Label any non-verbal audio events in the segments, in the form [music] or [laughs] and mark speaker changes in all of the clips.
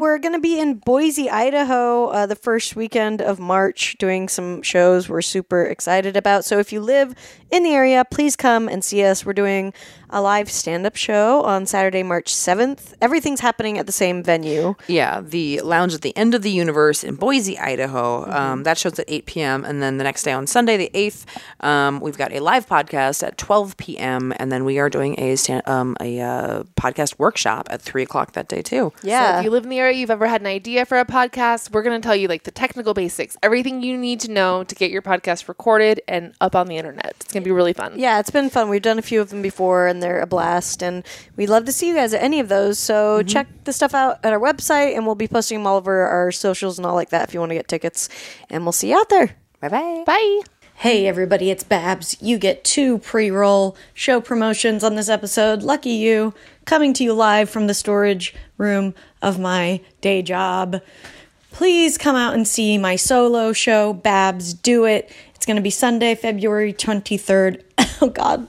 Speaker 1: we're going to be in Boise, Idaho, uh, the first weekend of March, doing some shows we're super excited about. So if you live in the area, please come and see us. We're doing a live stand up show on Saturday, March 7th. Everything's happening at the same venue.
Speaker 2: Yeah, the Lounge at the End of the Universe in Boise, Idaho. Um, that show's at 8 p.m. And then the next day on Sunday, the 8th, um, we've got a live podcast at 12 p.m. And then we are doing a, stand, um, a uh, podcast workshop at 3 o'clock that day, too.
Speaker 1: Yeah.
Speaker 3: So if you live in the area, you've ever had an idea for a podcast, we're going to tell you like the technical basics, everything you need to know to get your podcast recorded and up on the internet. It's going to be really fun.
Speaker 1: Yeah, it's been fun. We've done a few of them before, and they're a blast. And we'd love to see you guys at any of those. So check the stuff out at our website, and we'll be posting them all over our socials and all like that if you want to get tickets. And we'll see you out there.
Speaker 2: Bye bye.
Speaker 3: Bye.
Speaker 1: Hey, everybody, it's Babs. You get two pre roll show promotions on this episode. Lucky you, coming to you live from the storage room of my day job. Please come out and see my solo show, Babs Do It. It's going to be Sunday, February 23rd. [laughs] Oh, God.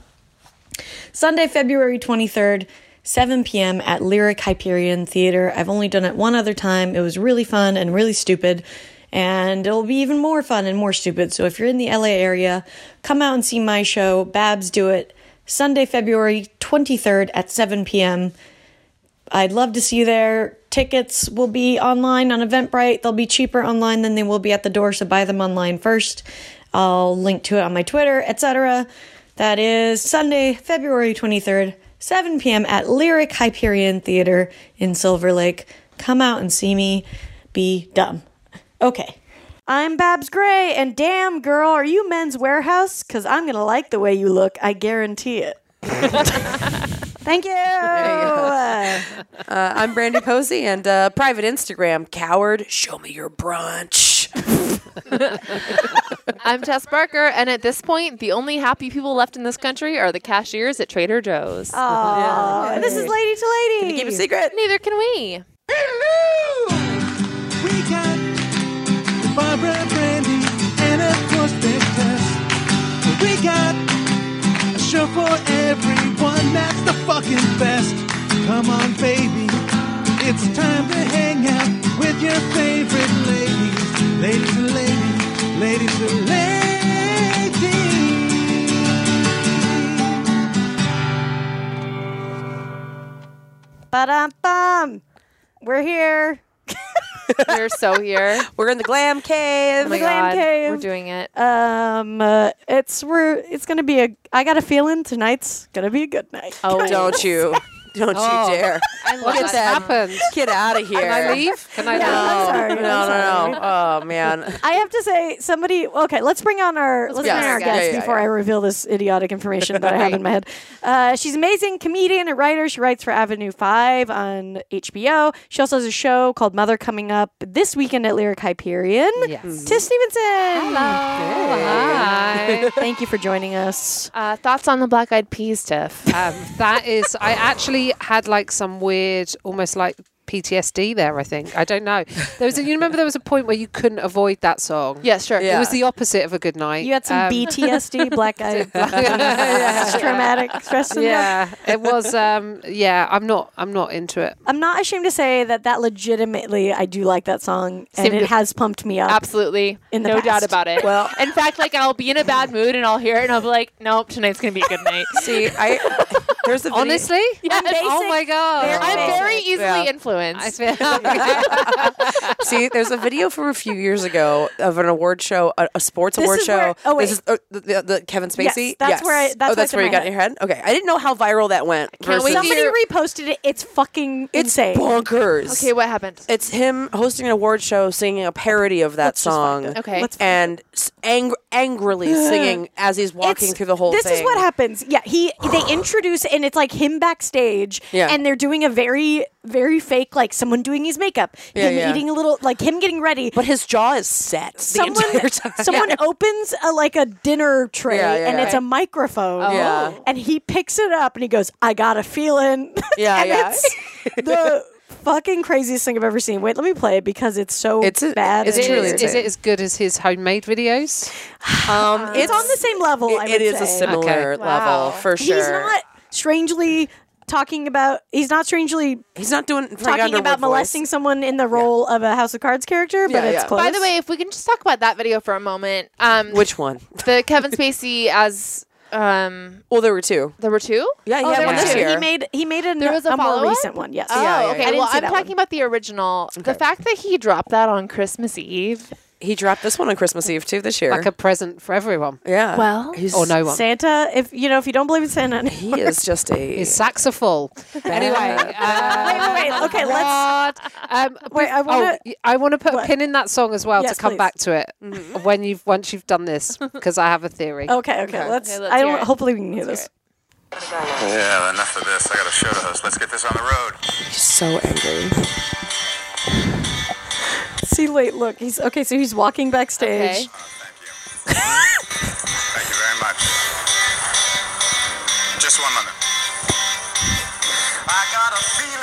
Speaker 1: Sunday, February 23rd, 7 p.m. at Lyric Hyperion Theater. I've only done it one other time. It was really fun and really stupid, and it'll be even more fun and more stupid. So if you're in the LA area, come out and see my show, Babs Do It, Sunday, February 23rd at 7 p.m. I'd love to see you there. Tickets will be online on Eventbrite. They'll be cheaper online than they will be at the door, so buy them online first. I'll link to it on my Twitter, etc. That is Sunday, February 23rd, 7 p.m. at Lyric Hyperion Theater in Silver Lake. Come out and see me be dumb. Okay. I'm Babs Gray, and damn, girl, are you men's warehouse? Because I'm going to like the way you look. I guarantee it. [laughs] Thank you.
Speaker 2: Uh, I'm Brandy Posey and uh, private Instagram, coward, show me your brunch.
Speaker 3: I'm Tess Barker, and at this point, the only happy people left in this country are the cashiers at Trader Joe's.
Speaker 1: Oh. Aw, This is Lady to Lady.
Speaker 2: Keep a secret.
Speaker 3: Neither can we.
Speaker 4: We got Barbara Brandy and of course Big Tess. We got a show for everyone that's the fucking best. Come on, baby. It's time to hang out with your favorite ladies. Ladies and ladies, ladies and ladies.
Speaker 1: Ba-dum bum. We're here.
Speaker 3: We're so
Speaker 1: [laughs]
Speaker 3: here.
Speaker 2: We're in the glam cave.
Speaker 3: Oh my
Speaker 1: glam
Speaker 3: God.
Speaker 1: cave.
Speaker 3: We're doing it.
Speaker 1: Um, uh, it's we're it's gonna be a. I got a feeling tonight's gonna be a good night.
Speaker 3: Oh,
Speaker 2: [laughs] Don't you. Don't
Speaker 3: Oh.
Speaker 2: you dare.
Speaker 3: I love
Speaker 2: Look at
Speaker 3: that
Speaker 2: that.
Speaker 3: happened.
Speaker 2: Get out of here.
Speaker 3: Can I leave? Can I
Speaker 1: Yeah.
Speaker 3: leave?
Speaker 1: I'm
Speaker 2: No,
Speaker 1: sorry,
Speaker 2: no,
Speaker 1: I'm
Speaker 2: no, no. Oh, man.
Speaker 1: [laughs] I have to say, somebody. Okay, let's bring on our let's
Speaker 2: bring
Speaker 1: bring on
Speaker 2: on
Speaker 1: our
Speaker 2: our guest.
Speaker 1: guest
Speaker 2: Yeah, yeah,
Speaker 1: before
Speaker 2: yeah.
Speaker 1: I reveal this idiotic information that I have in my head. Uh, she's amazing comedian and writer. She writes for Avenue Five on HBO. She also has a show called Mother coming up this weekend at Lyric Hyperion.
Speaker 3: Yes.
Speaker 1: Tish Stevenson.
Speaker 3: Hi.
Speaker 1: Thank you for joining us.
Speaker 3: Uh, thoughts on the black eyed peas, Tiff?
Speaker 2: [laughs]
Speaker 5: Um, that is, I actually had like some weird, almost like PTSD there. I think I don't know. There was, a, you remember, there was a point where you couldn't avoid that song.
Speaker 3: Yeah, sure.
Speaker 5: it
Speaker 2: Yeah.
Speaker 5: was the opposite of a good night.
Speaker 1: You had some
Speaker 5: Um,
Speaker 2: [laughs]
Speaker 1: BTSD, black eyed, [laughs]
Speaker 5: Yeah.
Speaker 1: traumatic stress syndrome.
Speaker 5: [laughs] Yeah, it was. Um, yeah, I'm not. I'm not into it.
Speaker 1: I'm not ashamed to say that that legitimately I do like that song and
Speaker 3: Same
Speaker 1: it
Speaker 3: here.
Speaker 1: has pumped me up.
Speaker 3: Absolutely.
Speaker 1: In the
Speaker 3: no doubt
Speaker 1: past.
Speaker 3: about it.
Speaker 2: Well-
Speaker 3: in fact, like I'll be in a bad mood and I'll hear it and I'll be like, nope, tonight's going to be a good night.
Speaker 2: See,
Speaker 3: [laughs]
Speaker 2: I there's the video.
Speaker 5: Honestly, oh
Speaker 1: basic,
Speaker 5: my god,
Speaker 1: very
Speaker 3: I'm
Speaker 1: basic.
Speaker 3: very easily
Speaker 2: Yeah.
Speaker 3: influenced.
Speaker 5: I feel-
Speaker 2: See, there's a video from a few years ago of an award show, a, a sports
Speaker 1: This
Speaker 2: award
Speaker 1: is
Speaker 2: show.
Speaker 1: where- oh, wait.
Speaker 2: This is uh, the, the, the Kevin
Speaker 1: Yes,
Speaker 2: Spacey.
Speaker 1: that's where I- that's
Speaker 2: oh, that's
Speaker 1: where
Speaker 2: where
Speaker 1: it's in
Speaker 2: you got
Speaker 1: my
Speaker 2: in your head. Okay, I didn't know how viral that went.
Speaker 3: can't wait
Speaker 2: versus-
Speaker 3: to
Speaker 1: Somebody
Speaker 3: Dear-
Speaker 1: reposted it. It's fucking
Speaker 2: It's
Speaker 1: insane.
Speaker 2: bonkers.
Speaker 3: okay, what happened?
Speaker 2: It's him hosting an award show, singing a parody of that
Speaker 1: just
Speaker 2: song.
Speaker 1: find it.
Speaker 3: Okay. Let's
Speaker 2: and s- ang- angrily
Speaker 1: [sighs]
Speaker 2: singing as he's walking
Speaker 1: It's-
Speaker 2: through the whole
Speaker 1: this
Speaker 2: thing.
Speaker 1: is what happens. Yeah, he
Speaker 2: [sighs]
Speaker 1: they introduce and it's like him backstage,
Speaker 2: Yeah.
Speaker 1: and they're doing a very very fake like someone doing his makeup,
Speaker 2: Yeah,
Speaker 1: him
Speaker 2: yeah.
Speaker 1: eating a little like him getting ready.
Speaker 2: But his jaw is set the
Speaker 1: someone [laughs]
Speaker 2: entire time.
Speaker 1: someone opens a, like a dinner tray
Speaker 2: Yeah, yeah,
Speaker 1: and
Speaker 2: yeah. Oh.
Speaker 1: it's a microphone.
Speaker 2: Yeah.
Speaker 1: And he picks it up and he goes, "I got a feeling." [laughs]
Speaker 2: Yeah,
Speaker 1: and
Speaker 2: yeah.
Speaker 1: It's [laughs] the fucking craziest thing I've ever seen. Wait, let me play it because it's so
Speaker 2: It's a-
Speaker 1: bad.
Speaker 2: it's
Speaker 1: and
Speaker 5: Is
Speaker 2: really
Speaker 1: weird.
Speaker 5: it- is it as good as his homemade videos?
Speaker 2: Um,
Speaker 1: It's on the same level. I
Speaker 2: It
Speaker 1: would
Speaker 2: is
Speaker 1: say.
Speaker 2: a similar
Speaker 5: Okay.
Speaker 2: level
Speaker 3: Wow.
Speaker 2: for sure.
Speaker 1: He's not strangely talking about he's not strangely
Speaker 2: He's not doing Frank
Speaker 1: talking
Speaker 2: Underwood
Speaker 1: about
Speaker 2: voice.
Speaker 1: molesting someone in the role of a House of Cards character, but
Speaker 2: Yeah,
Speaker 1: it's
Speaker 2: yeah.
Speaker 1: close.
Speaker 3: By the way, if we can just talk about that video for a moment, um,
Speaker 2: Which one?
Speaker 3: the Kevin Spacey as um,
Speaker 2: Well, there were two.
Speaker 3: there were two.
Speaker 2: Yeah, he
Speaker 1: oh,
Speaker 2: had
Speaker 1: there
Speaker 2: one
Speaker 1: was
Speaker 2: this
Speaker 1: two.
Speaker 2: year.
Speaker 1: He made he made a,
Speaker 3: There was a
Speaker 1: a more
Speaker 3: follow-up?
Speaker 1: recent one. Yes.
Speaker 3: Oh,
Speaker 2: Yeah, yeah, yeah.
Speaker 3: okay.
Speaker 1: I didn't
Speaker 3: well,
Speaker 1: see
Speaker 3: I'm
Speaker 1: that
Speaker 3: talking
Speaker 1: one.
Speaker 3: about the original. The fact that he dropped that on Christmas Eve.
Speaker 2: He dropped this one on Christmas Eve too this year.
Speaker 5: Like a present for everyone.
Speaker 2: yeah.
Speaker 3: Well-
Speaker 2: He's-
Speaker 5: Or no one.
Speaker 1: Santa, if you know, if you don't believe in Santa, anymore-
Speaker 2: he is just a.
Speaker 5: His sax are full. anyway. [laughs] uh,
Speaker 1: wait, wait, wait. Okay, let's.
Speaker 5: what? [laughs] Um,
Speaker 1: Wait, I
Speaker 5: oh,
Speaker 1: wanna-
Speaker 5: y- I want to put
Speaker 1: What?
Speaker 5: a pin in that song as well
Speaker 1: Yes,
Speaker 5: to come
Speaker 1: please.
Speaker 5: back to it
Speaker 3: Mm-hmm.
Speaker 5: when you've once you've done
Speaker 3: [laughs]
Speaker 5: this because I have a theory.
Speaker 3: Oh,
Speaker 1: Okay, okay, let's.
Speaker 3: Okay, let's
Speaker 1: I
Speaker 3: hear
Speaker 1: don't.
Speaker 3: it.
Speaker 1: Hopefully, we can hear this.
Speaker 6: Yeah, enough of this. I got a show to host. Let's get this on the road.
Speaker 2: He's so angry.
Speaker 1: See, wait, look. He's okay. So he's walking backstage.
Speaker 3: Okay.
Speaker 6: Thank you very much. Just one moment. I got a feeling.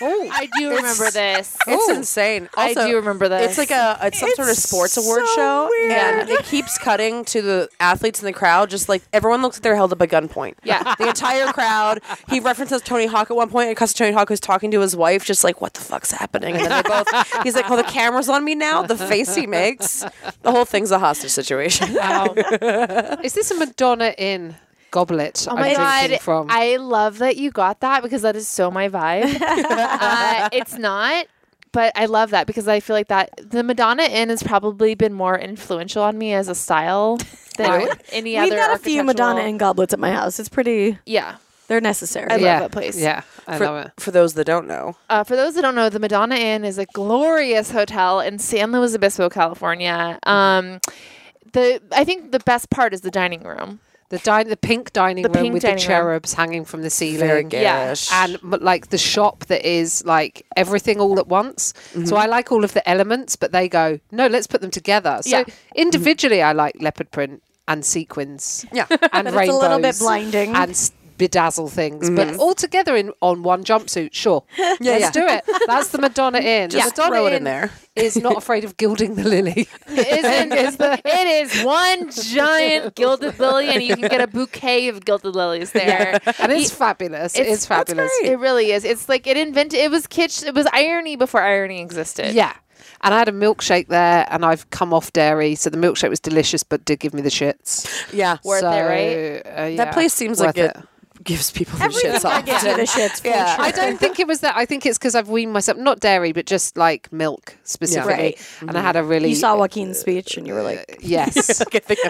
Speaker 5: Oh,
Speaker 3: I do remember this. [laughs]
Speaker 2: It's insane. Oh.
Speaker 3: I
Speaker 2: Also,
Speaker 3: do remember this.
Speaker 2: It's like a it's some sort of
Speaker 1: It's
Speaker 2: sports award
Speaker 1: so
Speaker 2: show,
Speaker 1: weird.
Speaker 2: and it keeps cutting to the athletes in the crowd. Just like everyone looks like they're held up at gunpoint.
Speaker 3: Yeah.
Speaker 2: [laughs] the entire crowd. He references Tony Hawk at one point, and cuts Tony Hawk who's talking to his wife, just like what the fuck's happening. And then they both. He's like, "Oh, the camera's on me now." The face he makes. The whole thing's a hostage situation.
Speaker 5: Um, is this a Madonna in goblet?
Speaker 3: Oh my
Speaker 5: I'm drinking
Speaker 3: god!
Speaker 5: From
Speaker 3: I love that you got that because that is so my
Speaker 1: [laughs]
Speaker 3: vibe. uh, it's not, but I love that because I feel like that the Madonna Inn has probably been more influential on me as a style than any
Speaker 1: We've
Speaker 3: other.
Speaker 1: got a few Madonna
Speaker 3: architectural-
Speaker 1: and goblets at my house. It's pretty.
Speaker 3: yeah.
Speaker 1: They're necessary.
Speaker 3: I love
Speaker 5: yeah,
Speaker 3: that place.
Speaker 5: Yeah, I
Speaker 2: for,
Speaker 5: love it.
Speaker 2: for those that don't know,
Speaker 3: Uh, for those that don't know, the Madonna Inn is a glorious hotel in San Luis Obispo, California. Um, the I think the best part is the dining room.
Speaker 5: The din- the pink dining
Speaker 3: The
Speaker 5: room
Speaker 3: pink
Speaker 5: with
Speaker 3: dining
Speaker 5: the
Speaker 3: room.
Speaker 5: cherubs hanging from the ceiling.
Speaker 2: very
Speaker 3: Yeah.
Speaker 2: garish.
Speaker 5: and m- like the shop that is like everything all at once. So I like all of the elements, but they go no, let's put them together. So
Speaker 3: Yeah.
Speaker 5: individually, I like leopard print and sequins,
Speaker 2: Yeah.
Speaker 5: [laughs] and
Speaker 1: But it's a little bit
Speaker 5: rainbows
Speaker 1: blinding.
Speaker 5: and s- bedazzle things, but all together in on one jumpsuit. Sure, let's do it. That's the Madonna Inn.
Speaker 2: Just
Speaker 5: Madonna
Speaker 2: throw it in
Speaker 5: Inn
Speaker 2: there.
Speaker 5: Is not afraid of gilding the lily.
Speaker 3: It [laughs] isn't. It's the- it is one [laughs] giant gilded lily, and you can get a bouquet of gilded lilies there.
Speaker 5: And it's fabulous. It's,
Speaker 3: it's- that's
Speaker 5: fabulous.
Speaker 2: great.
Speaker 3: It really is. It's like it invented. It was kitsch. It was irony before irony existed.
Speaker 5: Yeah. And I had a milkshake there, and I've come off dairy, so the milkshake was delicious, but did give me the shits.
Speaker 2: yeah,
Speaker 3: Worth it,
Speaker 5: So,
Speaker 3: right?
Speaker 5: uh, yeah,
Speaker 2: that place seems like
Speaker 5: worth
Speaker 2: it, gives people the
Speaker 1: Everything
Speaker 2: shits off.
Speaker 1: gives you the shits. for
Speaker 2: Yeah.
Speaker 1: sure.
Speaker 5: I don't think it was that. I think it's because I've weaned myself, not dairy, but just like milk specifically.
Speaker 1: Right.
Speaker 5: And I had a really
Speaker 1: You saw Joaquin's speech and you were like,
Speaker 2: [laughs]
Speaker 5: [laughs] yes.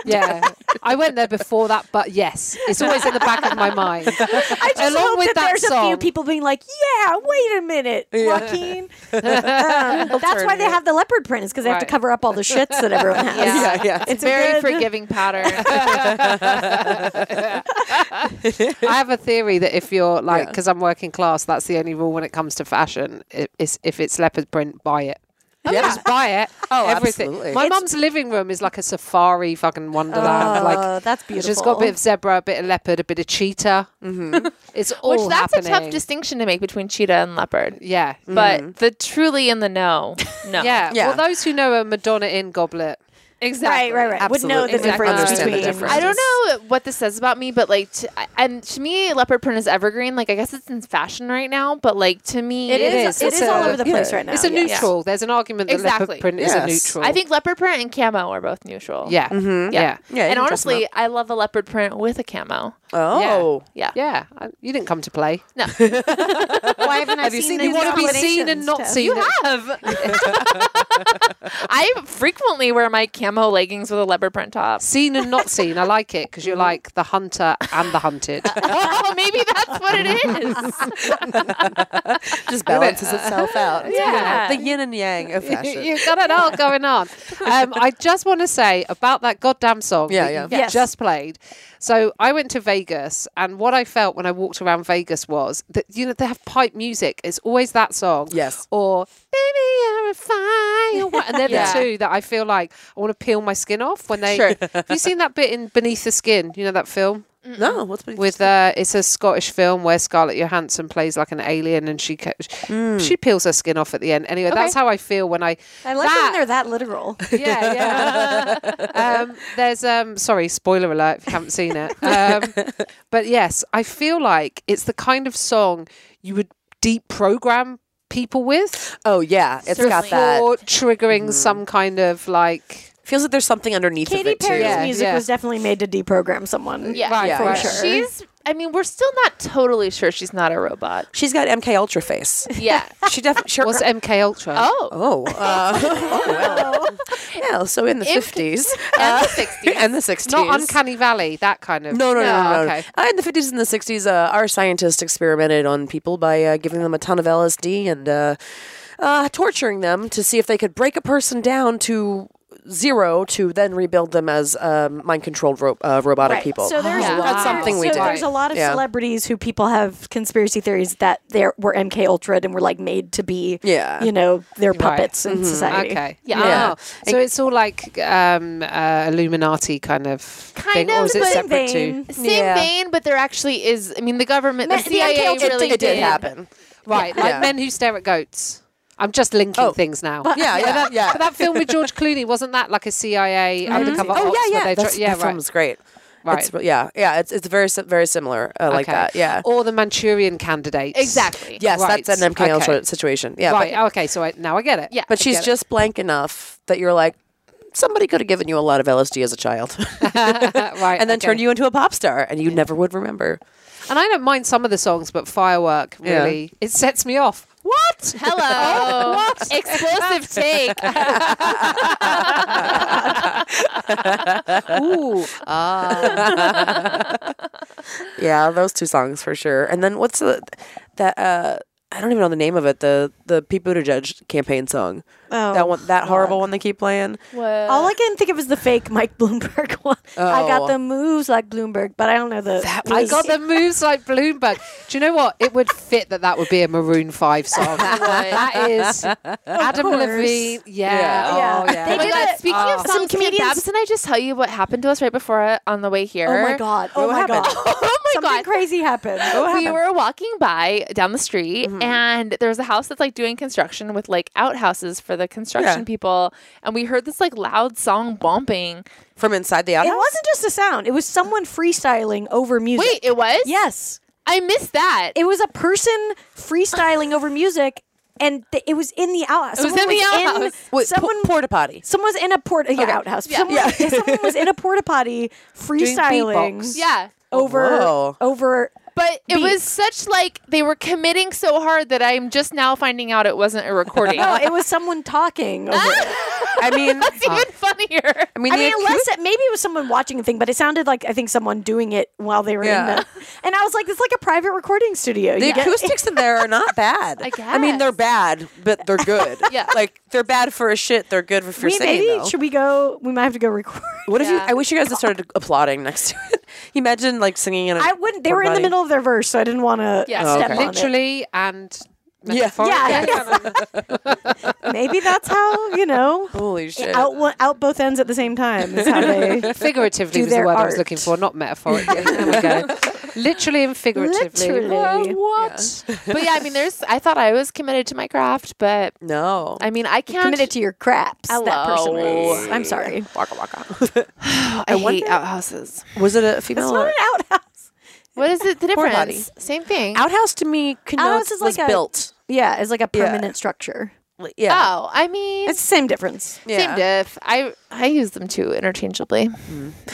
Speaker 5: yeah, I went there before that, but yes, it's always in the back of my mind.
Speaker 1: I just
Speaker 5: Along
Speaker 1: hope
Speaker 5: with
Speaker 1: that,
Speaker 5: that
Speaker 1: there's a few
Speaker 5: song.
Speaker 1: people being like, yeah, wait a minute, Joaquin. Um, that's why they have the leopard print is because they have
Speaker 5: Right.
Speaker 1: to cover up all the shits that everyone has.
Speaker 3: Yeah.
Speaker 2: Yeah, yeah.
Speaker 1: It's a
Speaker 3: Very
Speaker 1: good-
Speaker 3: forgiving [laughs] pattern.
Speaker 5: I have a theory that if you're like, because I'm working class, that's the only rule when it comes to fashion. It, it's, if it's leopard print, buy it. Just buy it. Oh, everything.
Speaker 2: absolutely.
Speaker 5: My
Speaker 1: It's-
Speaker 5: mum's living room is like a safari fucking wonderland.
Speaker 1: Oh,
Speaker 5: like
Speaker 1: that's
Speaker 5: She's got a bit
Speaker 1: beautiful.
Speaker 5: of zebra, a bit of leopard, a bit of cheetah. [laughs] it's all
Speaker 3: Which that's
Speaker 5: happening.
Speaker 3: a tough Mm. distinction to make between cheetah and leopard.
Speaker 5: Yeah,
Speaker 3: But the truly and the no, no. [laughs]
Speaker 5: yeah.
Speaker 2: Yeah.
Speaker 5: Well, those who know a Madonna in goblet.
Speaker 3: exactly.
Speaker 1: Right, right, right. Would know the
Speaker 2: Absolutely.
Speaker 1: difference
Speaker 2: Understand the
Speaker 1: between.
Speaker 2: difference.
Speaker 3: I don't know what this says about me, but like, to, and to me, leopard print is evergreen. Like, I guess it's in fashion right now, but like to me,
Speaker 1: It is.
Speaker 5: is.
Speaker 1: It
Speaker 5: It's
Speaker 1: is all
Speaker 5: a-
Speaker 1: over the place
Speaker 2: yeah.
Speaker 1: right now.
Speaker 5: It's a
Speaker 1: yes.
Speaker 5: neutral. There's an argument that
Speaker 3: Exactly.
Speaker 5: leopard print
Speaker 2: Yes.
Speaker 5: is a neutral.
Speaker 3: I think Mm-hmm. leopard print and camo are both neutral.
Speaker 5: Yeah. Yeah.
Speaker 2: Yeah, you can
Speaker 3: and
Speaker 2: dress 'em
Speaker 3: honestly,
Speaker 2: up.
Speaker 3: I love a leopard print with a camo.
Speaker 2: Oh,
Speaker 3: Yeah.
Speaker 5: Yeah. I- You didn't come to play. [laughs]
Speaker 3: No.
Speaker 1: [laughs] Why haven't I
Speaker 2: you
Speaker 1: seen
Speaker 2: seen
Speaker 1: these
Speaker 5: You want to be seen
Speaker 1: combinations,
Speaker 5: and not
Speaker 1: Tess?
Speaker 5: seen. You
Speaker 3: have. I frequently wear my camo leggings with a leopard print
Speaker 5: [laughs]
Speaker 3: top.
Speaker 5: Seen and not seen. I like it because you're like the hunter and the hunted.
Speaker 3: Oh, maybe that's what it
Speaker 5: [laughs]
Speaker 3: is.
Speaker 2: [laughs] just balances itself out. [laughs] It's
Speaker 3: Yeah.
Speaker 2: beautiful. the yin and yang [laughs] of fashion.
Speaker 5: You've got it all going on. Um, I just want to say about that goddamn song
Speaker 2: Yeah,
Speaker 5: that
Speaker 2: yeah.
Speaker 5: you've
Speaker 1: Yes.
Speaker 5: just played. So I went to Vegas, and what I felt when I walked around Vegas was that you know they have pipe music. It's always that song.
Speaker 2: Yes.
Speaker 5: Or baby, you're a fire. And they're
Speaker 3: Yeah.
Speaker 5: the two that I feel like I want to peel my skin off when they. [laughs]
Speaker 3: Sure.
Speaker 5: Have you seen that bit in Beneath the Skin? You know that film.
Speaker 2: No, what's beneath
Speaker 5: with uh, it's a Scottish film where Scarlett Johansson plays like an alien and she ca-
Speaker 2: Hmm.
Speaker 5: she peels her skin off at the end. Anyway, that's how I feel when I
Speaker 1: I like
Speaker 5: that,
Speaker 1: when they're that literal. [laughs]
Speaker 5: yeah, yeah. um, there's um, sorry, spoiler alert if you haven't seen it. Um, but yes, I feel like it's the kind of song you would deep program people with
Speaker 2: Oh yeah, it's got
Speaker 1: Certainly.
Speaker 2: that.
Speaker 5: or triggering some kind of like
Speaker 2: Feels like there's something underneath of
Speaker 1: Katy
Speaker 2: it too.
Speaker 1: Perry's
Speaker 5: Yeah,
Speaker 1: music
Speaker 5: yeah.
Speaker 1: was definitely made to deprogram someone.
Speaker 3: Yeah.
Speaker 5: Right,
Speaker 1: for
Speaker 5: right.
Speaker 1: sure.
Speaker 3: She's. I mean, we're still not totally sure she's not a robot.
Speaker 2: [laughs] She's got MK Ultra face. [laughs]
Speaker 3: Yeah.
Speaker 5: [laughs]
Speaker 2: She definitely. Sure.
Speaker 5: what's MK Ultra.
Speaker 3: Oh.
Speaker 2: oh, uh, [laughs] oh well. [laughs] Yeah, so in the
Speaker 3: If-
Speaker 2: fifties [laughs]
Speaker 3: And
Speaker 5: Uh,
Speaker 3: the 60s.
Speaker 2: and the sixties.
Speaker 5: Not Uncanny Valley, that kind of.
Speaker 2: No, no, no, no. no, no.
Speaker 5: okay.
Speaker 2: Uh, in the 50s and the 60s, uh, our scientists experimented on people by uh, giving them a ton of LSD and uh, uh, torturing them to see if they could break a person down to zero to then rebuild them as um, mind controlled ro- uh, robotic people. [gasps]
Speaker 1: So there's a
Speaker 5: Oh,
Speaker 1: lot-
Speaker 5: That's something we
Speaker 1: so
Speaker 5: did.
Speaker 1: There's a lot of
Speaker 2: Yeah.
Speaker 1: celebrities who people have conspiracy theories that they were MK Ultra and were like made to be,
Speaker 2: Yeah.
Speaker 1: you know, their puppets in society.
Speaker 5: Mm-hmm. Okay.
Speaker 3: Yeah.
Speaker 2: Yeah.
Speaker 5: Oh, so it's all like um, uh, Illuminati kind of
Speaker 3: Kind
Speaker 5: thing, or
Speaker 3: of,
Speaker 5: is it
Speaker 3: but-
Speaker 5: separate too?
Speaker 1: Vein.
Speaker 3: Same
Speaker 2: Yeah.
Speaker 3: vein, but there actually is. I mean, the government, the
Speaker 1: Ma- the
Speaker 3: CIA
Speaker 1: MK Ultra
Speaker 3: really
Speaker 1: thing
Speaker 2: it did
Speaker 3: did
Speaker 2: happen.
Speaker 5: [laughs] Right, like
Speaker 2: Yeah.
Speaker 5: men who stare at goats. I'm just linking
Speaker 2: Oh.
Speaker 5: things now.
Speaker 2: Yeah, yeah,
Speaker 5: that,
Speaker 2: yeah.
Speaker 5: But that film with George Clooney wasn't that like a CIA undercover?
Speaker 2: Oh
Speaker 5: ops
Speaker 2: yeah,
Speaker 5: where
Speaker 2: yeah,
Speaker 5: they
Speaker 2: that's,
Speaker 5: tr- yeah,
Speaker 2: that
Speaker 5: right.
Speaker 2: film's great.
Speaker 5: Right.
Speaker 2: It's, yeah, yeah, it's it's very si- very similar uh, like
Speaker 5: Okay.
Speaker 2: that. Yeah.
Speaker 5: Or the Manchurian Candidate.
Speaker 3: Exactly.
Speaker 2: yes, that's an
Speaker 5: right,
Speaker 2: MK Ultra
Speaker 5: okay.
Speaker 2: situation. Yeah,
Speaker 5: right.
Speaker 2: but,
Speaker 5: okay. So I, now I get it.
Speaker 3: Yeah.
Speaker 2: but
Speaker 5: I
Speaker 2: she's
Speaker 5: get it.
Speaker 2: just blank enough that you're like. Somebody could have given you a lot of LSD as a child, [laughs]
Speaker 5: right.
Speaker 2: and then
Speaker 5: okay.
Speaker 2: turned you into a pop star, and you never would remember.
Speaker 5: And I don't mind some of the songs, but Firework
Speaker 2: Yeah.
Speaker 5: really it sets me off. What? [laughs]
Speaker 3: Hello. Explosive take.
Speaker 5: Ooh.
Speaker 2: Yeah, those two songs for sure. And then what's the that? Uh, I don't even know the name of it. The the Pete Buttigieg campaign song.
Speaker 1: Oh,
Speaker 2: that one, that horrible one they keep playing.
Speaker 1: All I can think of is the fake Mike Bloomberg [laughs] one. I
Speaker 2: Oh.
Speaker 1: got the moves like Bloomberg, but I don't know the. That
Speaker 5: I got the moves like Bloomberg. Do you know what? It would fit that that would be a Maroon Five song. that is Adam
Speaker 1: course.
Speaker 5: Levine. Yeah.
Speaker 1: Yeah.
Speaker 5: Oh yeah.
Speaker 1: They
Speaker 3: Oh my
Speaker 1: did
Speaker 3: God,
Speaker 1: it-
Speaker 3: Speaking
Speaker 1: Oh.
Speaker 3: of
Speaker 1: Some
Speaker 3: songs, comedians,
Speaker 1: comedians-
Speaker 3: Babs and I just tell you what happened to us right before uh, on the way here.
Speaker 1: Oh my god! Oh my god!
Speaker 3: [laughs]
Speaker 5: [laughs]
Speaker 3: Oh my
Speaker 1: Something
Speaker 3: God.
Speaker 1: crazy happened. Mm-hmm.
Speaker 3: we were walking by down the street and there was a house that's like doing construction with like outhouses for the construction
Speaker 2: Yeah.
Speaker 3: people and we heard this like loud song bumping
Speaker 2: From inside the
Speaker 1: It
Speaker 2: audience.
Speaker 1: wasn't just a sound. It was someone freestyling over music.
Speaker 3: wait it was
Speaker 1: Yes,
Speaker 3: i missed that
Speaker 1: it was a person freestyling over music, and th- it was in the outhouse.
Speaker 3: It was in the outhouse.
Speaker 2: Wait, po-
Speaker 1: someone
Speaker 2: porta potty.
Speaker 1: Someone was in a porta yeah, outhouse. Someone, someone was in a porta
Speaker 3: [laughs]
Speaker 1: potty freestyling
Speaker 5: beatbox.
Speaker 3: yeah
Speaker 1: over
Speaker 2: Whoa.
Speaker 3: [laughs]
Speaker 1: over.
Speaker 3: but it was
Speaker 1: Beats.
Speaker 3: such like they were committing so hard that i'm just now finding out it wasn't a recording
Speaker 1: [laughs]
Speaker 3: [laughs]
Speaker 1: No, it was someone talking. Over
Speaker 3: Ah!
Speaker 1: it.
Speaker 2: I
Speaker 5: [laughs]
Speaker 2: mean,
Speaker 3: that's
Speaker 1: Uh-huh.
Speaker 3: even funnier
Speaker 2: I mean,
Speaker 1: I
Speaker 3: [laughs]
Speaker 1: mean,
Speaker 2: the
Speaker 1: unless it, maybe it was someone watching a thing, but it sounded like I think someone doing it while they were in
Speaker 2: Yeah.
Speaker 1: the. And I was like, it's like a private recording studio.
Speaker 2: The
Speaker 1: You get-
Speaker 2: acoustics in there are [laughs] not bad.
Speaker 3: I
Speaker 2: I mean, they're
Speaker 3: guess.
Speaker 2: bad, but they're [laughs] good.
Speaker 3: Yeah.
Speaker 2: Like they're bad for a shit. They're good for
Speaker 1: we,
Speaker 2: singing.
Speaker 1: maybe
Speaker 2: though.
Speaker 1: should we go? We might have to go record.
Speaker 2: what if you?
Speaker 3: Yeah.
Speaker 2: I wish you guys had started applauding next to it. [laughs] Imagine like singing in
Speaker 1: [laughs]
Speaker 2: a
Speaker 1: I wouldn't. They were in the
Speaker 2: porta-potty.
Speaker 1: middle of their verse, so I didn't want to
Speaker 3: Yeah.
Speaker 1: step
Speaker 2: Okay.
Speaker 1: on
Speaker 5: literally and
Speaker 2: Yeah.
Speaker 1: Yeah,
Speaker 5: metaphorically.
Speaker 1: it. [laughs] Maybe that's how you know
Speaker 2: Holy shit!
Speaker 1: out one- out both ends at the same time. Is how they
Speaker 5: Figuratively
Speaker 1: Do
Speaker 5: was the
Speaker 1: their
Speaker 5: word I was
Speaker 1: art.
Speaker 5: looking for, not metaphorically. there we go. Literally and figuratively.
Speaker 1: Literally.
Speaker 5: Well, what?
Speaker 3: [laughs] but yeah i mean there's i thought i was committed to my craft but
Speaker 2: no.
Speaker 3: i mean i can't
Speaker 1: committed to your craps. That person
Speaker 3: Hello.
Speaker 1: was. I'm sorry.
Speaker 2: Waka waka.
Speaker 3: i, hate outhouses
Speaker 2: Was it a female?
Speaker 1: It's not
Speaker 2: or-
Speaker 1: an outhouse.
Speaker 3: what is it the
Speaker 2: Porta potty.
Speaker 3: difference same thing
Speaker 2: Outhouse to me connotes
Speaker 1: Outhouse is
Speaker 2: was
Speaker 1: like a-
Speaker 2: built.
Speaker 1: Yeah, it's like a permanent structure.
Speaker 2: Like, Yeah.
Speaker 3: oh i mean
Speaker 1: It's the same difference.
Speaker 2: yeah.
Speaker 3: Same diff. I I use them too interchangeably.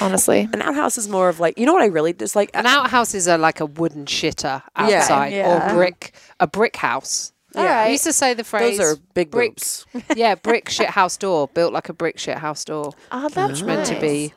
Speaker 3: Honestly.
Speaker 2: An outhouse is more of like you know what I really dislike.
Speaker 5: And outhouses are like a wooden shitter
Speaker 2: Yeah.
Speaker 5: outside
Speaker 1: Yeah.
Speaker 5: or brick a brick house.
Speaker 3: Alright.
Speaker 5: I used to say the phrase
Speaker 2: Those are big
Speaker 5: brick
Speaker 2: boobs.
Speaker 5: yeah, brick shit house door, built like a brick shit house door.
Speaker 3: Oh, that's
Speaker 5: Meant to be.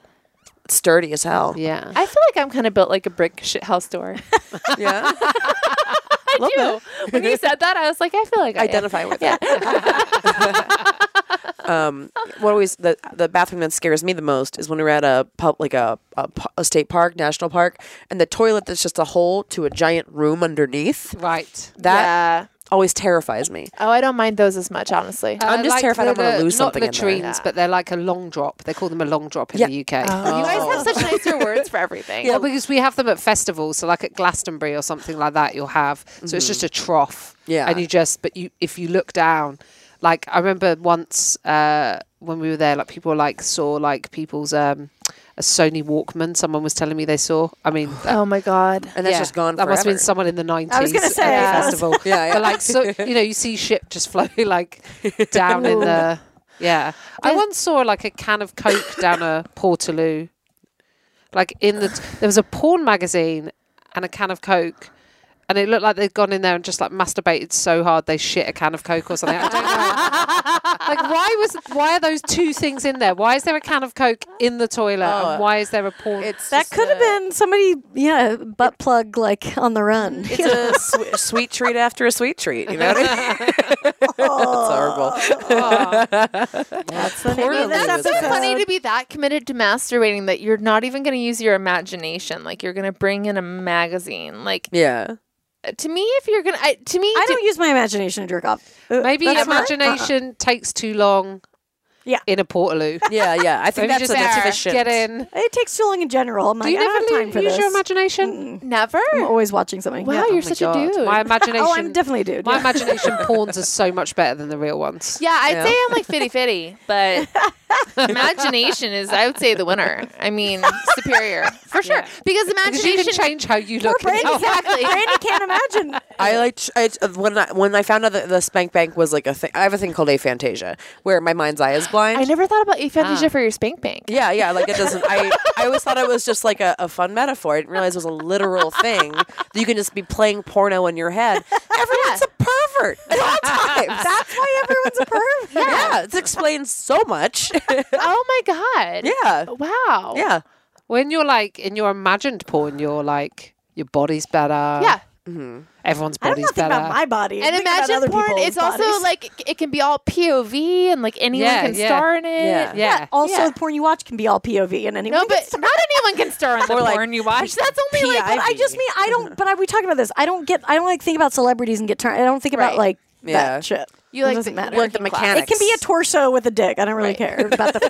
Speaker 2: Sturdy as hell.
Speaker 5: Yeah.
Speaker 3: I feel like I'm kind of built like a brick shit house door.
Speaker 1: [laughs]
Speaker 2: Yeah.
Speaker 3: [laughs] I do. When you said that, I was like, I feel like I am.
Speaker 2: identify with it. [laughs] um, what always the the bathroom that scares me the most is when we're at a pub, like a, a p- a state park, national park, and the toilet that's just a hole to a giant room underneath.
Speaker 5: Right.
Speaker 2: That
Speaker 3: yeah.
Speaker 2: always terrifies me.
Speaker 3: Oh, I don't mind those as much, honestly.
Speaker 2: I'm just terrified I'm
Speaker 5: the-
Speaker 2: gonna
Speaker 5: the-
Speaker 2: lose
Speaker 5: not
Speaker 2: something in there.
Speaker 5: latrines, but they're like a long drop. They call them a long drop in
Speaker 2: Yeah. Oh.
Speaker 5: the UK.
Speaker 3: You guys have such nicer words for everything.
Speaker 5: Yeah, because we have them at festivals, so like at Glastonbury or something like that, you'll have. So it's just a
Speaker 2: Mm.
Speaker 5: trough.
Speaker 2: Yeah.
Speaker 5: and you just but you if you look down, like I remember once uh, when we were there, like people like saw like people's um, a Sony Walkman. Someone was telling me they saw. I mean. that-
Speaker 3: oh my god.
Speaker 2: And that's
Speaker 5: yeah,
Speaker 2: just gone
Speaker 5: That must have been
Speaker 2: forever.
Speaker 5: someone in the nineties.
Speaker 1: gonna say,
Speaker 5: at
Speaker 1: that
Speaker 5: the
Speaker 1: was-
Speaker 5: festival.
Speaker 2: [laughs] Yeah, yeah.
Speaker 5: But like, so you know, you see shit just floating [laughs] like down
Speaker 1: [laughs]
Speaker 5: in the. Yeah, I once saw like a can of Coke down a Portaloo like in the there was a porn magazine and a can of coke and it looked like they'd gone in there and just like masturbated so hard they shit a can of coke or something. I don't
Speaker 1: [laughs]
Speaker 5: know. like why was why are those two things in there? Why is there a can of coke in the toilet and why is there a porn?
Speaker 2: Oh. It's
Speaker 1: That could have been somebody, yeah, butt plug like on the run.
Speaker 2: It's
Speaker 1: [laughs]
Speaker 2: a swe- [laughs] sweet treat after a sweet treat. You know [laughs] what I mean? That's horrible.
Speaker 1: That's the name of
Speaker 2: Portaloo
Speaker 1: this
Speaker 2: is
Speaker 1: episode.
Speaker 2: a-
Speaker 3: It's funny to be that committed to masturbating that you're not even going to use your imagination. Like you're going to bring in a magazine. Like
Speaker 2: [laughs] Yeah.
Speaker 3: to me, if you're going to, to me,
Speaker 1: I
Speaker 3: do-
Speaker 1: don't use my imagination to jerk off. Uh,
Speaker 5: Maybe
Speaker 1: that's fine.
Speaker 5: imagination takes too long
Speaker 1: Yeah.
Speaker 5: in a portaloo.
Speaker 2: Yeah, yeah. I think
Speaker 5: [laughs] Maybe
Speaker 2: that's
Speaker 5: just
Speaker 2: an
Speaker 5: there,
Speaker 2: efficient.
Speaker 5: Get in.
Speaker 1: It takes too long in general. I'm
Speaker 5: Do
Speaker 1: like,
Speaker 5: you
Speaker 1: I don't have
Speaker 5: never
Speaker 1: time for
Speaker 5: use
Speaker 1: this. Oh
Speaker 5: your imagination?
Speaker 3: never.
Speaker 1: I'm always watching something.
Speaker 3: Wow,
Speaker 1: Yeah.
Speaker 3: you're such a dude.
Speaker 5: [laughs] My imagination
Speaker 1: Oh, I'm definitely a dude.
Speaker 5: My
Speaker 1: yeah.
Speaker 5: imagination [laughs] pawns are so much better than the real ones.
Speaker 3: yeah, I'd say I'm like fitty fitty, but imagination is, I would say, the winner. I mean, superior for sure. Because
Speaker 5: Because you
Speaker 3: imagination,
Speaker 5: can change how you
Speaker 1: Poor
Speaker 5: look. and
Speaker 1: Brandy,
Speaker 5: how-
Speaker 1: exactly. Brandy can't imagine.
Speaker 2: I like ch- I, uh, when I when I found out that the spank bank was like a thing. I have a thing called aphantasia, where my mind's eye is blind.
Speaker 3: I never thought about aphantasia for your spank bank.
Speaker 2: Yeah, yeah. Like it doesn't. I I always thought it was just like a, a fun metaphor. I didn't realize it was a literal thing that you can just be playing porno in your head. Everyone's a pervert at [laughs] all times.
Speaker 1: That's why everyone's a perv.
Speaker 2: yeah, it explains so much. [laughs]
Speaker 3: Oh my god.
Speaker 2: yeah,
Speaker 3: Wow.
Speaker 2: yeah.
Speaker 5: when you're like in your imagined porn, you're like your body's better.
Speaker 3: Yeah.
Speaker 5: everyone's
Speaker 1: I don't know
Speaker 5: body's
Speaker 1: think
Speaker 5: better.
Speaker 1: about my body.
Speaker 3: and
Speaker 1: Think about other
Speaker 3: imagine porn
Speaker 1: people's
Speaker 3: it's also
Speaker 1: bodies.
Speaker 3: like it- it can be all pov and like anyone
Speaker 5: Yeah,
Speaker 3: can
Speaker 5: yeah.
Speaker 3: star in it
Speaker 2: Yeah.
Speaker 5: yeah.
Speaker 1: Also,
Speaker 3: yeah.
Speaker 1: the porn you watch can be all POV, and anyone.
Speaker 3: no
Speaker 1: can
Speaker 3: but
Speaker 1: start-
Speaker 3: not anyone can star in the
Speaker 2: Or, like,
Speaker 3: porn you watch that's only
Speaker 1: Yeah,
Speaker 3: like
Speaker 1: but I just mean I
Speaker 3: Uh-huh.
Speaker 1: don't. But I, we talked about this. I don't get. I don't like think about celebrities and get turned. I don't think about
Speaker 3: Right.
Speaker 1: like
Speaker 2: Yeah.
Speaker 1: that shit.
Speaker 3: you
Speaker 1: It
Speaker 3: like
Speaker 1: doesn't matter.
Speaker 2: Like the
Speaker 3: working class.
Speaker 2: mechanic.
Speaker 1: It can be a torso with a dick. I don't really
Speaker 3: Right.
Speaker 1: care about
Speaker 3: [laughs]
Speaker 1: the.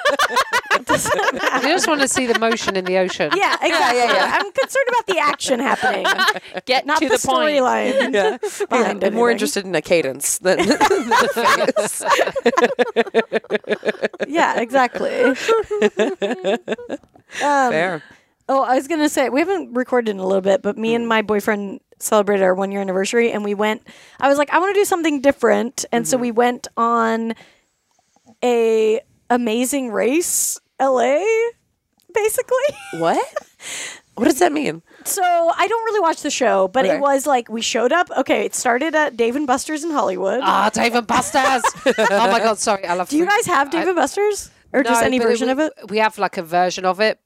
Speaker 1: It doesn't matter.
Speaker 5: Oh, you just want to see the motion in the ocean.
Speaker 1: yeah, exactly.
Speaker 2: yeah, yeah.
Speaker 1: I'm concerned about the action
Speaker 3: [laughs]
Speaker 1: happening,
Speaker 3: get
Speaker 1: not
Speaker 3: to
Speaker 1: the,
Speaker 3: the, point
Speaker 1: storyline.
Speaker 2: Yeah,
Speaker 1: Behind
Speaker 2: I'm more
Speaker 1: anything.
Speaker 2: interested in a cadence than, [laughs] than the face.
Speaker 1: yeah, exactly.
Speaker 5: [laughs]
Speaker 1: um,
Speaker 2: Fair.
Speaker 1: Oh, I was gonna say we haven't recorded in a little bit, but me
Speaker 5: Hmm.
Speaker 1: and my boyfriend celebrated our one year anniversary, and we went. I was like, I want to do something different, and
Speaker 5: Mm-hmm.
Speaker 1: so we went on a Amazing Race LA, basically. [laughs]
Speaker 2: Um, What? What does that mean?
Speaker 1: So I don't really watch the show, but
Speaker 2: Okay.
Speaker 1: it was like we showed up. Okay, it started at Dave and Buster's in Hollywood.
Speaker 5: Ah, Dave and Buster's. oh my God, sorry, I love.
Speaker 1: do you
Speaker 5: fruit.
Speaker 1: guys have Dave
Speaker 5: I-
Speaker 1: and Buster's or just
Speaker 5: No,
Speaker 1: any
Speaker 5: but it-
Speaker 1: version
Speaker 5: we-
Speaker 1: of it?
Speaker 5: We have like a version of it,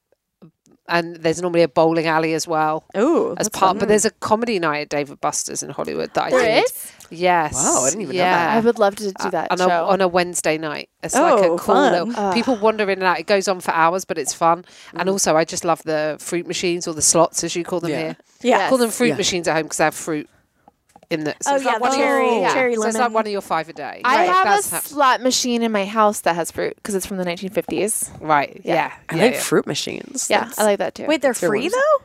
Speaker 5: and there's normally a bowling alley as well.
Speaker 1: Oh,
Speaker 5: As part, but there's a comedy night at David Buster's in Hollywood that I
Speaker 3: there
Speaker 5: did.
Speaker 3: is
Speaker 5: Yes.
Speaker 2: Wow, I didn't even know
Speaker 5: yeah.
Speaker 2: that.
Speaker 3: i would love to do that
Speaker 5: on,
Speaker 3: show.
Speaker 5: A, on a Wednesday night. It's like
Speaker 1: Oh,
Speaker 5: a cool
Speaker 1: fun.
Speaker 5: little people wander in and out. It goes on for hours, but it's fun. And
Speaker 1: Mm.
Speaker 5: also, I just love the fruit machines or the slots, as you call them
Speaker 2: Yeah.
Speaker 5: here.
Speaker 1: yeah.
Speaker 5: I call them fruit
Speaker 2: Yeah.
Speaker 5: machines at home because I have fruit in the. So
Speaker 1: Oh,
Speaker 5: it's
Speaker 1: yeah,
Speaker 5: like one
Speaker 1: the
Speaker 5: of your-
Speaker 1: cherry-
Speaker 5: yeah.
Speaker 1: cherry
Speaker 5: So it's like
Speaker 1: lemon.
Speaker 5: one of your five a day.
Speaker 3: I
Speaker 5: Right,
Speaker 3: have a
Speaker 5: that's how-
Speaker 3: slot machine in my house that has fruit because it's from the 1950s.
Speaker 5: right. Yeah. yeah.
Speaker 2: I
Speaker 5: yeah,
Speaker 2: like fruit machines.
Speaker 3: Yeah, I like that too.
Speaker 1: Wait, they're free though.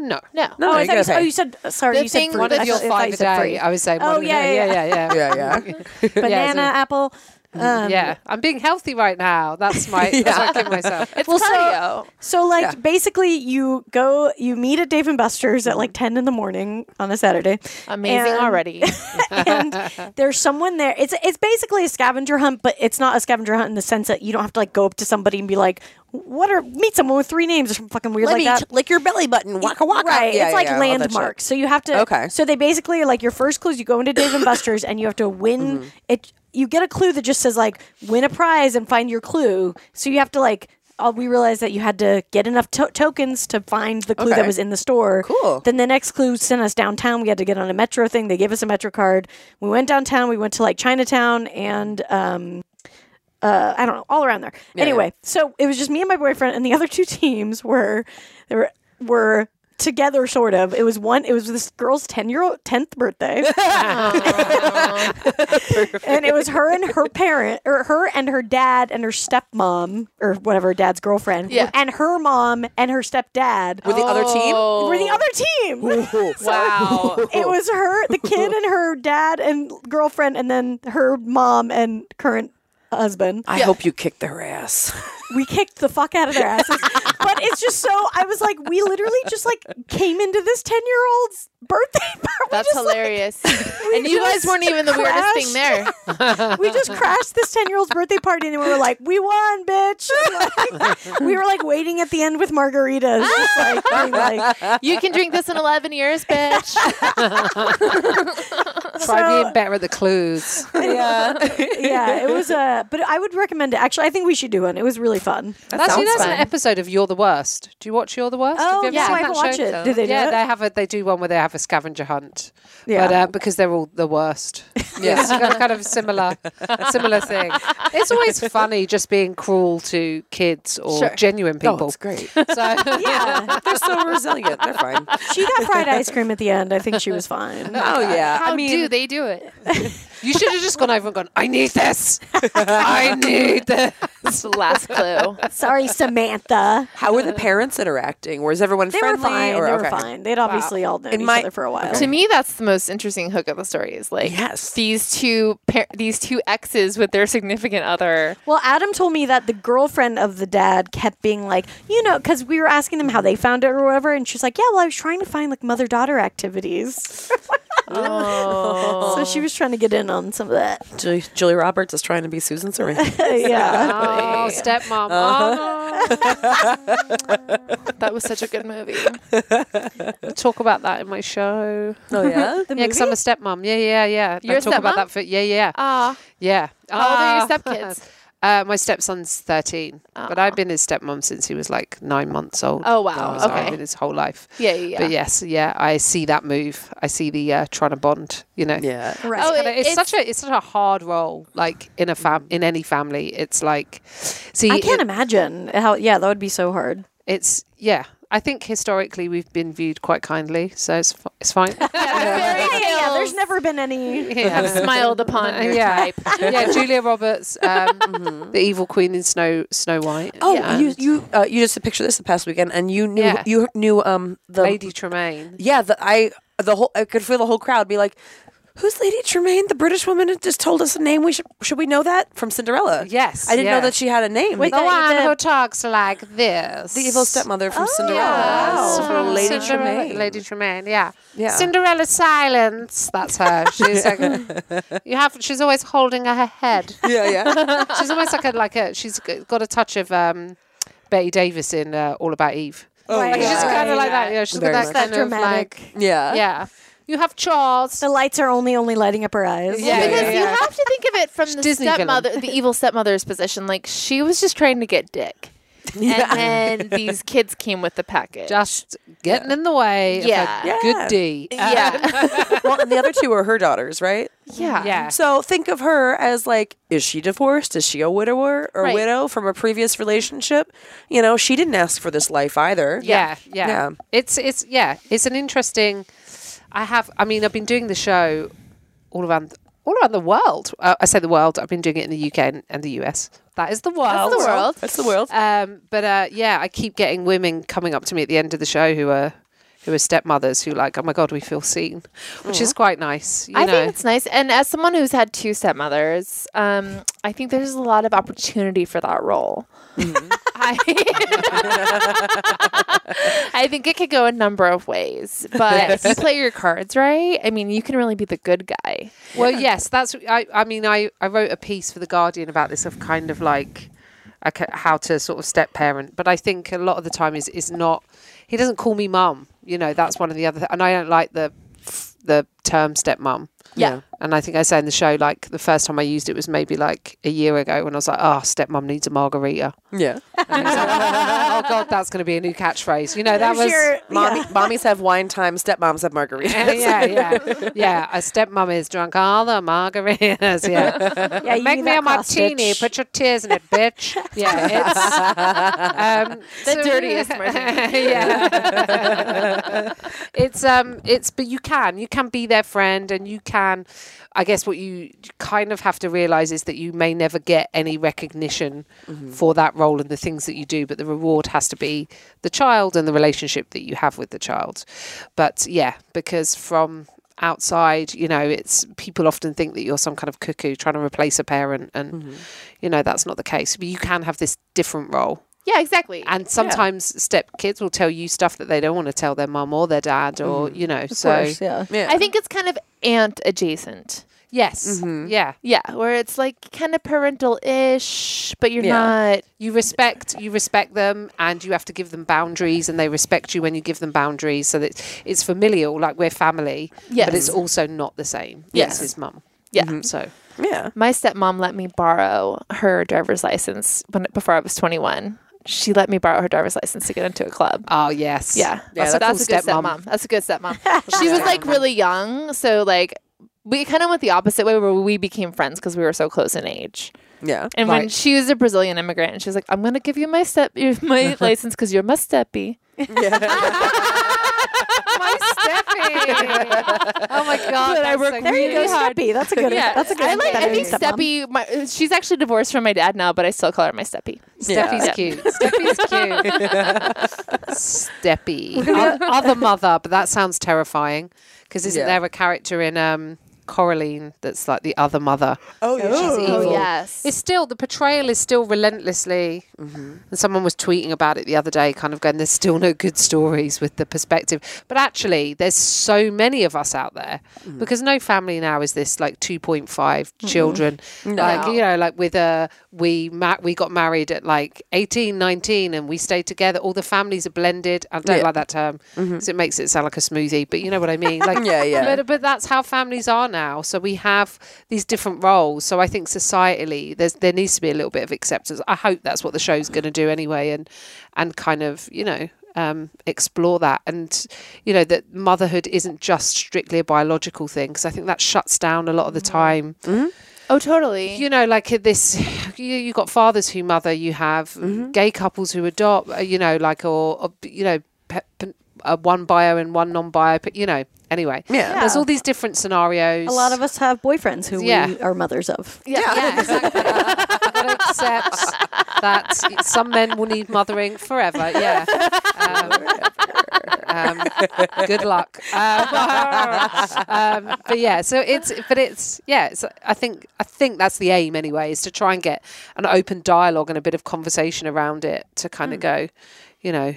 Speaker 5: No.
Speaker 3: no,
Speaker 2: No,
Speaker 1: Oh,
Speaker 2: I
Speaker 1: I thought you,
Speaker 2: guess I-
Speaker 1: oh, you said uh, sorry.
Speaker 3: The
Speaker 1: you said
Speaker 3: thing-
Speaker 1: fruit.
Speaker 5: One
Speaker 1: I
Speaker 5: of your
Speaker 1: thought- I thought
Speaker 5: five
Speaker 1: you
Speaker 5: a
Speaker 1: said
Speaker 5: day.
Speaker 1: fruit.
Speaker 5: I would say. one
Speaker 1: Oh,
Speaker 5: of-
Speaker 1: yeah, yeah,
Speaker 5: yeah, yeah, yeah.
Speaker 2: yeah, yeah. Mm,
Speaker 1: banana,
Speaker 5: Yeah,
Speaker 1: apple. [laughs] Um,
Speaker 5: Yeah. I'm being healthy right now. That's [laughs] my. That's what I give
Speaker 1: [laughs]
Speaker 5: myself.
Speaker 3: it's
Speaker 1: Well, so-
Speaker 3: cardio.
Speaker 1: So like
Speaker 2: Yeah.
Speaker 1: basically, you go, you meet at Dave and Buster's
Speaker 2: Mm-hmm.
Speaker 1: at like ten in the morning on a Saturday.
Speaker 3: Amazing
Speaker 1: And-
Speaker 3: already.
Speaker 1: [laughs]
Speaker 2: [laughs]
Speaker 1: and there's someone there. It's it's basically a scavenger hunt, but it's not a scavenger hunt in the sense that you don't have to like go up to somebody and be like, "What are meet someone with three names or something fucking weird
Speaker 2: Let
Speaker 1: like
Speaker 2: me
Speaker 1: that."
Speaker 2: ch- lick your belly button. Waka waka.
Speaker 1: Right,
Speaker 2: Yeah,
Speaker 1: it's like
Speaker 2: yeah, all that shit.
Speaker 1: landmarks. So you have to.
Speaker 2: Okay.
Speaker 1: So they basically like your first clues. You go into
Speaker 2: [coughs]
Speaker 1: Dave and Buster's and you have to win
Speaker 2: Mm-hmm.
Speaker 1: it. You get a clue that just says like win a prize and find your clue. So you have to like. Oh, we realized that you had to get enough to- tokens to find the clue
Speaker 2: Okay.
Speaker 1: that was in the store.
Speaker 2: Cool.
Speaker 1: Then the next clue sent us downtown. We had to get on a metro thing. They gave us a metro card. We went downtown. We went to like Chinatown and um, uh, I don't know, all around there. [laughs] anyway, so it was just me and my boyfriend, and the other two teams were there were, were together, sort of. It was one. It was this girl's ten year old tenth
Speaker 3: [laughs]
Speaker 1: birthday, [laughs] and it was her and her parent, or her and her dad and her stepmom, or whatever, dad's girlfriend,
Speaker 3: Yeah.
Speaker 1: and her mom and her stepdad
Speaker 2: With the other team?
Speaker 3: Oh.
Speaker 1: were the other team.
Speaker 3: Wow.
Speaker 1: It was her, the kid, and her dad and girlfriend, and then her mom and current husband.
Speaker 2: I hope you kicked their ass.
Speaker 1: we kicked the fuck out of their asses.
Speaker 3: [laughs]
Speaker 1: but it's just so I was like, we literally just like came into this ten year old's birthday [laughs] party. We
Speaker 3: That's
Speaker 1: just, like,
Speaker 3: hilarious. and you guys
Speaker 1: just
Speaker 3: weren't even the weirdest thing there.
Speaker 1: we
Speaker 3: [laughs]
Speaker 1: just crashed this ten year old's birthday party, and we were like, we won, bitch. Like, we were like waiting at the end with margaritas, just,
Speaker 3: [laughs]
Speaker 1: like, being like,
Speaker 3: You can drink this in 11 years, bitch.
Speaker 5: Try being better at
Speaker 1: [laughs]
Speaker 5: the clues.
Speaker 1: yeah, it was Uh, but I would recommend it. Actually, I think we should do one. It was really fun.
Speaker 5: Actually,
Speaker 2: sounds
Speaker 5: that's
Speaker 2: fun.
Speaker 5: an episode of You're the Worst. Do you watch You're the Worst?
Speaker 1: Oh,
Speaker 5: have you ever
Speaker 1: yeah,
Speaker 5: seen
Speaker 1: I
Speaker 5: that
Speaker 1: can watch
Speaker 5: show?
Speaker 1: it. Do they do
Speaker 5: yeah,
Speaker 1: it?
Speaker 5: they have a. They do one where they have a scavenger hunt.
Speaker 1: Yeah.
Speaker 5: but, uh, because they're all
Speaker 1: [laughs]
Speaker 5: the worst. Yeah, it's kind kind of similar, similar thing. It's always funny just being cruel to kids or
Speaker 3: Sure.
Speaker 5: genuine people.
Speaker 2: [laughs] Oh, it's great.
Speaker 5: So
Speaker 1: [laughs]
Speaker 5: [laughs]
Speaker 1: Yeah,
Speaker 2: [laughs] They're so resilient. They're fine.
Speaker 1: she got fried ice cream at the end. I think she was fine.
Speaker 3: [laughs]
Speaker 2: Oh yeah.
Speaker 3: How
Speaker 2: I mean,
Speaker 3: do they do it?
Speaker 5: you should have just gone over and gone. I need this.
Speaker 3: [laughs]
Speaker 5: I need this.
Speaker 3: It's the last clue.
Speaker 1: Sorry, Samantha.
Speaker 2: how [laughs] were the parents interacting? Was everyone
Speaker 1: They
Speaker 2: friendly?
Speaker 1: were fine.
Speaker 2: Or
Speaker 1: they were
Speaker 2: okay.
Speaker 1: fine. They'd obviously all known
Speaker 2: In
Speaker 1: each
Speaker 2: my-
Speaker 1: other for a while.
Speaker 3: [laughs] To me, that's the most interesting hook of the story. Is like
Speaker 2: Yes.
Speaker 3: these two par- these two exes with their significant other.
Speaker 1: Well, Adam told me that the girlfriend of the dad kept being like, you know, because we were asking them how they found it or whatever, and she's like, yeah, well, I was trying to find like mother daughter activities. [laughs] So she was trying to get in on some of that. [laughs]
Speaker 2: Julie, Julie Roberts is trying to be Susan Sarandon.
Speaker 1: yeah.
Speaker 5: Oh, stepmom.
Speaker 3: Uh-huh.
Speaker 5: Oh,
Speaker 3: Oh, That was such a good movie.
Speaker 5: no. [laughs] talk about that in my show.
Speaker 2: [laughs] oh yeah.
Speaker 5: Yeah, because I'm a stepmom. Yeah, yeah, yeah.
Speaker 3: You're
Speaker 5: I
Speaker 3: a
Speaker 5: talk about
Speaker 3: stepmom?
Speaker 5: that for yeah, yeah,
Speaker 3: Ah,
Speaker 5: yeah.
Speaker 3: how old are your
Speaker 5: Ah.
Speaker 3: stepkids?
Speaker 5: [laughs] Uh, my stepson's 13, but I've been his stepmom since he was like nine months old.
Speaker 3: Oh, wow.
Speaker 5: So I've
Speaker 3: Okay.
Speaker 5: been his whole life.
Speaker 3: Yeah, yeah, yeah.
Speaker 5: But yes, yeah, I see that move. I see the uh, trying to bond, you know.
Speaker 2: [laughs] Yeah.
Speaker 1: Right.
Speaker 3: Oh,
Speaker 5: It's, kinda-
Speaker 3: it- it's-
Speaker 5: it's,
Speaker 3: Mm-hmm.
Speaker 5: such a it's such a hard role, like in a fam in any family. It's like, see,
Speaker 1: I can't
Speaker 5: it-
Speaker 1: imagine how, yeah, that would be so hard.
Speaker 5: it's yeah. I think historically we've been viewed quite kindly, so it's fi- it's
Speaker 2: [laughs]
Speaker 5: fine.
Speaker 3: Fairy tales
Speaker 1: There's never been
Speaker 5: [laughs]
Speaker 1: any.
Speaker 5: yeah.
Speaker 3: smiled [laughs] upon your
Speaker 5: yeah.
Speaker 3: type.
Speaker 5: [laughs] yeah, Julia Roberts, um, the evil queen in Snow Snow White.
Speaker 2: Mm-hmm. Oh,
Speaker 5: and
Speaker 2: you you uh, you just did picture this the past weekend, and you knew
Speaker 5: Yeah.
Speaker 2: you knew um the
Speaker 5: Lady Tremaine.
Speaker 2: Yeah, the, I the whole I could feel the whole crowd be like, "Who's Lady Tremaine? The British woman who just told us a name. We should should we know that from Cinderella?
Speaker 5: Yes,
Speaker 2: I didn't know
Speaker 5: yeah.
Speaker 2: that she had a name. Oh,
Speaker 1: Wait,
Speaker 2: the,
Speaker 1: that- that-
Speaker 5: talks like this.
Speaker 2: the evil stepmother from Cinderella,
Speaker 5: Yes,
Speaker 1: Wow.
Speaker 5: from
Speaker 2: Lady
Speaker 5: Oh, Cinderella-
Speaker 2: Tremaine.
Speaker 5: Lady Tremaine, yeah.
Speaker 2: Yeah.
Speaker 5: Cinderella Silence. That's her.
Speaker 2: [laughs]
Speaker 5: She's like, you have. She's always holding her head.
Speaker 2: yeah,
Speaker 5: [laughs]
Speaker 2: yeah.
Speaker 5: She's almost like a like a. She's g- got a touch of um, Betty Davis in uh, All About Eve.
Speaker 2: Oh,
Speaker 1: Right,
Speaker 5: Like, she's
Speaker 1: yeah.
Speaker 5: just kind of like that. Yeah, she's
Speaker 2: Very
Speaker 5: got that
Speaker 2: much.
Speaker 5: kind
Speaker 1: That
Speaker 5: of
Speaker 1: dramatic.
Speaker 5: like.
Speaker 2: yeah,
Speaker 5: Yeah. You have Charles.
Speaker 1: The lights are only only lighting up her eyes.
Speaker 5: Yeah,
Speaker 3: because
Speaker 5: yeah,
Speaker 3: you
Speaker 5: yeah.
Speaker 3: have to think of it from the
Speaker 5: Disney villain.
Speaker 3: stepmother, the evil stepmother's position. Like she was just trying to get [laughs] dick, and then these kids came with the package.
Speaker 5: just getting in the way
Speaker 3: Yeah.
Speaker 5: of a good deed.
Speaker 3: [laughs] yeah,
Speaker 2: well, and the other two are her daughters, right?
Speaker 3: yeah,
Speaker 5: Yeah.
Speaker 2: So think of her as like, is she divorced? Is she a widower or
Speaker 3: Right.
Speaker 2: widow from a previous relationship? You know, she didn't ask for this life either.
Speaker 5: yeah, yeah,
Speaker 2: Yeah.
Speaker 5: It's it's yeah, it's an interesting. I have. I mean, I've been doing the show all around all around the world. Uh, I say the world. I've been doing it in the UK and, and the US. That is the world.
Speaker 3: That's the world.
Speaker 2: that's the world.
Speaker 5: Um, but uh, yeah, I keep getting women coming up to me at the end of the show who are who are stepmothers who like, oh my god, we feel seen, which is quite nice. You
Speaker 3: I
Speaker 5: know?
Speaker 3: think it's nice. And as someone who's had two stepmothers, um, I think there's a lot of opportunity for that role.
Speaker 5: Mm-hmm.
Speaker 3: [laughs] I, I think it could go a number of ways, but if you play your cards right, I mean, you can really be the good guy.
Speaker 5: Well, yes, that's. I, I mean, I, I wrote a piece for the Guardian about this of kind of like, like uh, how to sort of step parent, but I think a lot of the time is is not. He doesn't call me mum. You know, that's one of the other, and I don't like the the term stepmom.
Speaker 1: Yeah.
Speaker 5: And I think I said in the show, like the first time I used it was maybe like a year ago when I was like, oh, stepmom needs a margarita.
Speaker 2: Yeah.
Speaker 5: [laughs] And it's like, oh,
Speaker 1: [laughs]
Speaker 5: God, that's going to be a new catchphrase. You know, that
Speaker 1: There's your-
Speaker 5: was.
Speaker 2: Mommy, Mommies have wine time, stepmoms have margaritas.
Speaker 5: yeah, [laughs] yeah, yeah. Yeah, a stepmom has drunk all the margaritas.
Speaker 1: [laughs]
Speaker 5: Yeah.
Speaker 1: Yeah, you
Speaker 5: Make
Speaker 1: do
Speaker 5: me
Speaker 1: that
Speaker 5: a
Speaker 1: cross
Speaker 5: martini.
Speaker 1: stitch.
Speaker 5: Put your tears in it,
Speaker 3: [laughs]
Speaker 5: bitch. Yeah, it's [laughs] um,
Speaker 3: The
Speaker 5: so-
Speaker 3: dirtiest [laughs] martini.
Speaker 5: yeah. it's um it's but you can you can be their friend and you can I guess what you kind of have to realize is that you may never get any recognition for that role and the things that you do but the reward has to be the child and the relationship that you have with the child. But yeah, because from outside you know it's people often think that you're some kind of cuckoo trying to replace a parent and you know that's not the case but you can have this different role
Speaker 3: Yeah, exactly.
Speaker 5: and sometimes step kids will tell you stuff that they don't want to tell their mum or their dad
Speaker 3: Mm-hmm.
Speaker 5: or you know so
Speaker 1: course, yeah.
Speaker 2: Yeah.
Speaker 3: I think it's kind of aunt adjacent.
Speaker 5: yes
Speaker 3: Mm-hmm.
Speaker 5: yeah
Speaker 3: Yeah, where it's like kind of parental ish, but you're
Speaker 2: Yeah.
Speaker 3: not.
Speaker 5: you respect you respect them and you have to give them boundaries and they respect you when you give them boundaries so that it's familial like we're family
Speaker 3: Yes.
Speaker 5: but it's also not the same
Speaker 3: Yes.
Speaker 5: yes his mum Mm-hmm.
Speaker 3: Yeah.
Speaker 5: so
Speaker 2: [laughs] Yeah.
Speaker 3: My stepmom let me borrow her driver's license when before I was 21. She let me borrow her driver's license to get into a club.
Speaker 5: oh yes
Speaker 3: Yeah,
Speaker 5: that's,
Speaker 3: so
Speaker 5: a,
Speaker 3: that's,
Speaker 5: cool
Speaker 3: a good stepmom.
Speaker 5: [laughs]
Speaker 3: That's a good stepmom. she was like really young, so like we kind of went the opposite way where we became friends because we were so close in age.
Speaker 5: [laughs]
Speaker 2: Yeah.
Speaker 3: And when
Speaker 5: Right.
Speaker 3: she was a Brazilian immigrant, and she was like, "I'm gonna give you my step your- my license because you're my steppy."
Speaker 5: my steppy oh my god
Speaker 3: [laughs] But I
Speaker 5: that's so
Speaker 3: work
Speaker 1: There you go,
Speaker 5: cute.
Speaker 1: Steppy. That's a good. That's a good.
Speaker 3: I like. I
Speaker 1: better
Speaker 3: think
Speaker 1: stepmom.
Speaker 3: Steppy. My, she's actually divorced from my dad now, but I still call her my Steppy.
Speaker 5: Steffi's
Speaker 3: Yeah.
Speaker 5: cute. Steffi's cute. Steppy. O- Other mother, but that sounds terrifying. Because isn't
Speaker 2: Yeah.
Speaker 5: there a character in um, Coraline that's like the other mother?
Speaker 2: Oh, yeah.
Speaker 5: She's evil.
Speaker 3: yes.
Speaker 5: It's still the portrayal is still relentlessly. And someone was tweeting about it the other day, kind of going, "There's still no good stories with the perspective." But actually, there's so many of us out there because no family now is this like 2.5 children. Like you know, like with a we ma- we got married at like 18, 19, and we stayed together. All the families are blended. I don't
Speaker 2: Yeah.
Speaker 5: like that term because it makes it sound like a smoothie, but you know what I mean. Like
Speaker 2: Yeah, yeah.
Speaker 5: But, but that's how families are now. So we have these different roles. So I think societally, there's there needs to be a little bit of acceptance. I hope that's what the show's going to do anyway, and and kind of you know um, explore that, and you know that motherhood isn't just strictly a biological thing because I think that shuts down a lot of the
Speaker 2: Mm-hmm.
Speaker 5: time
Speaker 3: oh, totally.
Speaker 5: you know like uh, this you, you got fathers who mother you have gay couples who adopt uh, you know like or, or you know pe- pe- uh, one bio and one non-bio but you know anyway
Speaker 2: Yeah.
Speaker 5: there's all these different scenarios
Speaker 1: A lot of us have boyfriends who
Speaker 5: Yeah.
Speaker 1: we are mothers of.
Speaker 5: yeah, yeah [laughs] exactly you gotta accept that some men will need mothering forever yeah um, um, good luck. [laughs] Um, um, but yeah, so it's but it's yeah. It's, I think I think that's the aim anyway is to try and get an open dialogue and a bit of conversation around it to kind of go, you know,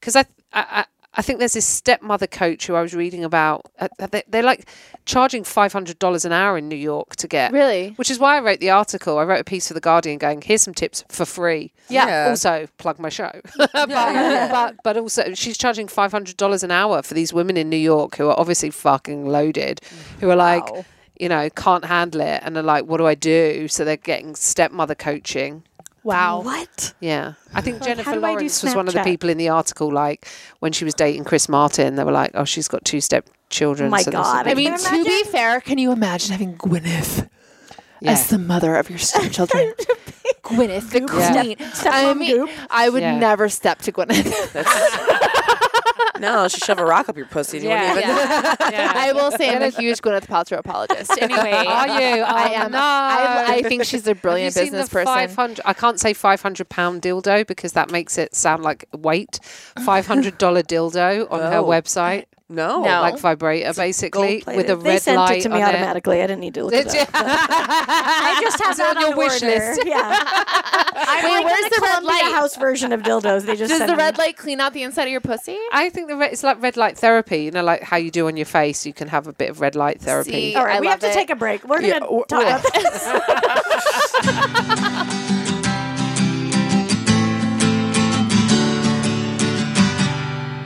Speaker 5: because I. I I think there's this stepmother coach who I was reading about. Uh, they, they're like charging five hundred dollars an hour in New York to get
Speaker 3: Really?
Speaker 5: which is why I wrote the article. I wrote a piece for the Guardian, going, "Here's some tips for free."
Speaker 2: Yeah. Yeah.
Speaker 5: Also, plug my show. [laughs] but, but but also, she's charging five hundred dollars an hour for these women in New York who are obviously fucking loaded, who are like, you know, can't handle it, and are like, "What do I do?" So they're getting stepmother coaching.
Speaker 3: Wow.
Speaker 1: What?
Speaker 5: Yeah, I think
Speaker 1: how
Speaker 5: Jennifer
Speaker 1: do I do
Speaker 5: Lawrence was one of the
Speaker 1: Snapchat?
Speaker 5: people in the article. Like when she was dating Chris Martin, they were like, "Oh, she's got two step children."
Speaker 1: Oh My God.
Speaker 3: I
Speaker 1: Can
Speaker 3: mean,
Speaker 1: you
Speaker 3: to be fair, can you imagine having Gwyneth as the mother of your stepchildren? Gwyneth, the queen. I
Speaker 1: Stepmom
Speaker 3: mean,
Speaker 1: Goop.
Speaker 3: I would
Speaker 5: Yeah.
Speaker 3: never step
Speaker 2: [laughs]
Speaker 3: to Gwyneth.
Speaker 2: No, she shove a rock up your pussy. and You wouldn't even-
Speaker 3: I will say I'm a huge Gwyneth Paltrow apologist. [laughs] Anyway,
Speaker 5: Are you?
Speaker 3: I
Speaker 5: Oh,
Speaker 3: am.
Speaker 5: no.
Speaker 3: I, I think she's a
Speaker 5: Have you
Speaker 3: brilliant
Speaker 5: seen
Speaker 3: business
Speaker 5: the
Speaker 3: person.
Speaker 5: 500 I can't say 500 pound dildo because that makes it sound like weight. 500 dollar dildo on her
Speaker 2: Oh.
Speaker 5: website.
Speaker 2: No.
Speaker 3: No.
Speaker 5: Like vibrator basically with a
Speaker 2: gold-plated.
Speaker 5: red
Speaker 1: They sent
Speaker 5: light
Speaker 1: it to me
Speaker 5: on
Speaker 1: automatically. I didn't need to look
Speaker 5: Did
Speaker 1: it up.
Speaker 5: [laughs]
Speaker 1: I just have
Speaker 5: Is it on
Speaker 1: that
Speaker 5: your wish
Speaker 1: order.
Speaker 5: list?
Speaker 1: Yeah.
Speaker 3: Wait, where's the red
Speaker 1: Columbia
Speaker 3: light?
Speaker 1: House version of dildos. They just
Speaker 3: Does
Speaker 1: send
Speaker 3: the
Speaker 1: me.
Speaker 3: red light clean out the inside of your pussy?
Speaker 5: I think the red, it's like red light therapy, you know, like how you do on your face. You can have a bit of red light therapy.
Speaker 3: See?
Speaker 1: All right,
Speaker 3: I
Speaker 1: we have to
Speaker 3: love it.
Speaker 1: take a break. We're gonna talk about this.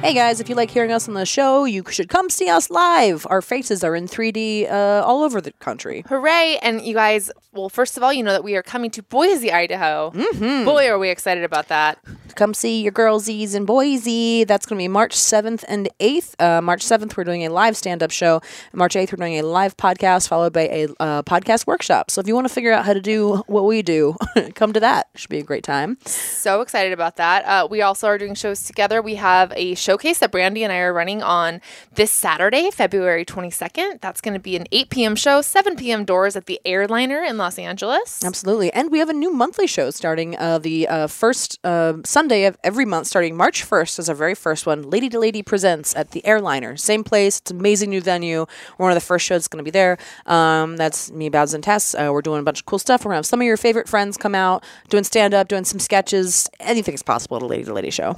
Speaker 2: Hey guys, if you like hearing us on the show, you should come see us live. Our faces are in 3D uh, all over the country.
Speaker 3: Hooray! And you guys, well, first of all, you know that we are coming to Boise, Idaho. Mm-hmm. Boy, are we excited about that.
Speaker 2: Come see your girlsies in Boise. That's going to be March 7th and 8th. Uh, March 7th, we're doing a live stand up show. March 8th, we're doing a live podcast followed by a uh, podcast workshop. So if you want to figure out how to do what we do, [laughs] come to that. Should be a great time.
Speaker 3: So excited about that. Uh, we also are doing shows together. We have a showcase that Brandy and I are running on this Saturday, February 22nd. That's going to be an 8 p.m. show, 7 p.m. doors at the Airliner in Los Angeles.
Speaker 2: Absolutely. And we have a new monthly show starting uh, the uh, first uh, Sunday of every month, starting March 1st, is our very first one. Lady to Lady Presents at the Airliner. Same place. It's an amazing new venue. One of the first shows going to be there. Um, that's me, Babs, and Tess. Uh, we're doing a bunch of cool stuff. We're going to have some of your favorite friends come out, doing stand up, doing some sketches. Anything's possible at a Lady to Lady show.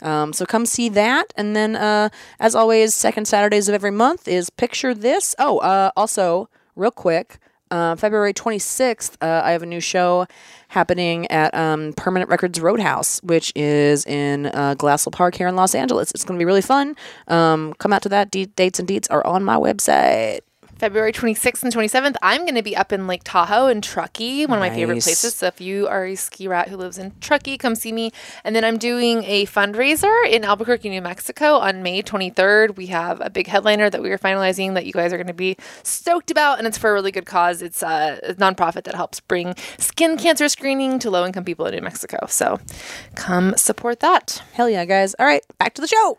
Speaker 2: Um, so come see that. And then, uh, as always, second Saturdays of every month is Picture This. Oh, uh, also, real quick, uh, February 26th, uh, I have a new show happening at um, Permanent Records Roadhouse, which is in uh, Glassell Park here in Los Angeles. It's going to be really fun. Um, come out to that. De- dates and deets are on my website.
Speaker 3: February 26th and 27th, I'm going to be up in Lake Tahoe in Truckee, one of my favorite
Speaker 2: Nice.
Speaker 3: places. So if you are a ski rat who lives in Truckee, come see me. And then I'm doing a fundraiser in Albuquerque, New Mexico on May 23rd. We have a big headliner that we are finalizing that you guys are going to be stoked about, and it's for a really good cause. It's uh, a a nonprofit that helps bring skin cancer screening to low income people in New Mexico. So come support that.
Speaker 2: Hell yeah, guys. All right, back to the show.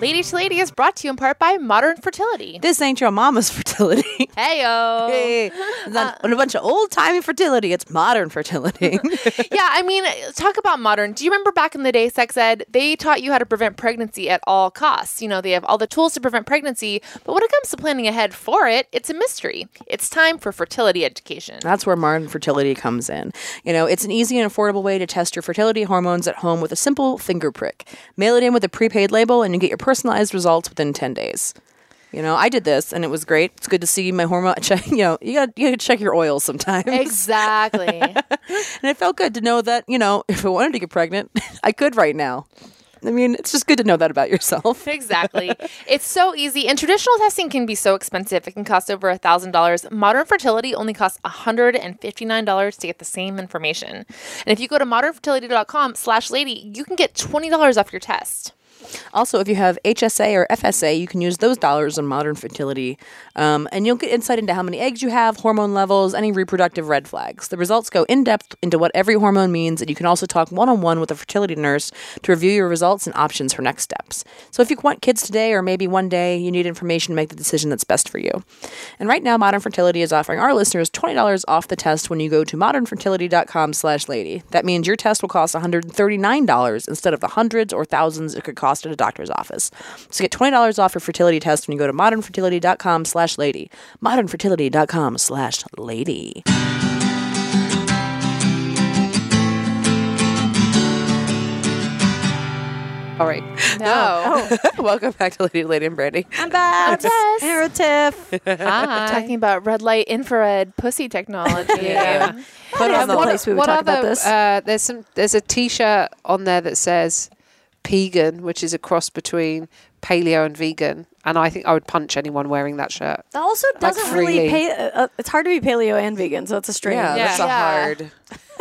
Speaker 3: Lady to Lady is brought to you in part by Modern Fertility.
Speaker 2: This ain't your mama's fertility. Oh. Uh, [laughs]
Speaker 3: Heyo.
Speaker 2: Hey, it's not a bunch of old timey fertility. It's modern fertility. [laughs]
Speaker 3: yeah, I mean, talk about modern. Do you remember back in the day, sex ed? They taught you how to prevent pregnancy at all costs. You know, they have all the tools to prevent pregnancy, but when it comes to planning ahead for it, it's a mystery. It's time for fertility education.
Speaker 2: That's where modern fertility comes in. You know, it's an easy and affordable way to test your fertility hormones at home with a simple finger prick. Mail it in with a prepaid label, and you get your personalized results within 10 days. You know, I did this, and it was great. It's good to see my hormone. [laughs] Check, you know, you got you gotta check your oil sometimes,
Speaker 3: Exactly.
Speaker 2: and it felt good to know that you know if I wanted to get pregnant, [laughs] I could right now. I mean, it's just good to know that about yourself.
Speaker 3: [laughs] exactly. It's so easy. And traditional testing can be so expensive. It can cost over $1,000. Modern fertility only costs $159 to get the same information. And if you go to modernfertility.com slash lady, you can get $20 off your test.
Speaker 2: Also, if you have HSA or FSA, you can use those dollars on modern fertility, um, and you'll get insight into how many eggs you have, hormone levels, any reproductive red flags. The results go in depth into what every hormone means, and you can also talk one on one with a fertility nurse to review your results and options for next steps. So, if you want kids today or maybe one day, you need information to make the decision that's best for you. And right now, Modern Fertility is offering our listeners twenty dollars off the test when you go to modernfertility.com/lady. That means your test will cost one hundred and thirty-nine dollars instead of the hundreds or thousands it could cost at a doctor's office. So get twenty dollars off your fertility test when you go to modernfertility.com/lady. Modernfertility.com/lady.
Speaker 5: All right.
Speaker 3: [laughs] No.
Speaker 2: [laughs] Welcome back to Lady, Lady, and Brandy.
Speaker 1: I'm back.
Speaker 3: Yes.
Speaker 1: Narrative.
Speaker 3: Hi. Talking about red light infrared
Speaker 1: [laughs]
Speaker 3: pussy technology. yeah.
Speaker 2: Put on the place we would
Speaker 5: um, What
Speaker 2: talk
Speaker 5: other,
Speaker 2: about this.
Speaker 5: Uh, there's some. There's a T-shirt on there that says "Pegan," which is a cross between paleo and vegan. And I think I would punch anyone wearing that shirt.
Speaker 1: That also doesn't really
Speaker 5: freely.
Speaker 1: pay. Uh, uh, it's hard to be paleo and vegan, so it's a strain.
Speaker 2: yeah, that's a
Speaker 3: Yeah.
Speaker 2: hard.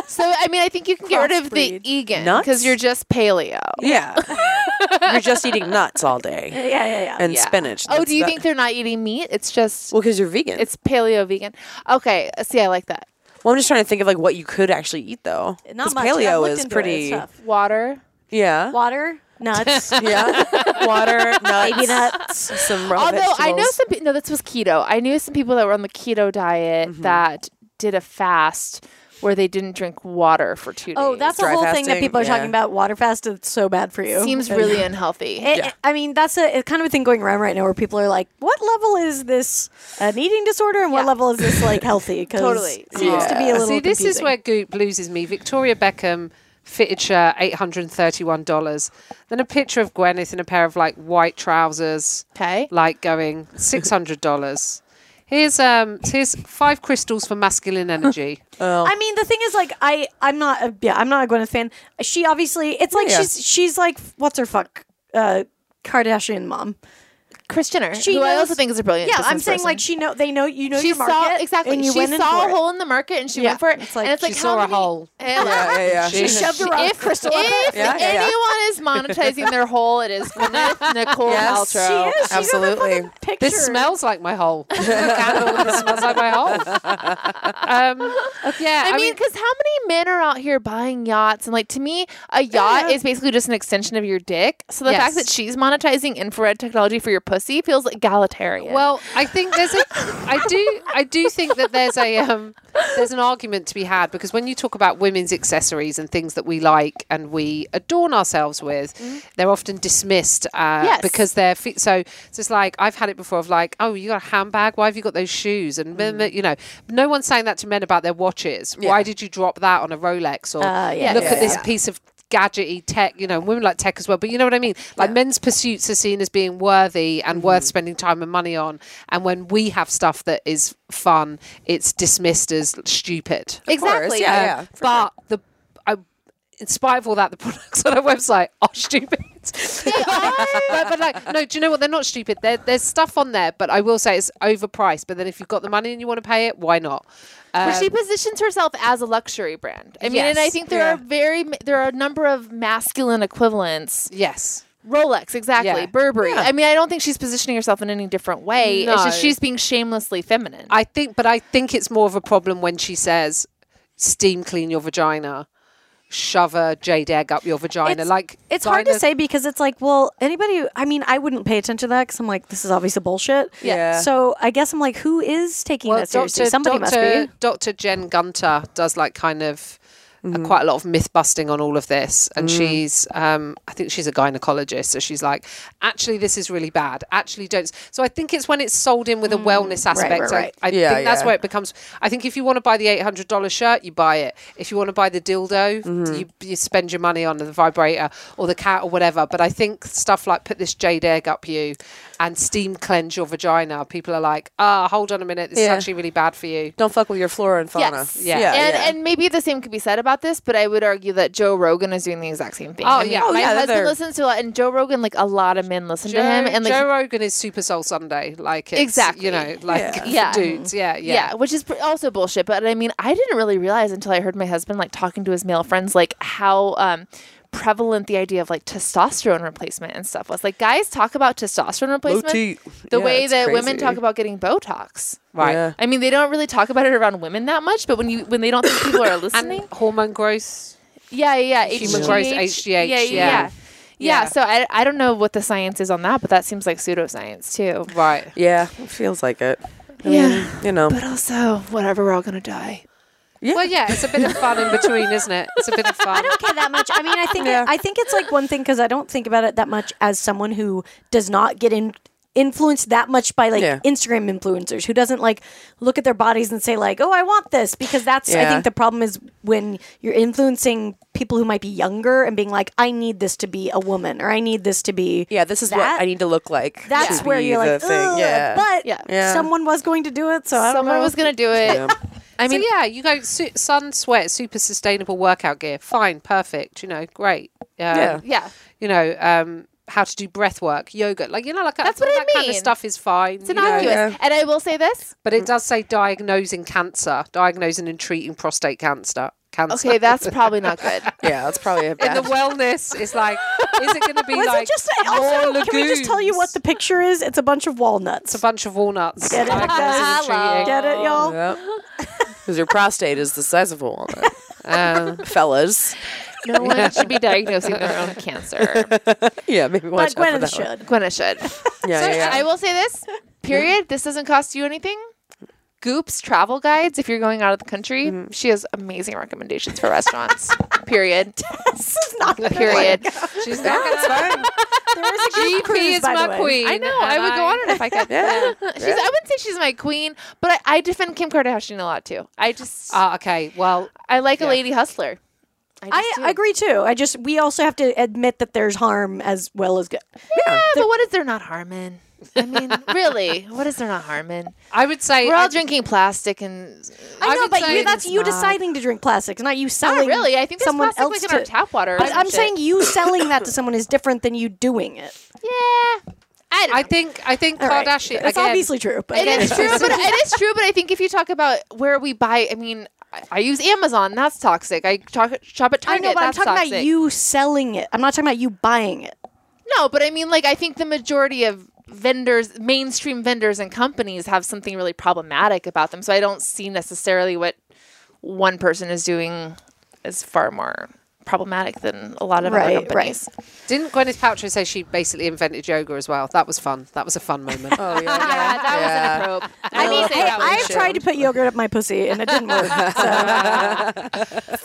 Speaker 3: So I mean, I think you can get rid of the
Speaker 1: Crossbreed.
Speaker 3: egan
Speaker 2: Nuts?
Speaker 3: because you're just paleo.
Speaker 2: Yeah, [laughs] you're just eating nuts all day
Speaker 1: yeah, yeah. yeah.
Speaker 2: and
Speaker 3: Yeah.
Speaker 2: spinach.
Speaker 3: Oh,
Speaker 2: That's
Speaker 3: do you
Speaker 2: that-
Speaker 3: think they're not eating meat? It's just
Speaker 2: Well, because you're vegan.
Speaker 3: it's paleo vegan. Okay. uh, See, I like that.
Speaker 2: Well, I'm just trying to think of like what you could actually eat though.
Speaker 1: Not
Speaker 2: 'Cause
Speaker 1: much. I've
Speaker 2: Paleo
Speaker 1: looked
Speaker 2: is
Speaker 1: into it. It's
Speaker 2: pretty.
Speaker 1: tough.
Speaker 3: Water.
Speaker 1: [laughs]
Speaker 2: yeah.
Speaker 1: Water, nuts,
Speaker 2: Yeah. Water,
Speaker 1: [laughs]
Speaker 2: nuts,
Speaker 1: baby nuts. [laughs]
Speaker 2: some raw
Speaker 3: Although I know
Speaker 2: vegetables.
Speaker 3: some. pe- No, this was keto. I knew some people that were on the keto diet
Speaker 2: Mm-hmm.
Speaker 3: that did a fast where they didn't drink water for two days.
Speaker 1: Oh, that's a
Speaker 2: Dry
Speaker 1: whole thing that
Speaker 2: fasting,
Speaker 1: people are
Speaker 2: yeah.
Speaker 1: talking about. Water fast is so bad for you.
Speaker 3: seems
Speaker 1: And-
Speaker 3: really unhealthy.
Speaker 1: It, I mean, that's a it's kind of a thing going around right now where people are like, "What level is this an eating disorder, and what
Speaker 3: Yeah.
Speaker 1: level is this like [laughs] healthy?" Because
Speaker 3: Totally.
Speaker 1: seems to be a little.
Speaker 5: Uh, See, this is
Speaker 1: confusing.
Speaker 5: where Goop loses me. Victoria Beckham fitted shirt, eight hundred and thirty-one dollars. Then a picture of Gwyneth in a pair of like white trousers,
Speaker 3: Okay.
Speaker 5: like going six hundred dollars. Here's um here's five crystals for
Speaker 1: [laughs]
Speaker 5: masculine energy.
Speaker 1: I mean, the thing is, like, I I'm not a, yeah, I'm not a Gwyneth fan. She obviously, it's like
Speaker 2: Yeah, yeah.
Speaker 1: she's she's like what's her fuck, uh, Kardashian mom.
Speaker 3: Kris Jenner,
Speaker 1: She
Speaker 3: who I
Speaker 1: knows-
Speaker 3: also think is a brilliant.
Speaker 1: Yeah, I'm
Speaker 3: business
Speaker 1: saying
Speaker 3: person.
Speaker 1: like she know they know you know
Speaker 3: she
Speaker 1: your market
Speaker 3: saw exactly.
Speaker 1: and you
Speaker 3: she
Speaker 1: went in
Speaker 3: saw
Speaker 1: for
Speaker 3: a
Speaker 1: it.
Speaker 3: hole in the market and she
Speaker 1: Yeah.
Speaker 3: went for it.
Speaker 1: It's like
Speaker 3: and it's like
Speaker 5: she
Speaker 3: how
Speaker 5: saw a
Speaker 3: many- [laughs]
Speaker 5: hole.
Speaker 3: and-
Speaker 2: yeah, yeah.
Speaker 1: She shoved her off
Speaker 3: If,
Speaker 1: crystal.
Speaker 3: if
Speaker 2: Yeah, yeah, yeah.
Speaker 3: anyone is monetizing their hole, it is [laughs] Gwyneth Nicole
Speaker 2: Yes,
Speaker 1: She
Speaker 3: Paltrow.
Speaker 1: is. She's
Speaker 2: Absolutely.
Speaker 1: On the fucking picture.
Speaker 5: This smells like my
Speaker 1: [laughs]
Speaker 5: hole. The candle that smells like my hole. Um, yeah,
Speaker 3: I mean, because how many men are out here buying yachts? And like to me, a yacht is basically just an extension of your dick. So the fact
Speaker 5: Yes.
Speaker 3: that she's monetizing infrared technology for your pussy feels egalitarian.
Speaker 5: Well, I think there's a, I do, I do think that there's a, um, there's an argument to be had because when you talk about women's accessories and things that we like and we adorn ourselves with, they're often dismissed uh,
Speaker 3: Yes.
Speaker 5: because they're fe- so. So it's like I've had it before of like, oh, you got a handbag? Why have you got those shoes? And mm. you know, no one's saying that to men about their watches. Why did you drop that on a Rolex? Or
Speaker 1: Uh, yeah,
Speaker 5: look
Speaker 1: yeah,
Speaker 5: at this
Speaker 1: yeah.
Speaker 5: piece of gadgety tech you know and women like tech as well but you know what i mean like men's pursuits are seen as being worthy and
Speaker 1: Mm-hmm.
Speaker 5: worth spending time and money on and when we have stuff that is fun it's dismissed as stupid
Speaker 3: exactly.
Speaker 2: yeah,
Speaker 5: Um,
Speaker 2: yeah. for
Speaker 5: but the I, in spite of all that the [laughs] products on our website are stupid [laughs] but, but like no do you know what they're not stupid there, there's stuff on there but i will say it's overpriced but then if you've got the money and you want to pay it why not
Speaker 3: But she
Speaker 5: Um,
Speaker 3: positions herself as a luxury brand. I mean, and I
Speaker 5: Yes.
Speaker 3: think there
Speaker 2: Yeah.
Speaker 3: are very there are a number of masculine equivalents.
Speaker 5: yes
Speaker 3: Rolex, exactly.
Speaker 5: Yeah.
Speaker 3: Burberry. I mean, I don't think she's positioning herself in any different way. It's just
Speaker 5: No.
Speaker 3: she's being shamelessly feminine.
Speaker 5: I think, but I think it's more of a problem when she says, "Steam clean your vagina, shove a jade egg up your vagina." like
Speaker 1: It's hard to
Speaker 5: Dinah-
Speaker 1: say because it's like, well, anybody. who- I mean, I wouldn't pay attention to that because I'm like, this is obviously bullshit.
Speaker 2: Yeah.
Speaker 1: So I guess I'm like, who is taking
Speaker 5: Well,
Speaker 1: that seriously?
Speaker 5: Dr.
Speaker 1: Somebody
Speaker 5: Dr.
Speaker 1: must be.
Speaker 5: Dr. Jen Gunter does like kind of. uh,
Speaker 1: Mm-hmm.
Speaker 5: Quite a lot of myth busting on all of this,
Speaker 1: Mm.
Speaker 5: and she's, um, I think she's a gynecologist, so she's like, actually, this is really bad. Actually, don't. So I think it's when it's sold in with a wellness aspect.
Speaker 1: Mm, right,
Speaker 5: I-
Speaker 1: right.
Speaker 5: I,
Speaker 2: Yeah,
Speaker 5: think that's
Speaker 2: yeah.
Speaker 5: where it becomes. I think if you want to buy the eight hundred dollar shirt, you buy it. If you want to buy the dildo,
Speaker 2: Mm-hmm.
Speaker 5: you you spend your money on the vibrator or the cat or whatever. But I think stuff like put this jade egg up you and steam cleanse your vagina. People are like, ah, hold on a minute, this is
Speaker 2: Yeah.
Speaker 5: actually really bad for you.
Speaker 2: Don't fuck with your flora and fauna.
Speaker 3: Yes.
Speaker 5: Yeah.
Speaker 3: and and maybe the same could be said about this, but I would argue that Joe Rogan is doing the exact same thing.
Speaker 5: Oh,
Speaker 3: I mean,
Speaker 5: yeah. Oh,
Speaker 3: my
Speaker 2: yeah,
Speaker 3: husband
Speaker 2: they're-
Speaker 3: listens to a lot, and Joe Rogan, like a lot of men listen to him, and like
Speaker 5: Joe Rogan is Super Soul Sunday, like it's,
Speaker 3: Exactly.
Speaker 5: you know, like [laughs] for
Speaker 3: Yeah.
Speaker 5: dudes, yeah, yeah.
Speaker 3: yeah. which is pr- also bullshit. But I mean, I didn't really realize until I heard my husband like talking to his male friends, like how um, prevalent the idea of like testosterone replacement and stuff was. Like guys talk about testosterone replacement
Speaker 2: T.
Speaker 3: the
Speaker 2: Yeah,
Speaker 3: way
Speaker 2: it's
Speaker 3: that women
Speaker 2: crazy.
Speaker 3: talk about getting Botox.
Speaker 5: right.
Speaker 2: Yeah.
Speaker 3: I mean, they don't really talk about it around women that much, but when you when they don't think people are
Speaker 5: And
Speaker 3: listening,
Speaker 5: hormone growth.
Speaker 3: yeah, yeah, yeah,
Speaker 5: Human growth,
Speaker 3: yeah,
Speaker 5: HGH,
Speaker 3: yeah, yeah.
Speaker 5: yeah.
Speaker 3: Yeah,
Speaker 5: Yeah.
Speaker 3: so I, I don't know what the science is on that, but that seems like pseudoscience too.
Speaker 5: Right.
Speaker 2: Yeah, it feels like it.
Speaker 3: Yeah.
Speaker 2: You know.
Speaker 3: But also, whatever, we're all going to die.
Speaker 5: Well, yeah, it's a bit of fun in between, isn't it? It's a bit
Speaker 3: [laughs]
Speaker 5: of fun.
Speaker 1: I don't care that much. I mean, I
Speaker 2: [laughs]
Speaker 1: think I think it's like one thing because I don't think about it that much as someone who does not get in influenced that much by like
Speaker 2: Yeah.
Speaker 1: Instagram influencers who doesn't like look at their bodies and say like, "Oh, I want this," because that's I
Speaker 2: Yeah.
Speaker 1: think the problem is when you're influencing people who might be younger and being like, "I need this to be a woman" or "I need this to be
Speaker 2: yeah, this is
Speaker 1: that-
Speaker 2: what I need to look like.
Speaker 1: That's
Speaker 2: to
Speaker 1: where
Speaker 2: be
Speaker 1: you're
Speaker 2: the
Speaker 1: like,
Speaker 2: thing.
Speaker 1: "Ugh,"
Speaker 2: Yeah.
Speaker 1: but
Speaker 3: Yeah.
Speaker 2: Yeah.
Speaker 1: someone was going to do it, so I don't
Speaker 3: Someone
Speaker 1: know.
Speaker 3: was going to do it.
Speaker 2: Yeah.
Speaker 3: I mean,
Speaker 5: so yeah, you go su- sun, sweat, super sustainable workout gear. Fine, perfect. You know, great. Um,
Speaker 2: Yeah.
Speaker 3: yeah.
Speaker 5: You know, um, how to do breath work, yoga, like you know, like
Speaker 3: That's
Speaker 5: all
Speaker 3: what I
Speaker 5: that kind of
Speaker 3: mean.
Speaker 5: stuff is fine.
Speaker 3: It's
Speaker 5: you know.
Speaker 3: innocuous.
Speaker 2: yeah.
Speaker 3: And I will say this.
Speaker 5: but it does say diagnosing cancer, diagnosing and treating prostate cancer. Cancer.
Speaker 3: Okay, that's probably not good.
Speaker 2: yeah, that's
Speaker 1: [laughs]
Speaker 2: probably a
Speaker 5: in
Speaker 2: bad.
Speaker 5: the wellness is like, is it going to be
Speaker 1: Was
Speaker 5: like
Speaker 1: it just
Speaker 3: "Oh,
Speaker 1: also,
Speaker 5: more
Speaker 1: can we just tell you what
Speaker 5: lagoons?
Speaker 1: the picture is? It's a bunch of walnuts.
Speaker 5: It's a bunch of walnuts.
Speaker 1: Get it?
Speaker 5: diagnosing and treating.
Speaker 1: Get it, y'all?
Speaker 2: [laughs]
Speaker 1: [laughs]
Speaker 2: Because your prostate is the size of a walnut, Um, fellas.
Speaker 3: [laughs] No one should be diagnosing their own [laughs] cancer.
Speaker 2: Yeah, maybe
Speaker 1: But
Speaker 2: watch out for
Speaker 1: Gwyneth
Speaker 2: that one.
Speaker 1: should.
Speaker 3: Gwenna should.
Speaker 2: Yeah,
Speaker 3: So,
Speaker 2: yeah.
Speaker 3: I will say this. Period. This doesn't cost you anything. Goop's travel guides. If you're going out of the country, she has amazing recommendations for [laughs] restaurants. Period.
Speaker 1: This is not good.
Speaker 3: Period.
Speaker 5: She's not going to.
Speaker 1: There is a [laughs] good cruise,
Speaker 5: She is
Speaker 1: by the
Speaker 5: my
Speaker 1: way.
Speaker 5: queen.
Speaker 3: I know. I would go on it if I could.
Speaker 2: Yeah,
Speaker 3: [laughs] she's. I wouldn't say she's my queen, but I, I defend Kim Kardashian a lot too. I just.
Speaker 5: Ah, okay. Well,
Speaker 3: I like a lady hustler.
Speaker 1: I, I agree too. I just we also have to admit that there's harm as well as good.
Speaker 3: Yeah, but what is there not harm in? I [laughs] mean, really, what is there not harm in?
Speaker 5: I would say
Speaker 3: We're
Speaker 5: I-
Speaker 3: all drinking plastic and
Speaker 5: I
Speaker 1: I know,
Speaker 5: would
Speaker 1: but
Speaker 5: say
Speaker 1: you,
Speaker 5: it's
Speaker 1: that's you
Speaker 5: not.
Speaker 1: deciding to drink plastics, not you selling.
Speaker 3: not really. I think there's
Speaker 1: someone
Speaker 3: plastic
Speaker 1: else
Speaker 3: like in our
Speaker 1: to-
Speaker 3: tap water.
Speaker 1: But
Speaker 3: and
Speaker 1: I'm
Speaker 3: shit.
Speaker 1: saying you selling that
Speaker 3: [laughs]
Speaker 1: to someone is different than you doing it.
Speaker 3: yeah. I don't.
Speaker 5: I
Speaker 3: know.
Speaker 5: think I think
Speaker 1: All right.
Speaker 5: Kardashian.
Speaker 1: That's
Speaker 5: again,
Speaker 1: obviously true. But
Speaker 3: It is [laughs] true, but it is true. But I think if you talk about where we buy, I mean, I, I use Amazon. That's toxic. I talk, shop
Speaker 1: I
Speaker 3: at Target.
Speaker 1: know, but I'm
Speaker 3: that's
Speaker 1: talking
Speaker 3: toxic.
Speaker 1: about you selling it. I'm not talking about you buying it.
Speaker 3: No, but I mean, like, I think the majority of vendors, mainstream vendors and companies have something really problematic about them. So I don't see necessarily what one person is doing is far more problematic than a lot of other
Speaker 1: Right,
Speaker 3: companies.
Speaker 5: Didn't Gwyneth Paltrow say she basically invented yoga as well? That was fun. That was a fun moment.
Speaker 2: Oh, yeah.
Speaker 3: Yeah, that
Speaker 2: Yeah.
Speaker 3: was an I mean,
Speaker 1: Hey, I've tried to put yogurt up my pussy and it didn't work. So.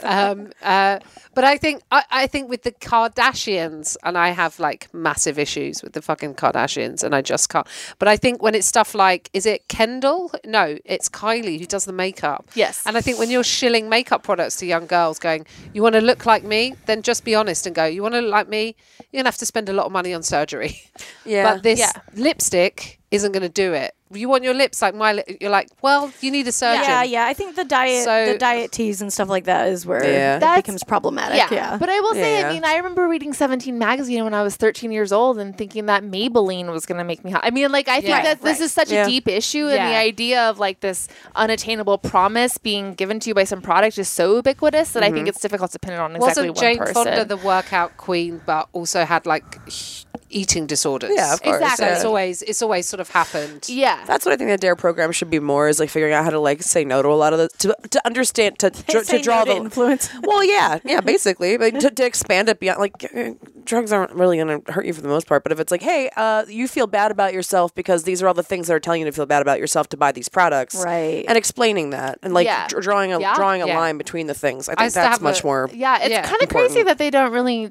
Speaker 5: um, uh, but I think I, I think with the Kardashians, and I have like massive issues with the fucking Kardashians, and I just can't. But I think when it's stuff like, is it Kendall? No, it's Kylie who does the makeup.
Speaker 3: Yes.
Speaker 5: And I think when you're shilling makeup products to young girls, going, you want to look like me, then just be honest and go, you want to look like me, you're gonna have to spend a lot of money on surgery.
Speaker 2: Yeah.
Speaker 5: But this
Speaker 3: Yeah.
Speaker 5: lipstick isn't gonna do it. You want your lips like my. Li- you're like, well, you need a surgeon.
Speaker 1: Yeah, yeah. I think the diet,
Speaker 5: So-
Speaker 1: the diet teas and stuff like that is where
Speaker 2: Yeah.
Speaker 1: it
Speaker 3: That's-
Speaker 1: becomes problematic.
Speaker 3: yeah.
Speaker 1: Yeah,
Speaker 3: But I will say,
Speaker 2: Yeah.
Speaker 3: I mean, I remember reading 17 magazine when I was 13 years old and thinking that Maybelline was going to make me hot. I mean, like, I think
Speaker 5: Yeah.
Speaker 3: that this
Speaker 1: Right.
Speaker 3: is such
Speaker 2: Yeah.
Speaker 3: a deep issue, and the
Speaker 5: Yeah.
Speaker 3: idea of like this unattainable promise being given to you by some product is so ubiquitous that I think it's difficult to pin it on exactly one
Speaker 5: wasn't Mm-hmm. Jane
Speaker 3: person.
Speaker 5: Fonda the workout queen, but also had like h- eating disorders.
Speaker 2: Yeah, of course.
Speaker 5: So
Speaker 3: Exactly.
Speaker 5: it's
Speaker 2: yeah.
Speaker 5: always it's always sort of happened.
Speaker 3: yeah.
Speaker 2: That's what I think that Dare program should be more is like figuring out how to like say no to a lot of the to, to understand to dr-
Speaker 1: say
Speaker 2: to draw
Speaker 1: no to
Speaker 2: the
Speaker 1: influence.
Speaker 2: [laughs] Well, yeah, yeah, basically, but to, to expand it beyond like eh, drugs aren't really going to hurt you for the most part. But if it's like, hey, uh, you feel bad about yourself because these are all the things that are telling you to feel bad about yourself to buy these products,
Speaker 1: Right.
Speaker 2: And explaining that and like
Speaker 3: Yeah.
Speaker 2: dr- drawing a
Speaker 3: Yeah.
Speaker 2: drawing a
Speaker 5: Yeah.
Speaker 2: line between the things. I think
Speaker 5: used to
Speaker 2: that's
Speaker 5: have
Speaker 2: much
Speaker 5: a-
Speaker 2: more.
Speaker 3: yeah, it's
Speaker 5: Yeah.
Speaker 3: kind of crazy that they don't really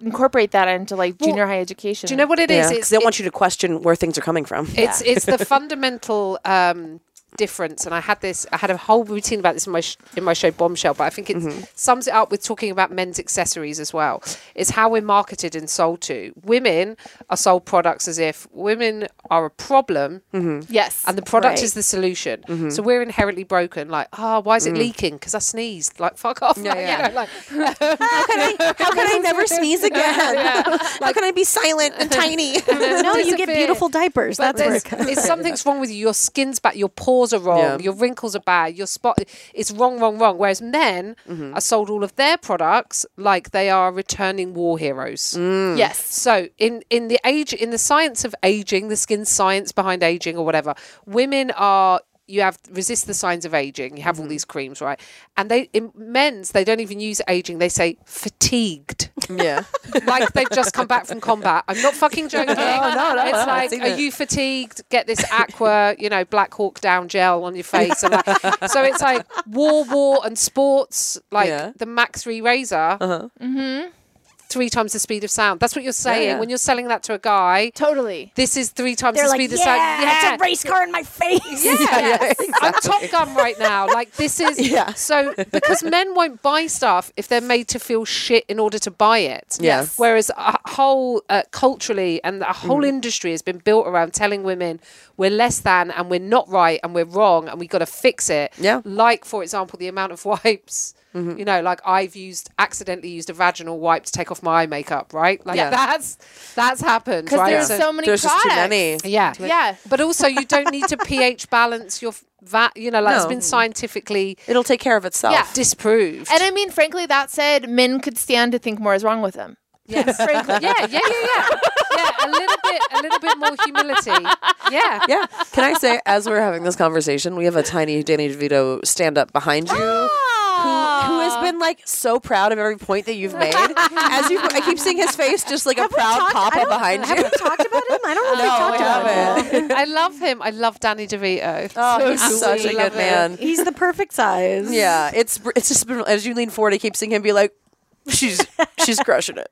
Speaker 3: incorporate that into like junior high education.
Speaker 5: Do you know what it is?
Speaker 2: Yeah, because
Speaker 5: It's,
Speaker 2: they want you to question where things are coming from.
Speaker 5: it's it's the fundamental um, difference, and I had this. I had a whole routine about this in my sh- in my show Bombshell, but I think it
Speaker 2: Mm-hmm.
Speaker 5: sums it up with talking about men's accessories as well. It's how we're marketed and sold to. Women are sold products as if women are a problem.
Speaker 3: Yes.
Speaker 5: and the product
Speaker 1: Right.
Speaker 5: is the solution.
Speaker 2: Mm-hmm.
Speaker 5: So we're inherently broken. Like, ah, why is it leaking? Because I sneezed. Like, fuck off. [laughs] Like, you
Speaker 2: Mm. yeah.
Speaker 5: know,
Speaker 2: [laughs]
Speaker 5: like,
Speaker 2: how can
Speaker 1: [laughs]
Speaker 2: I how can I never sneeze again? How can I be silent and
Speaker 1: [laughs]
Speaker 2: tiny?
Speaker 1: no, you get
Speaker 5: disappear.
Speaker 1: beautiful diapers.
Speaker 5: but
Speaker 1: That's where
Speaker 5: there's,
Speaker 1: it comes.
Speaker 5: if something's wrong with you, your skin's bad, your pores are wrong,
Speaker 2: Yeah.
Speaker 5: your wrinkles are bad, your spot, it's wrong, wrong, wrong. Whereas men
Speaker 2: Mm-hmm.
Speaker 5: are sold all of their products like they are returning war heroes.
Speaker 2: Mm.
Speaker 3: yes.
Speaker 5: So in in the age in the science of aging, the skin science behind aging or whatever, women are you have resist the signs of aging. You have all these creams, right? And they in men's they don't even use aging. They say fatigued.
Speaker 2: [laughs] yeah.
Speaker 5: like they've just come back from combat. I'm not fucking
Speaker 2: [laughs]
Speaker 5: joking.
Speaker 2: no, no,
Speaker 5: it's
Speaker 2: I've
Speaker 5: like,
Speaker 2: seen
Speaker 5: are
Speaker 2: it.
Speaker 5: you fatigued? Get this aqua, you know, Black Hawk down gel on your face. And like, so it's like war, war, and sports. Like
Speaker 2: Yeah. Uh-huh.
Speaker 5: the Max Three Razor, three times the speed of sound. That's what you're saying
Speaker 2: yeah.
Speaker 5: when you're selling that to a guy.
Speaker 3: Totally.
Speaker 5: This is three
Speaker 1: [laughs]
Speaker 5: times
Speaker 1: They're
Speaker 5: the
Speaker 1: like,
Speaker 5: speed
Speaker 1: yeah,
Speaker 5: of sound.
Speaker 1: it's a race car in my face.
Speaker 5: Yeah, I'm Top Gun right now. Like this
Speaker 2: [laughs]
Speaker 5: is
Speaker 2: Yeah.
Speaker 5: so because men won't buy stuff if they're made to feel shit in order to buy it.
Speaker 2: Yes.
Speaker 5: Whereas a whole uh, culturally and the whole
Speaker 2: Mm.
Speaker 5: industry has been built around telling women we're less than and we're not right and we're wrong and we got to fix it.
Speaker 2: Yeah. Mm-hmm.
Speaker 5: Like for example, the amount of wipes. You know, like I've used accidentally used a vaginal wipe to take off my eye makeup, right? Like
Speaker 2: Yeah.
Speaker 5: that's that's happened.
Speaker 3: Because
Speaker 5: right?
Speaker 3: there's
Speaker 5: So-
Speaker 3: so many
Speaker 2: There's just
Speaker 3: products.
Speaker 2: too many.
Speaker 5: yeah.
Speaker 3: Yeah.
Speaker 5: But also, you don't need to pH balance your vat. You know, like it's
Speaker 2: No.
Speaker 5: been scientifically
Speaker 2: It'll take care of itself.
Speaker 3: Yeah.
Speaker 5: disproved.
Speaker 3: And I mean, frankly, that said, men could stand to think more is wrong with them.
Speaker 5: [laughs] yes, yeah,
Speaker 3: [laughs]
Speaker 5: yeah, yeah, yeah, yeah. A little bit, a little bit more humility. Yeah,
Speaker 2: Yeah. Can I say, as we're having this conversation, we have a tiny Danny DeVito stand up behind you. Who, who has been like so proud of every point that you've made? As you, I keep seeing his face, just like a proud papa behind you.
Speaker 1: talked about him? I don't know if we
Speaker 2: No, we
Speaker 1: [laughs] talked about him.
Speaker 2: haven't.
Speaker 5: [laughs] I love him. I love Danny DeVito.
Speaker 2: Oh, he's
Speaker 5: absolutely
Speaker 2: such a
Speaker 5: love
Speaker 2: good
Speaker 5: it.
Speaker 2: man.
Speaker 1: He's the perfect size.
Speaker 2: Yeah, it's it's just been, as you lean forward, I keep seeing him be like, she's she's crushing it.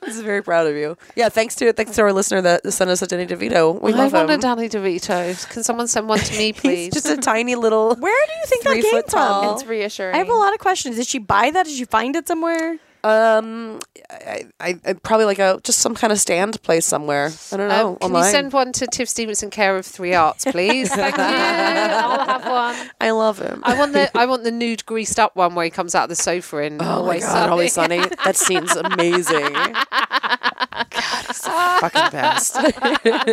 Speaker 2: [laughs] he's very proud of you. Yeah, thanks to thanks to our listener that sent us a Danny DeVito. We
Speaker 5: I
Speaker 2: love
Speaker 5: want a
Speaker 2: him.
Speaker 5: Danny DeVito. Can someone send one to me,
Speaker 2: [laughs]
Speaker 5: please?
Speaker 2: He's just a tiny little.
Speaker 1: Where do you think
Speaker 2: Three
Speaker 1: that came
Speaker 2: foot tall.
Speaker 1: from?
Speaker 3: It's reassuring.
Speaker 1: I have a lot of questions. Did she buy that? Did she find it somewhere?
Speaker 2: Um, I, I, I probably like a just some kind of stand place somewhere. Oh, I don't know.
Speaker 5: Um, can
Speaker 2: online.
Speaker 5: you send one to Tiff Stevenson, care of Three Arts, please? [laughs] Thank you. I'll have one.
Speaker 2: I love him.
Speaker 5: I want the I want the nude greased up one where he comes out of the sofa
Speaker 2: [laughs]
Speaker 5: in
Speaker 2: Oh my
Speaker 5: Always
Speaker 2: god,
Speaker 5: Sunny.
Speaker 2: always sunny. That scene's
Speaker 5: [laughs]
Speaker 2: amazing. God, he's the [laughs] fucking
Speaker 5: [laughs]
Speaker 2: best.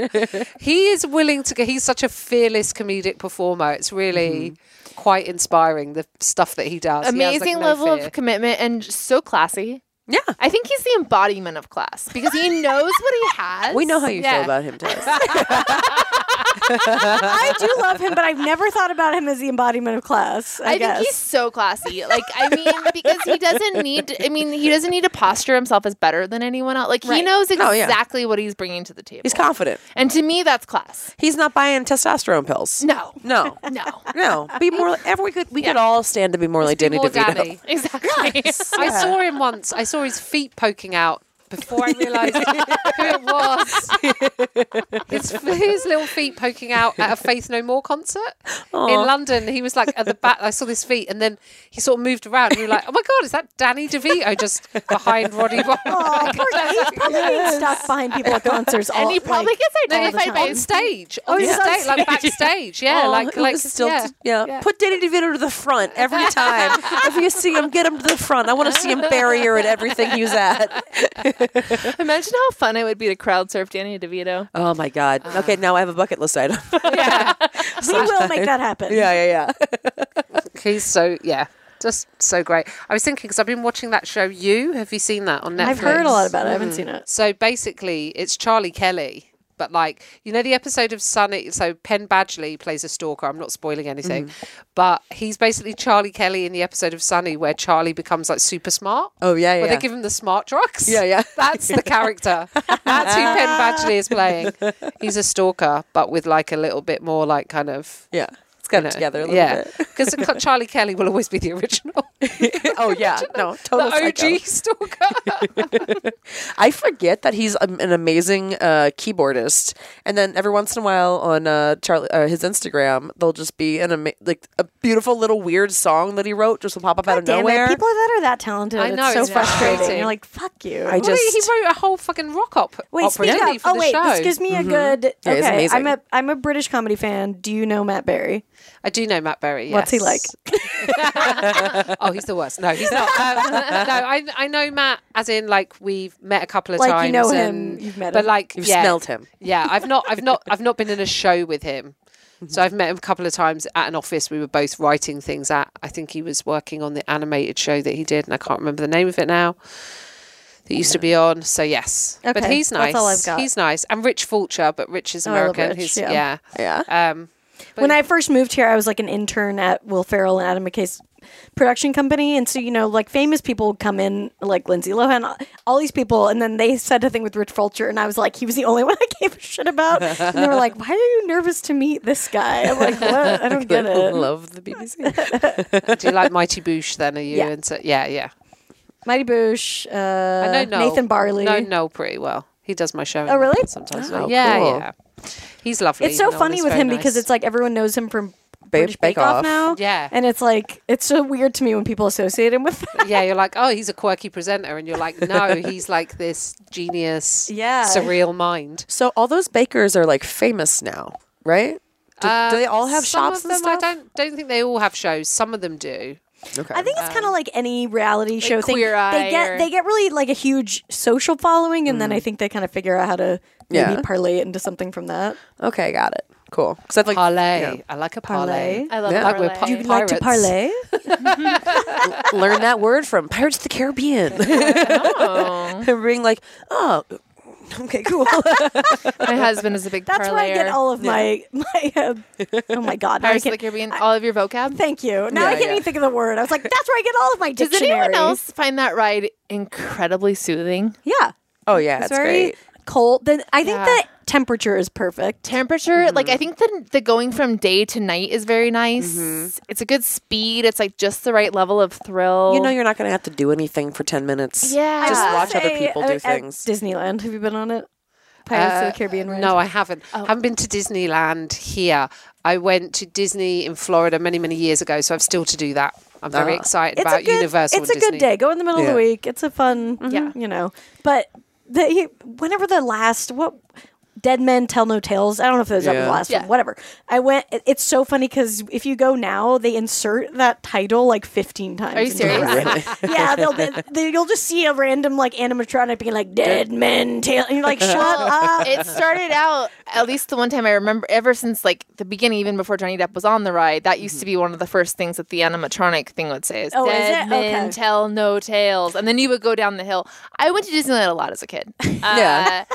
Speaker 5: He is willing to go. He's such a fearless comedic performer. It's really quite inspiring the stuff that he does. He has,
Speaker 3: Mm-hmm.
Speaker 5: like,
Speaker 3: Amazing
Speaker 5: no
Speaker 3: level
Speaker 5: fear.
Speaker 3: of commitment and so classy.
Speaker 2: Yeah.
Speaker 3: I think he's the embodiment of class because he knows what
Speaker 2: [laughs]
Speaker 3: he has.
Speaker 2: We know how you feel
Speaker 3: Yeah.
Speaker 2: about him, Tess.
Speaker 1: I do love him, but I've never thought about him as the embodiment of class. I,
Speaker 3: I
Speaker 1: guess.
Speaker 3: think he's so classy. Like, I
Speaker 2: [laughs]
Speaker 3: mean, because he doesn't need. I mean, he doesn't need to posture himself as better than anyone else. Like, he
Speaker 1: Right.
Speaker 3: knows
Speaker 2: Oh, yeah.
Speaker 3: exactly what he's bringing to the table.
Speaker 2: He's confident.
Speaker 3: and to me, that's class.
Speaker 2: He's not buying testosterone
Speaker 5: [laughs]
Speaker 2: pills.
Speaker 3: No,
Speaker 2: [laughs] No.
Speaker 3: no, [laughs]
Speaker 2: No. Be more like every we could we could all stand to be more like Danny
Speaker 5: more
Speaker 2: DeVito. [laughs]
Speaker 3: [laughs]
Speaker 5: Danny.
Speaker 3: exactly.
Speaker 5: I saw him once. I saw his feet poking out before I
Speaker 3: [laughs]
Speaker 5: realised who it was. His, his little feet poking out at a Faith No More concert in London. He was like at the back. I saw his feet, and then he sort of moved around. And we were like, "Oh my god, is that Danny DeVito just behind Roddy?" Ro-
Speaker 1: Oh, poor guy. He's
Speaker 5: [laughs]
Speaker 1: probably being stuck behind people at concerts. All,
Speaker 3: and he probably
Speaker 1: like,
Speaker 3: gets
Speaker 5: No,
Speaker 1: the
Speaker 5: like
Speaker 1: time.
Speaker 5: on
Speaker 3: identified by
Speaker 5: stage, Oh, on
Speaker 1: he's on
Speaker 5: stage, [laughs] like backstage, yeah,
Speaker 2: Oh,
Speaker 5: like
Speaker 2: it
Speaker 5: like
Speaker 2: was still
Speaker 5: yeah.
Speaker 2: yeah. Put Danny DeVito to the front
Speaker 5: [laughs]
Speaker 2: every time. if you see him, get him to the front. I want to see him barrier at everything he was at.
Speaker 3: [laughs] Imagine how fun it would be to crowd surf Danny DeVito.
Speaker 2: Oh my god. okay, now I have a bucket list item.
Speaker 1: We will make that happen.
Speaker 2: [laughs] yeah, yeah, yeah.
Speaker 5: He's so yeah, just so great. I was thinking because I've been watching that show. You have you seen that on Netflix?
Speaker 1: I've heard a lot about it. I haven't seen it.
Speaker 5: So basically, it's Charlie Kelly. But like you know, the episode of Sunny. So Penn Badgley plays a stalker. I'm not spoiling anything, but he's basically Charlie Kelly in the episode of Sunny where Charlie becomes like super smart.
Speaker 2: Oh, yeah,
Speaker 5: Where
Speaker 2: yeah.
Speaker 5: they give him the smart drugs.
Speaker 2: Yeah, yeah.
Speaker 5: [laughs] That's the character. That's who Penn Badgley is playing. He's a stalker, but with like a little bit more like kind of
Speaker 2: Yeah. It's got
Speaker 5: you
Speaker 2: it
Speaker 5: know,
Speaker 2: together a little
Speaker 5: yeah.
Speaker 2: bit.
Speaker 1: [laughs]
Speaker 5: Because Charlie Kelly will always be the original,
Speaker 2: [laughs] oh [laughs] yeah, no, total
Speaker 5: the OG
Speaker 2: psycho.
Speaker 5: stalker.
Speaker 2: I forget that he's um, an amazing uh, keyboardist, and then every once in a while on uh, Charlie uh, his Instagram, there'll just be an ama- like a beautiful little weird song that he wrote just will pop up out of
Speaker 1: Damn
Speaker 2: nowhere.
Speaker 1: it. People that are that talented.
Speaker 5: I know,
Speaker 1: It's so
Speaker 5: it's
Speaker 1: frustrating.
Speaker 5: frustrating.
Speaker 1: You're like, fuck you.
Speaker 2: I
Speaker 5: Well,
Speaker 2: just
Speaker 5: he wrote a whole fucking rock op-
Speaker 1: Wait,
Speaker 5: opera
Speaker 1: speak
Speaker 5: didn't
Speaker 1: up.
Speaker 5: he, for
Speaker 1: Oh,
Speaker 5: the
Speaker 1: wait.
Speaker 5: show.
Speaker 1: This gives me a good.
Speaker 2: Yeah, he's
Speaker 1: okay, I'm
Speaker 2: amazing.
Speaker 1: a I'm a British comedy fan. Do you know Matt Berry?
Speaker 5: I do know Matt Berry.
Speaker 1: What's he like?
Speaker 5: yes. oh, he's the worst. [laughs] No, he's not. Um, no, I, I know Matt as in like we've met a couple of
Speaker 1: Like, you
Speaker 5: times.
Speaker 1: know
Speaker 5: and-
Speaker 1: him, you've met
Speaker 5: but
Speaker 1: him.
Speaker 5: like
Speaker 2: You've
Speaker 5: yeah,
Speaker 2: smelled him.
Speaker 5: Yeah, I've not, I've not, I've not been in a show with him. So I've met him a couple of times at an office. We were both writing things at. I think he was working on the animated show that he did, and I can't remember the name of it now. That used to be on. So yes, but
Speaker 1: Okay,
Speaker 5: he's nice.
Speaker 1: that's all I've got. Oh,
Speaker 5: He's nice, and Rich Fulcher, but Rich is
Speaker 1: I love
Speaker 5: American.
Speaker 1: Rich,
Speaker 5: who's
Speaker 1: yeah.
Speaker 5: yeah,
Speaker 2: yeah.
Speaker 5: Um,
Speaker 1: when I first moved here, I was like an intern at Will Ferrell and Adam McKay's production company, and so you know, like famous people would come in, like Lindsay Lohan, all these people, and then they said a thing with Rich Fulcher, and I was like, he was the only [laughs] one I gave a shit about, and they were like, why are you nervous to meet this guy? I'm like, what? I don't
Speaker 5: [laughs]
Speaker 1: get it.
Speaker 2: Love
Speaker 1: [laughs]
Speaker 2: the BBC.
Speaker 5: do you like Mighty Boosh? Then are you
Speaker 1: Yeah.
Speaker 5: into? Yeah, yeah.
Speaker 1: Mighty Boosh, uh,
Speaker 5: I know Noel.
Speaker 1: Nathan Barley.
Speaker 5: No, Noel pretty well. He does my show.
Speaker 1: Oh, really?
Speaker 5: Sometimes.
Speaker 2: Oh,
Speaker 5: yeah,
Speaker 2: cool.
Speaker 5: yeah. He's lovely.
Speaker 1: It's so
Speaker 5: Noel
Speaker 1: funny
Speaker 5: is
Speaker 1: with
Speaker 5: very
Speaker 1: him because
Speaker 5: nice.
Speaker 1: it's like everyone knows him from
Speaker 2: Ba-
Speaker 1: British Bake, Off now.
Speaker 5: Yeah.
Speaker 1: And it's like, it's so weird to me when people associate him with
Speaker 5: [laughs]
Speaker 1: that.
Speaker 5: yeah, you're like, oh, he's a quirky presenter, and you're like, no, he's like this
Speaker 1: [laughs]
Speaker 5: genius,
Speaker 1: Yeah.
Speaker 5: surreal mind.
Speaker 2: So all those bakers are like famous now, right? Do, do they all have
Speaker 5: Um, Some
Speaker 2: shops
Speaker 5: of
Speaker 2: and
Speaker 5: them,
Speaker 2: stuff?
Speaker 5: I don't don't think they all have shows. Some of them do.
Speaker 2: Okay.
Speaker 1: I think it's
Speaker 3: Um,
Speaker 1: kind of like any reality show thing.
Speaker 5: Queer
Speaker 1: they
Speaker 5: Eye
Speaker 1: get
Speaker 5: or-
Speaker 1: they get really like a huge social following, and then
Speaker 3: Mm.
Speaker 1: I think they kind of figure out how to maybe
Speaker 2: Yeah.
Speaker 1: parlay it into something from
Speaker 3: [laughs]
Speaker 1: that.
Speaker 2: okay, got it. Cool. Because I've like
Speaker 5: Parlay.
Speaker 2: yeah.
Speaker 5: I like a
Speaker 1: Parlay.
Speaker 5: parlay.
Speaker 3: I love
Speaker 2: Yeah.
Speaker 5: Like we're
Speaker 3: parlay.
Speaker 5: pu-
Speaker 1: You'd like to
Speaker 5: Pirates.
Speaker 1: parlay?
Speaker 2: [laughs] learn that word from Pirates of the Caribbean. [laughs]
Speaker 3: Oh.
Speaker 2: and being like, oh, okay, cool.
Speaker 3: [laughs] My husband is a
Speaker 1: [laughs]
Speaker 3: big
Speaker 1: That's where I get
Speaker 3: parlayer.
Speaker 1: all of my my. Uh, oh my god! now I
Speaker 3: Pirates of
Speaker 1: can,
Speaker 3: the Caribbean, all of your vocab.
Speaker 1: thank you. Now I
Speaker 2: Yeah,
Speaker 1: can't
Speaker 2: yeah.
Speaker 1: even think of the word. I
Speaker 3: [laughs]
Speaker 1: was like, that's where I get all of my
Speaker 3: Does
Speaker 1: dictionary.
Speaker 3: anyone else find that ride incredibly soothing?
Speaker 1: Yeah,
Speaker 2: oh yeah,
Speaker 1: it's
Speaker 2: it's
Speaker 1: very
Speaker 2: great.
Speaker 1: cold. Then I think
Speaker 3: Yeah.
Speaker 1: the temperature is perfect.
Speaker 3: Temperature, like
Speaker 2: Mm-hmm.
Speaker 3: I think the the going from day to night is very nice. It's a good speed. It's like just the right level of thrill.
Speaker 2: You know, you're not gonna have to do anything for ten minutes.
Speaker 3: Oh. yeah.
Speaker 2: just
Speaker 1: I will
Speaker 2: watch other
Speaker 1: say,
Speaker 2: people do
Speaker 1: uh, at
Speaker 2: things.
Speaker 1: Disneyland. Have you been on it? Pirates
Speaker 3: Uh,
Speaker 1: of the Caribbean ride?
Speaker 5: No, I haven't.
Speaker 1: Oh.
Speaker 5: haven't been to Disneyland here. I went to Disney in Florida many, many years ago, so I've still to do that. I'm very excited
Speaker 1: Ah. it's
Speaker 5: about
Speaker 1: a good,
Speaker 5: Universal.
Speaker 1: It's
Speaker 5: and
Speaker 1: a
Speaker 5: Disney.
Speaker 1: good day. Go in the middle of
Speaker 2: Yeah.
Speaker 1: the week. It's a fun, yeah, you know. But they, whenever the last what. Dead Men Tell No Tales. I don't know if those was ever
Speaker 2: Yeah.
Speaker 1: the last
Speaker 3: Yeah.
Speaker 1: one. Whatever. I went. it- It's so funny because if you go now, they insert that title like fifteen times.
Speaker 3: Are you
Speaker 1: into the
Speaker 3: serious?
Speaker 1: ride. [laughs] yeah,
Speaker 2: [laughs]
Speaker 1: they'll be, they, you'll just see a random like animatronic being like Dead Men Tell. And you're
Speaker 2: [laughs]
Speaker 1: like, shut up.
Speaker 3: it started out at least the one time I remember ever since like the beginning, even before Johnny Depp was on the ride, that used to be one of the first things that the animatronic thing would say is
Speaker 1: Oh, is
Speaker 3: dead
Speaker 1: it?
Speaker 3: men
Speaker 1: Okay.
Speaker 3: tell no tales. And then you would go down the hill. I went to Disneyland a lot as a kid. Uh,
Speaker 2: Yeah.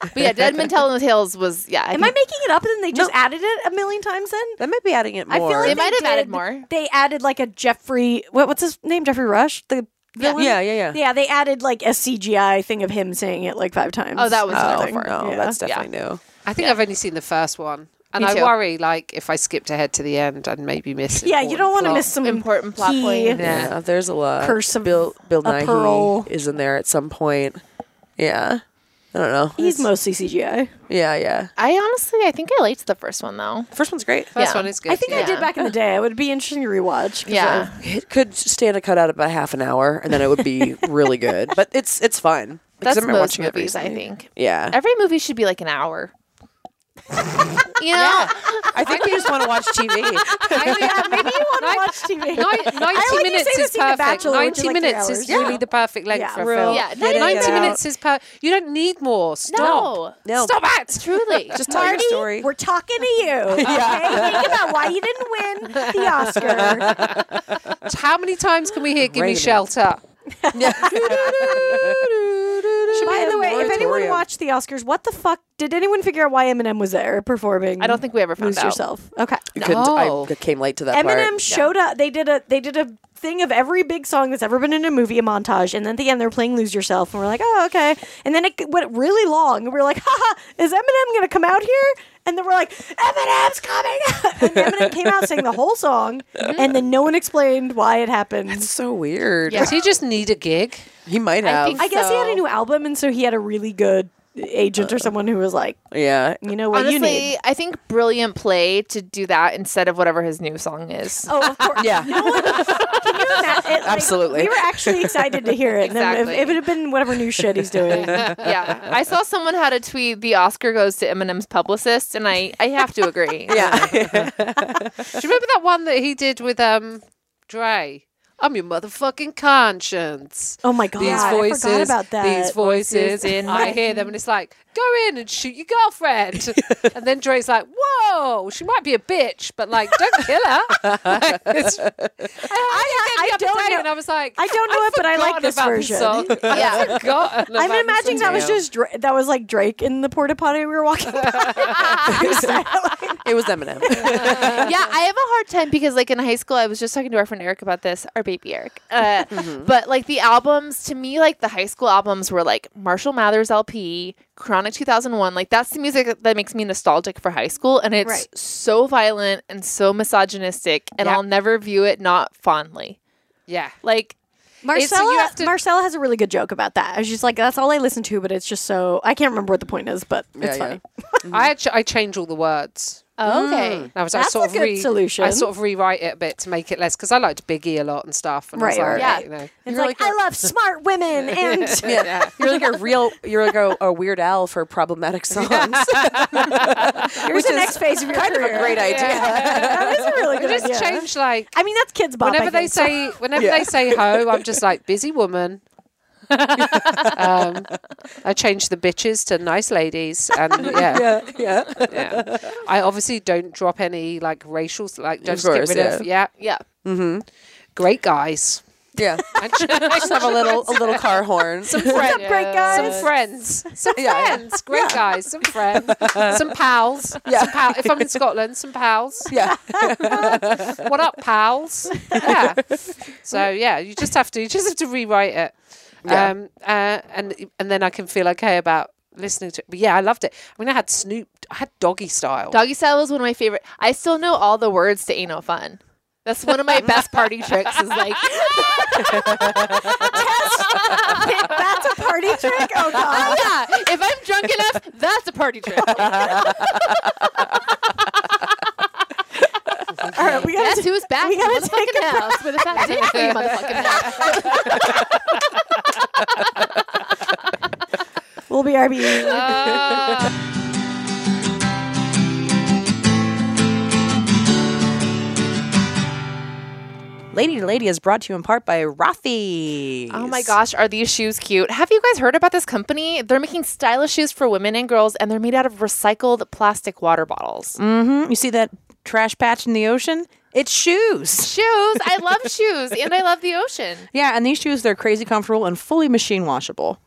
Speaker 3: But yeah, Dead Men Tell No Tales was yeah. I
Speaker 1: Am I
Speaker 3: think-
Speaker 1: making it up? And then they just added it a million times. Then
Speaker 2: That might be adding it more.
Speaker 1: I feel like
Speaker 3: They
Speaker 1: they
Speaker 3: might have added
Speaker 1: did-
Speaker 3: more.
Speaker 1: They added like a Jeffrey. What, what's his name? Jeffrey Rush. The villain?
Speaker 2: Yeah, yeah, yeah.
Speaker 1: Yeah, they added like a CGI thing of him saying it like five times.
Speaker 3: Oh, that was
Speaker 1: I
Speaker 2: Oh,
Speaker 1: think.
Speaker 2: no,
Speaker 1: Yeah.
Speaker 2: that's definitely new.
Speaker 5: I think I've only seen the first one, and
Speaker 3: Me
Speaker 5: I
Speaker 3: too.
Speaker 5: worry like if I skipped ahead to the end, I'd maybe miss.
Speaker 1: Yeah, you don't want to
Speaker 5: important
Speaker 1: miss some
Speaker 3: important plot
Speaker 1: key-
Speaker 3: point.
Speaker 2: Yeah, there's a lot.
Speaker 1: Curse of
Speaker 2: Bill, Bill
Speaker 1: a
Speaker 2: Nighy
Speaker 1: Pearl.
Speaker 2: is in there at some point. Yeah, I don't know.
Speaker 1: He's mostly CGI.
Speaker 2: yeah, yeah.
Speaker 3: I honestly I think I liked the first one though.
Speaker 2: First one's great.
Speaker 5: First
Speaker 3: Yeah.
Speaker 5: one is good.
Speaker 1: I think I
Speaker 5: yeah.
Speaker 1: did back in the day. It would be interesting to rewatch. 'cause
Speaker 3: Yeah.
Speaker 2: It could stand a cutout about half an hour, and then it would [laughs] be really good. But it's it's fun. Because
Speaker 3: That's
Speaker 2: I remember
Speaker 3: most
Speaker 2: watching it
Speaker 3: movies, I
Speaker 2: recently.
Speaker 3: think.
Speaker 2: Yeah,
Speaker 3: Every movie should be like an hour. you know?
Speaker 1: [laughs]
Speaker 2: I think you just want to watch TV.
Speaker 1: I- yeah, maybe you want to watch
Speaker 3: [laughs]
Speaker 1: TV.
Speaker 5: Nine- 90 minutes
Speaker 1: to
Speaker 5: is
Speaker 1: see The
Speaker 5: perfect.
Speaker 1: Bachelor, which is
Speaker 5: 90
Speaker 1: like three
Speaker 5: minutes is
Speaker 1: hours.
Speaker 5: really
Speaker 1: Yeah.
Speaker 5: the perfect length
Speaker 1: Yeah.
Speaker 5: for a
Speaker 1: Real
Speaker 5: film.
Speaker 3: Yeah,
Speaker 2: Get it
Speaker 5: 90
Speaker 2: out.
Speaker 5: minutes is per. You don't need more. Stop.
Speaker 3: No.
Speaker 2: No.
Speaker 5: Stop it.
Speaker 3: [laughs] Truly.
Speaker 2: Just tell your
Speaker 1: Marty,
Speaker 2: story.
Speaker 1: we're talking to
Speaker 2: [laughs]
Speaker 1: you. Okay, think about why you didn't win the
Speaker 2: [laughs]
Speaker 1: Oscar.
Speaker 5: How many times can we hear
Speaker 2: Wait a
Speaker 5: "Give Me
Speaker 2: minute.
Speaker 5: Shelter"?
Speaker 1: By
Speaker 2: a
Speaker 1: the way, if anyone
Speaker 2: moratorium.
Speaker 1: watched the Oscars, what the fuck? Did anyone figure out why Eminem was there performing?
Speaker 3: I don't think we ever found
Speaker 1: Lose
Speaker 3: out.
Speaker 1: yourself. Okay.
Speaker 2: You couldn't- I
Speaker 5: No.
Speaker 2: I came late to that
Speaker 1: Eminem
Speaker 2: part.
Speaker 1: showed up. They did a they did a thing of every big song that's ever been in a movie, a montage, and then at the end they're playing "Lose Yourself," and we're like, "Oh, okay." And then it went really long, and we were like, "Haha, is Eminem gonna come out here?" And then we're like, "Eminem's coming!" out. [laughs] And Eminem came out sang the whole song,
Speaker 3: Mm-hmm.
Speaker 1: and then no one explained why it happened.
Speaker 2: So weird.
Speaker 5: Does he just need a gig?
Speaker 2: He might have.
Speaker 3: think-
Speaker 1: I guess he had a
Speaker 3: So- Uh,
Speaker 1: new album, and so he had a really good agent or someone who was like,
Speaker 2: yeah.
Speaker 1: "You know what you need."
Speaker 3: Honestly, I think brilliant play to do that instead of whatever his new song is.
Speaker 1: [laughs] Oh, of course.
Speaker 2: Yeah.
Speaker 1: Can you imagine- like,
Speaker 2: Absolutely.
Speaker 1: we were actually excited to hear it. And then
Speaker 3: Exactly.
Speaker 1: if, if it had been whatever new shit he's doing,
Speaker 3: yeah. I saw someone had a tweet, the Oscar goes to Eminem's publicist, and I, I have to agree.
Speaker 2: yeah.
Speaker 5: Do you remember that one that he did with um Dre? I'm your motherfucking conscience.
Speaker 1: Oh my god!
Speaker 5: These voices,
Speaker 1: I forgot about that.
Speaker 5: these voices,
Speaker 1: [laughs]
Speaker 5: in I hear them, and it's like, go in and shoot your girlfriend. and then Dre's like, whoa, she might be a bitch, but like, don't kill
Speaker 1: [laughs]
Speaker 5: her. Like, it's- I,
Speaker 1: I
Speaker 5: heard it the
Speaker 1: don't
Speaker 5: other day,
Speaker 1: know-
Speaker 5: and I was like,
Speaker 1: I don't know it, but I like
Speaker 5: forgotten
Speaker 1: this
Speaker 5: about
Speaker 1: version. [laughs]
Speaker 5: song.
Speaker 3: Yeah.
Speaker 5: I've forgotten
Speaker 1: I'm
Speaker 5: about this
Speaker 1: imagining that was
Speaker 5: song.
Speaker 1: just Dra- that was like Drake in the porta potty we were walking. by.
Speaker 2: It was Eminem.
Speaker 3: yeah, I have a hard time because, like, in high school, I was just talking to our friend Eric about this, our baby Eric. Uh, But, like, the albums, to me, like, the high school albums were, like, Marshall Mathers LP, Chronic 2001. Like, that's the music that makes me nostalgic for high school. And it's
Speaker 1: Right.
Speaker 3: so violent and so misogynistic. And I'll never view it not fondly.
Speaker 5: yeah.
Speaker 3: Like,
Speaker 1: Marcella,
Speaker 5: have to-
Speaker 1: Marcella has a really good joke about that. She's like, "That's all I listen to," but it's just so I can't remember what the point is, but it's
Speaker 2: yeah.
Speaker 1: funny.
Speaker 5: I actually I change all the words.
Speaker 3: okay.
Speaker 5: I was I
Speaker 1: Mm. That's
Speaker 5: sort
Speaker 1: a
Speaker 5: of
Speaker 1: good
Speaker 5: re-
Speaker 1: solution.
Speaker 5: I sort of rewrite it a bit to make it less because I liked Biggie a lot and stuff. And I
Speaker 1: Right,
Speaker 5: was like,
Speaker 1: right.
Speaker 3: Yeah.
Speaker 5: you know.
Speaker 1: It's like, I love smart women and
Speaker 2: yeah. [laughs] You're like a real. You're like a, a Weird Al for [laughs] problematic songs.
Speaker 1: here's the next phase of your
Speaker 2: kind of
Speaker 1: career.
Speaker 2: a great idea.
Speaker 1: that is a really good
Speaker 5: Just
Speaker 1: idea.
Speaker 5: change like
Speaker 1: I mean, that's kids' bop. I
Speaker 5: whenever they
Speaker 1: think, so-
Speaker 5: say whenever they say ho, I'm just like busy woman. um, I changed the bitches to nice ladies, and yeah, yeah, I obviously don't drop any like racial, like don't
Speaker 2: Of
Speaker 5: just get
Speaker 2: course,
Speaker 5: rid of yeah,
Speaker 3: Yeah.
Speaker 5: great guys.
Speaker 2: [laughs] [laughs] Yeah. Just have a little a little car horn.
Speaker 5: Friends,
Speaker 1: great guys.
Speaker 5: Some friends, some
Speaker 2: Yeah.
Speaker 5: friends, great guys, some friends, some
Speaker 2: [laughs]
Speaker 5: pals. Some pal- if I'm in Scotland, some pals.
Speaker 2: yeah.
Speaker 5: [laughs] what up, pals? Yeah. So yeah, you just have to you just have to rewrite it,
Speaker 2: Yeah.
Speaker 5: um, uh, and and then I can feel okay about listening to it. But yeah, I loved it. I mean, I had Snoop, I had Doggy Style.
Speaker 3: Doggy Style was one of my favorite. I still know all the words to Ain't No Fun. That's one of my best party tricks. Is like
Speaker 1: [laughs] That's a party trick. Oh god.
Speaker 2: [laughs]
Speaker 3: yeah, if I'm drunk enough, that's a party trick.
Speaker 1: All right, we gotta
Speaker 3: Guess who's back
Speaker 1: we
Speaker 3: in
Speaker 1: gotta
Speaker 3: the
Speaker 1: take
Speaker 3: motherfucking house with a fat dick for you motherfucking house.
Speaker 1: We'll be E. RBE.
Speaker 5: Uh,
Speaker 2: Lady to Lady is brought to you in part by Rafi.
Speaker 3: Oh my gosh, are these shoes cute? Have you guys heard about this company? They're making stylish shoes for women and girls, and they're made out of recycled plastic water bottles.
Speaker 2: You see that trash patch in the ocean? It's shoes.
Speaker 3: Shoes, I love shoes, and I love the ocean.
Speaker 2: Yeah, and these shoes, they're crazy comfortable and fully machine washable.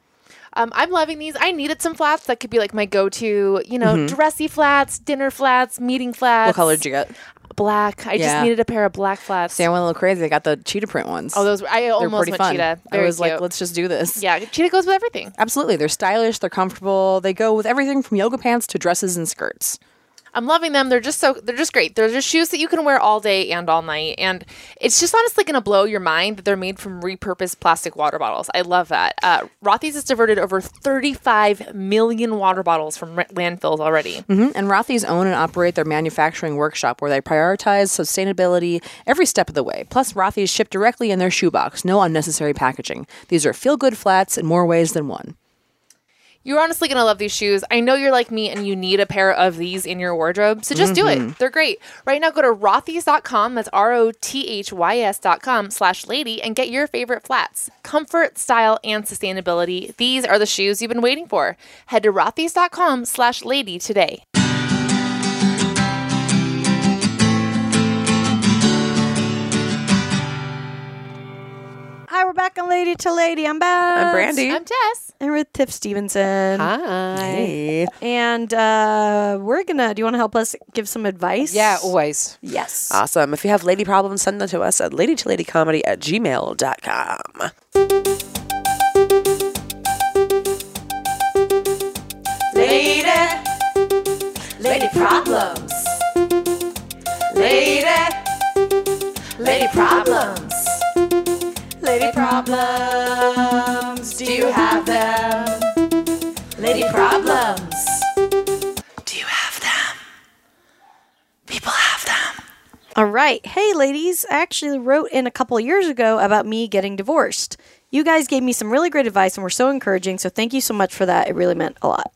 Speaker 3: Um, I'm loving these. I needed some flats that could be like my go-to, you know, dressy flats, dinner flats, meeting flats.
Speaker 2: Mm-hmm. What color did you get?
Speaker 3: Black. I
Speaker 2: Yeah.
Speaker 3: just needed a pair of black flats.
Speaker 2: See, I went a little crazy. I got the cheetah print ones.
Speaker 3: oh, those were, I
Speaker 2: they're
Speaker 3: almost
Speaker 2: pretty
Speaker 3: went
Speaker 2: fun.
Speaker 3: cheetah.
Speaker 2: I
Speaker 3: Very
Speaker 2: was like,
Speaker 3: cute.
Speaker 2: let's just do this.
Speaker 3: yeah, cheetah goes with everything.
Speaker 2: Absolutely. They're stylish, they're comfortable, they go with everything from yoga pants to dresses and skirts.
Speaker 3: I'm loving them. They're just so they're just great. They're just shoes that you can wear all day and all night. And it's just honestly going to blow your mind that they're made from repurposed plastic water bottles. I love that. Uh, Rothy's has diverted over 35 million water bottles from r- landfills already.
Speaker 2: Mhm. And Rothy's own and operate their manufacturing workshop where they prioritize sustainability every step of the way. Plus, Rothy's ship directly in their shoebox, no unnecessary packaging. These are feel good flats in more ways than one.
Speaker 3: You're honestly going to love these shoes. I know you're like me and you need a pair of these in your wardrobe. So just do it. They're great. Right now, go to rothys.com. That's R O T H Y S.com slash lady and get your favorite flats. Comfort, style, and sustainability. These are the shoes you've been waiting for. Head to rothys.com slash lady today.
Speaker 1: Hi, we're back on Lady to Lady. I'm back.
Speaker 3: I'm Tess.
Speaker 1: And we're with Tiff Stevenson.
Speaker 5: Hi.
Speaker 2: Hey.
Speaker 1: And uh, we're gonna. Do you want to help us give some advice?
Speaker 5: Yeah,
Speaker 2: [laughs]
Speaker 5: always.
Speaker 1: Yes.
Speaker 7: Awesome. If you have lady problems, send them to us at ladytoladycomedy at gmail.com.
Speaker 1: All right. Hey, ladies. I actually wrote in a couple of years ago about me getting divorced. You guys gave me some really great advice and were so encouraging, so thank you so much for that. It really meant a lot.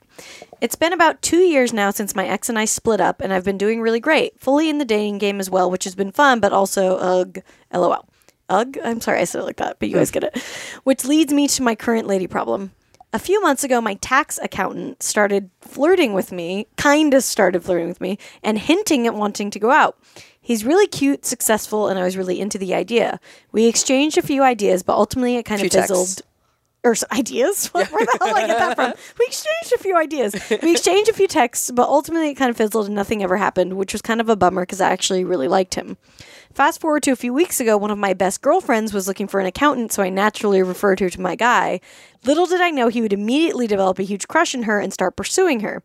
Speaker 1: It's been about two years now since my ex and I split up, and I've been doing really great, fully in the dating game as well, which has been fun, but also, ugh, lol. Ugh? I'm sorry I said it like that, but you guys get it. Which leads me to my current lady problem. A few months ago, my tax accountant started flirting with me, kind of started flirting with me, and hinting at wanting to go out. He's really cute, successful, and I was really into the idea. We exchanged a few ideas, but ultimately it kind
Speaker 7: Few
Speaker 1: of fizzled
Speaker 7: texts.
Speaker 1: or s- ideas. [laughs] Where the hell did I get that from? We exchanged a few ideas. We exchanged a few texts, but ultimately it kind of fizzled and nothing ever happened, which was kind of a bummer because I actually really liked him. Fast forward to a few weeks ago, one of my best girlfriends was looking for an accountant, so I naturally referred her to my guy. Little did I know he would immediately develop a huge crush on her and start pursuing her.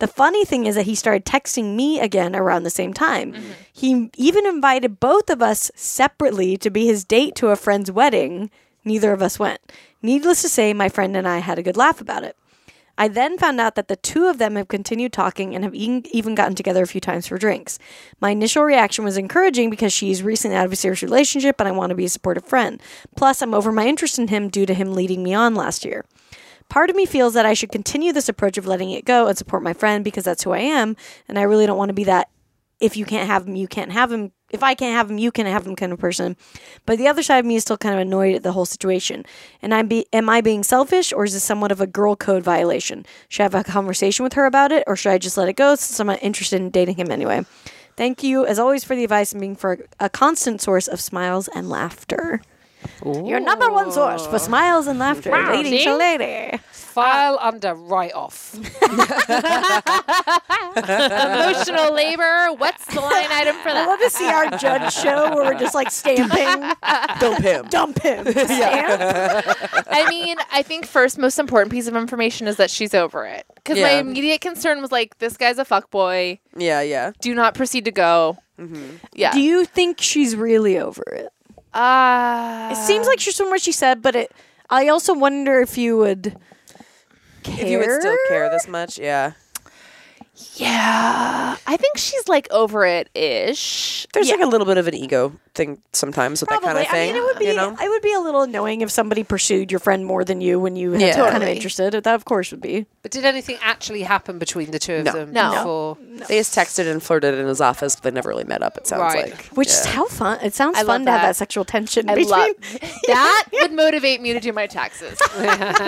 Speaker 1: The funny thing is that he started texting me again around the same time. He even invited both of us separately to be his date to a friend's wedding. Neither of us went. Needless to say, my friend and I had a good laugh about it. I then found out that the two of them have continued talking and have even, even gotten together a few times for drinks. My initial reaction was encouraging because she's recently out of a serious relationship and I want to be a supportive friend. Plus, I'm over my interest in him due to him leading me on last year. Part of me feels that I should continue this approach of letting it go and support my friend because that's who I am, and I really don't want to be that if you can't have him, you can't have him. If I can't have him, you can't have him kind of person. But the other side of me is still kind of annoyed at the whole situation. And I'm be am I being selfish or is this somewhat of a girl code violation? Should I have a conversation with her about it or should I just let it go since I'm not interested in dating him anyway? Thank you as always for the advice and being for a constant source of smiles and laughter. Your number one source for smiles and laughter, lady to lady.
Speaker 5: File under write off.
Speaker 3: Emotional labor. What's the line item for
Speaker 1: I
Speaker 3: that?
Speaker 1: love to see our judge show where we're just like stamping,
Speaker 2: Dump him.
Speaker 1: dump him, stamp.
Speaker 3: I mean, I think first most important piece of information is that she's over it. Because my
Speaker 2: Yeah.
Speaker 3: immediate concern was like, this guy's a fuckboy.
Speaker 2: Yeah, yeah.
Speaker 3: Do not proceed to go. Yeah.
Speaker 1: Do you think she's really over it?
Speaker 3: uh,
Speaker 1: It seems like she's from what she said, but it. I also wonder if you would care.
Speaker 2: If you would still care this much, yeah.
Speaker 3: yeah. I think she's like over it ish.
Speaker 2: There's like a little bit of an ego thing sometimes with that kind of
Speaker 1: I
Speaker 2: thing.
Speaker 1: mean, it would be.
Speaker 2: you know?
Speaker 1: It would be a little annoying if somebody pursued your friend more than you when you had
Speaker 2: Yeah.
Speaker 1: kind
Speaker 3: Totally.
Speaker 1: of interested. That, of course, would be.
Speaker 5: But did anything actually happen between the two of
Speaker 2: No.
Speaker 5: them
Speaker 3: No.
Speaker 5: before?
Speaker 2: They just texted and flirted in his office, but they never really met up, it sounds
Speaker 5: Right.
Speaker 2: like.
Speaker 1: Which is how fun. It sounds
Speaker 3: I love
Speaker 1: fun to have
Speaker 3: that.
Speaker 1: that sexual tension
Speaker 3: I
Speaker 1: between. [laughs]
Speaker 3: love that would motivate me to do my taxes.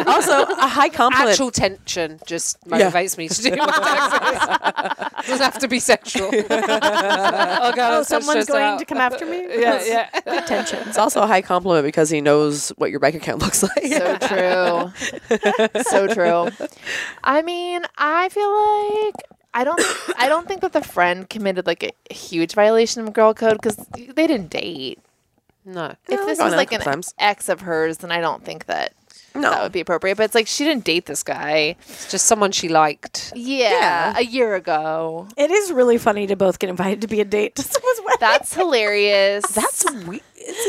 Speaker 2: also, a high compliment.
Speaker 5: Actual tension just motivates me to do my taxes. [laughs] Doesn't have to be sexual. oh god,
Speaker 1: Oh,
Speaker 5: I'm so
Speaker 1: someone's
Speaker 5: stressed
Speaker 1: going
Speaker 5: out.
Speaker 1: to come after me.
Speaker 5: [laughs] Yeah, yeah.
Speaker 1: Good tension.
Speaker 2: it's also a high compliment because he knows what your bank account [laughs] looks like.
Speaker 3: So true. so true. I mean, I feel like I don't I don't think that the friend committed like a huge violation of girl code cuz they didn't date.
Speaker 5: No.
Speaker 3: if this
Speaker 2: gone
Speaker 3: was
Speaker 2: out a
Speaker 3: like an
Speaker 2: couple times.
Speaker 3: ex of hers, then I don't think that
Speaker 2: No.
Speaker 3: that would be appropriate. But it's like she didn't date this guy.
Speaker 5: It's just someone she liked.
Speaker 3: Yeah, a year ago.
Speaker 1: It is really funny to both get invited to be a date to [laughs] someone's wedding.
Speaker 3: That's
Speaker 2: [laughs]
Speaker 3: hilarious. That's
Speaker 2: weird.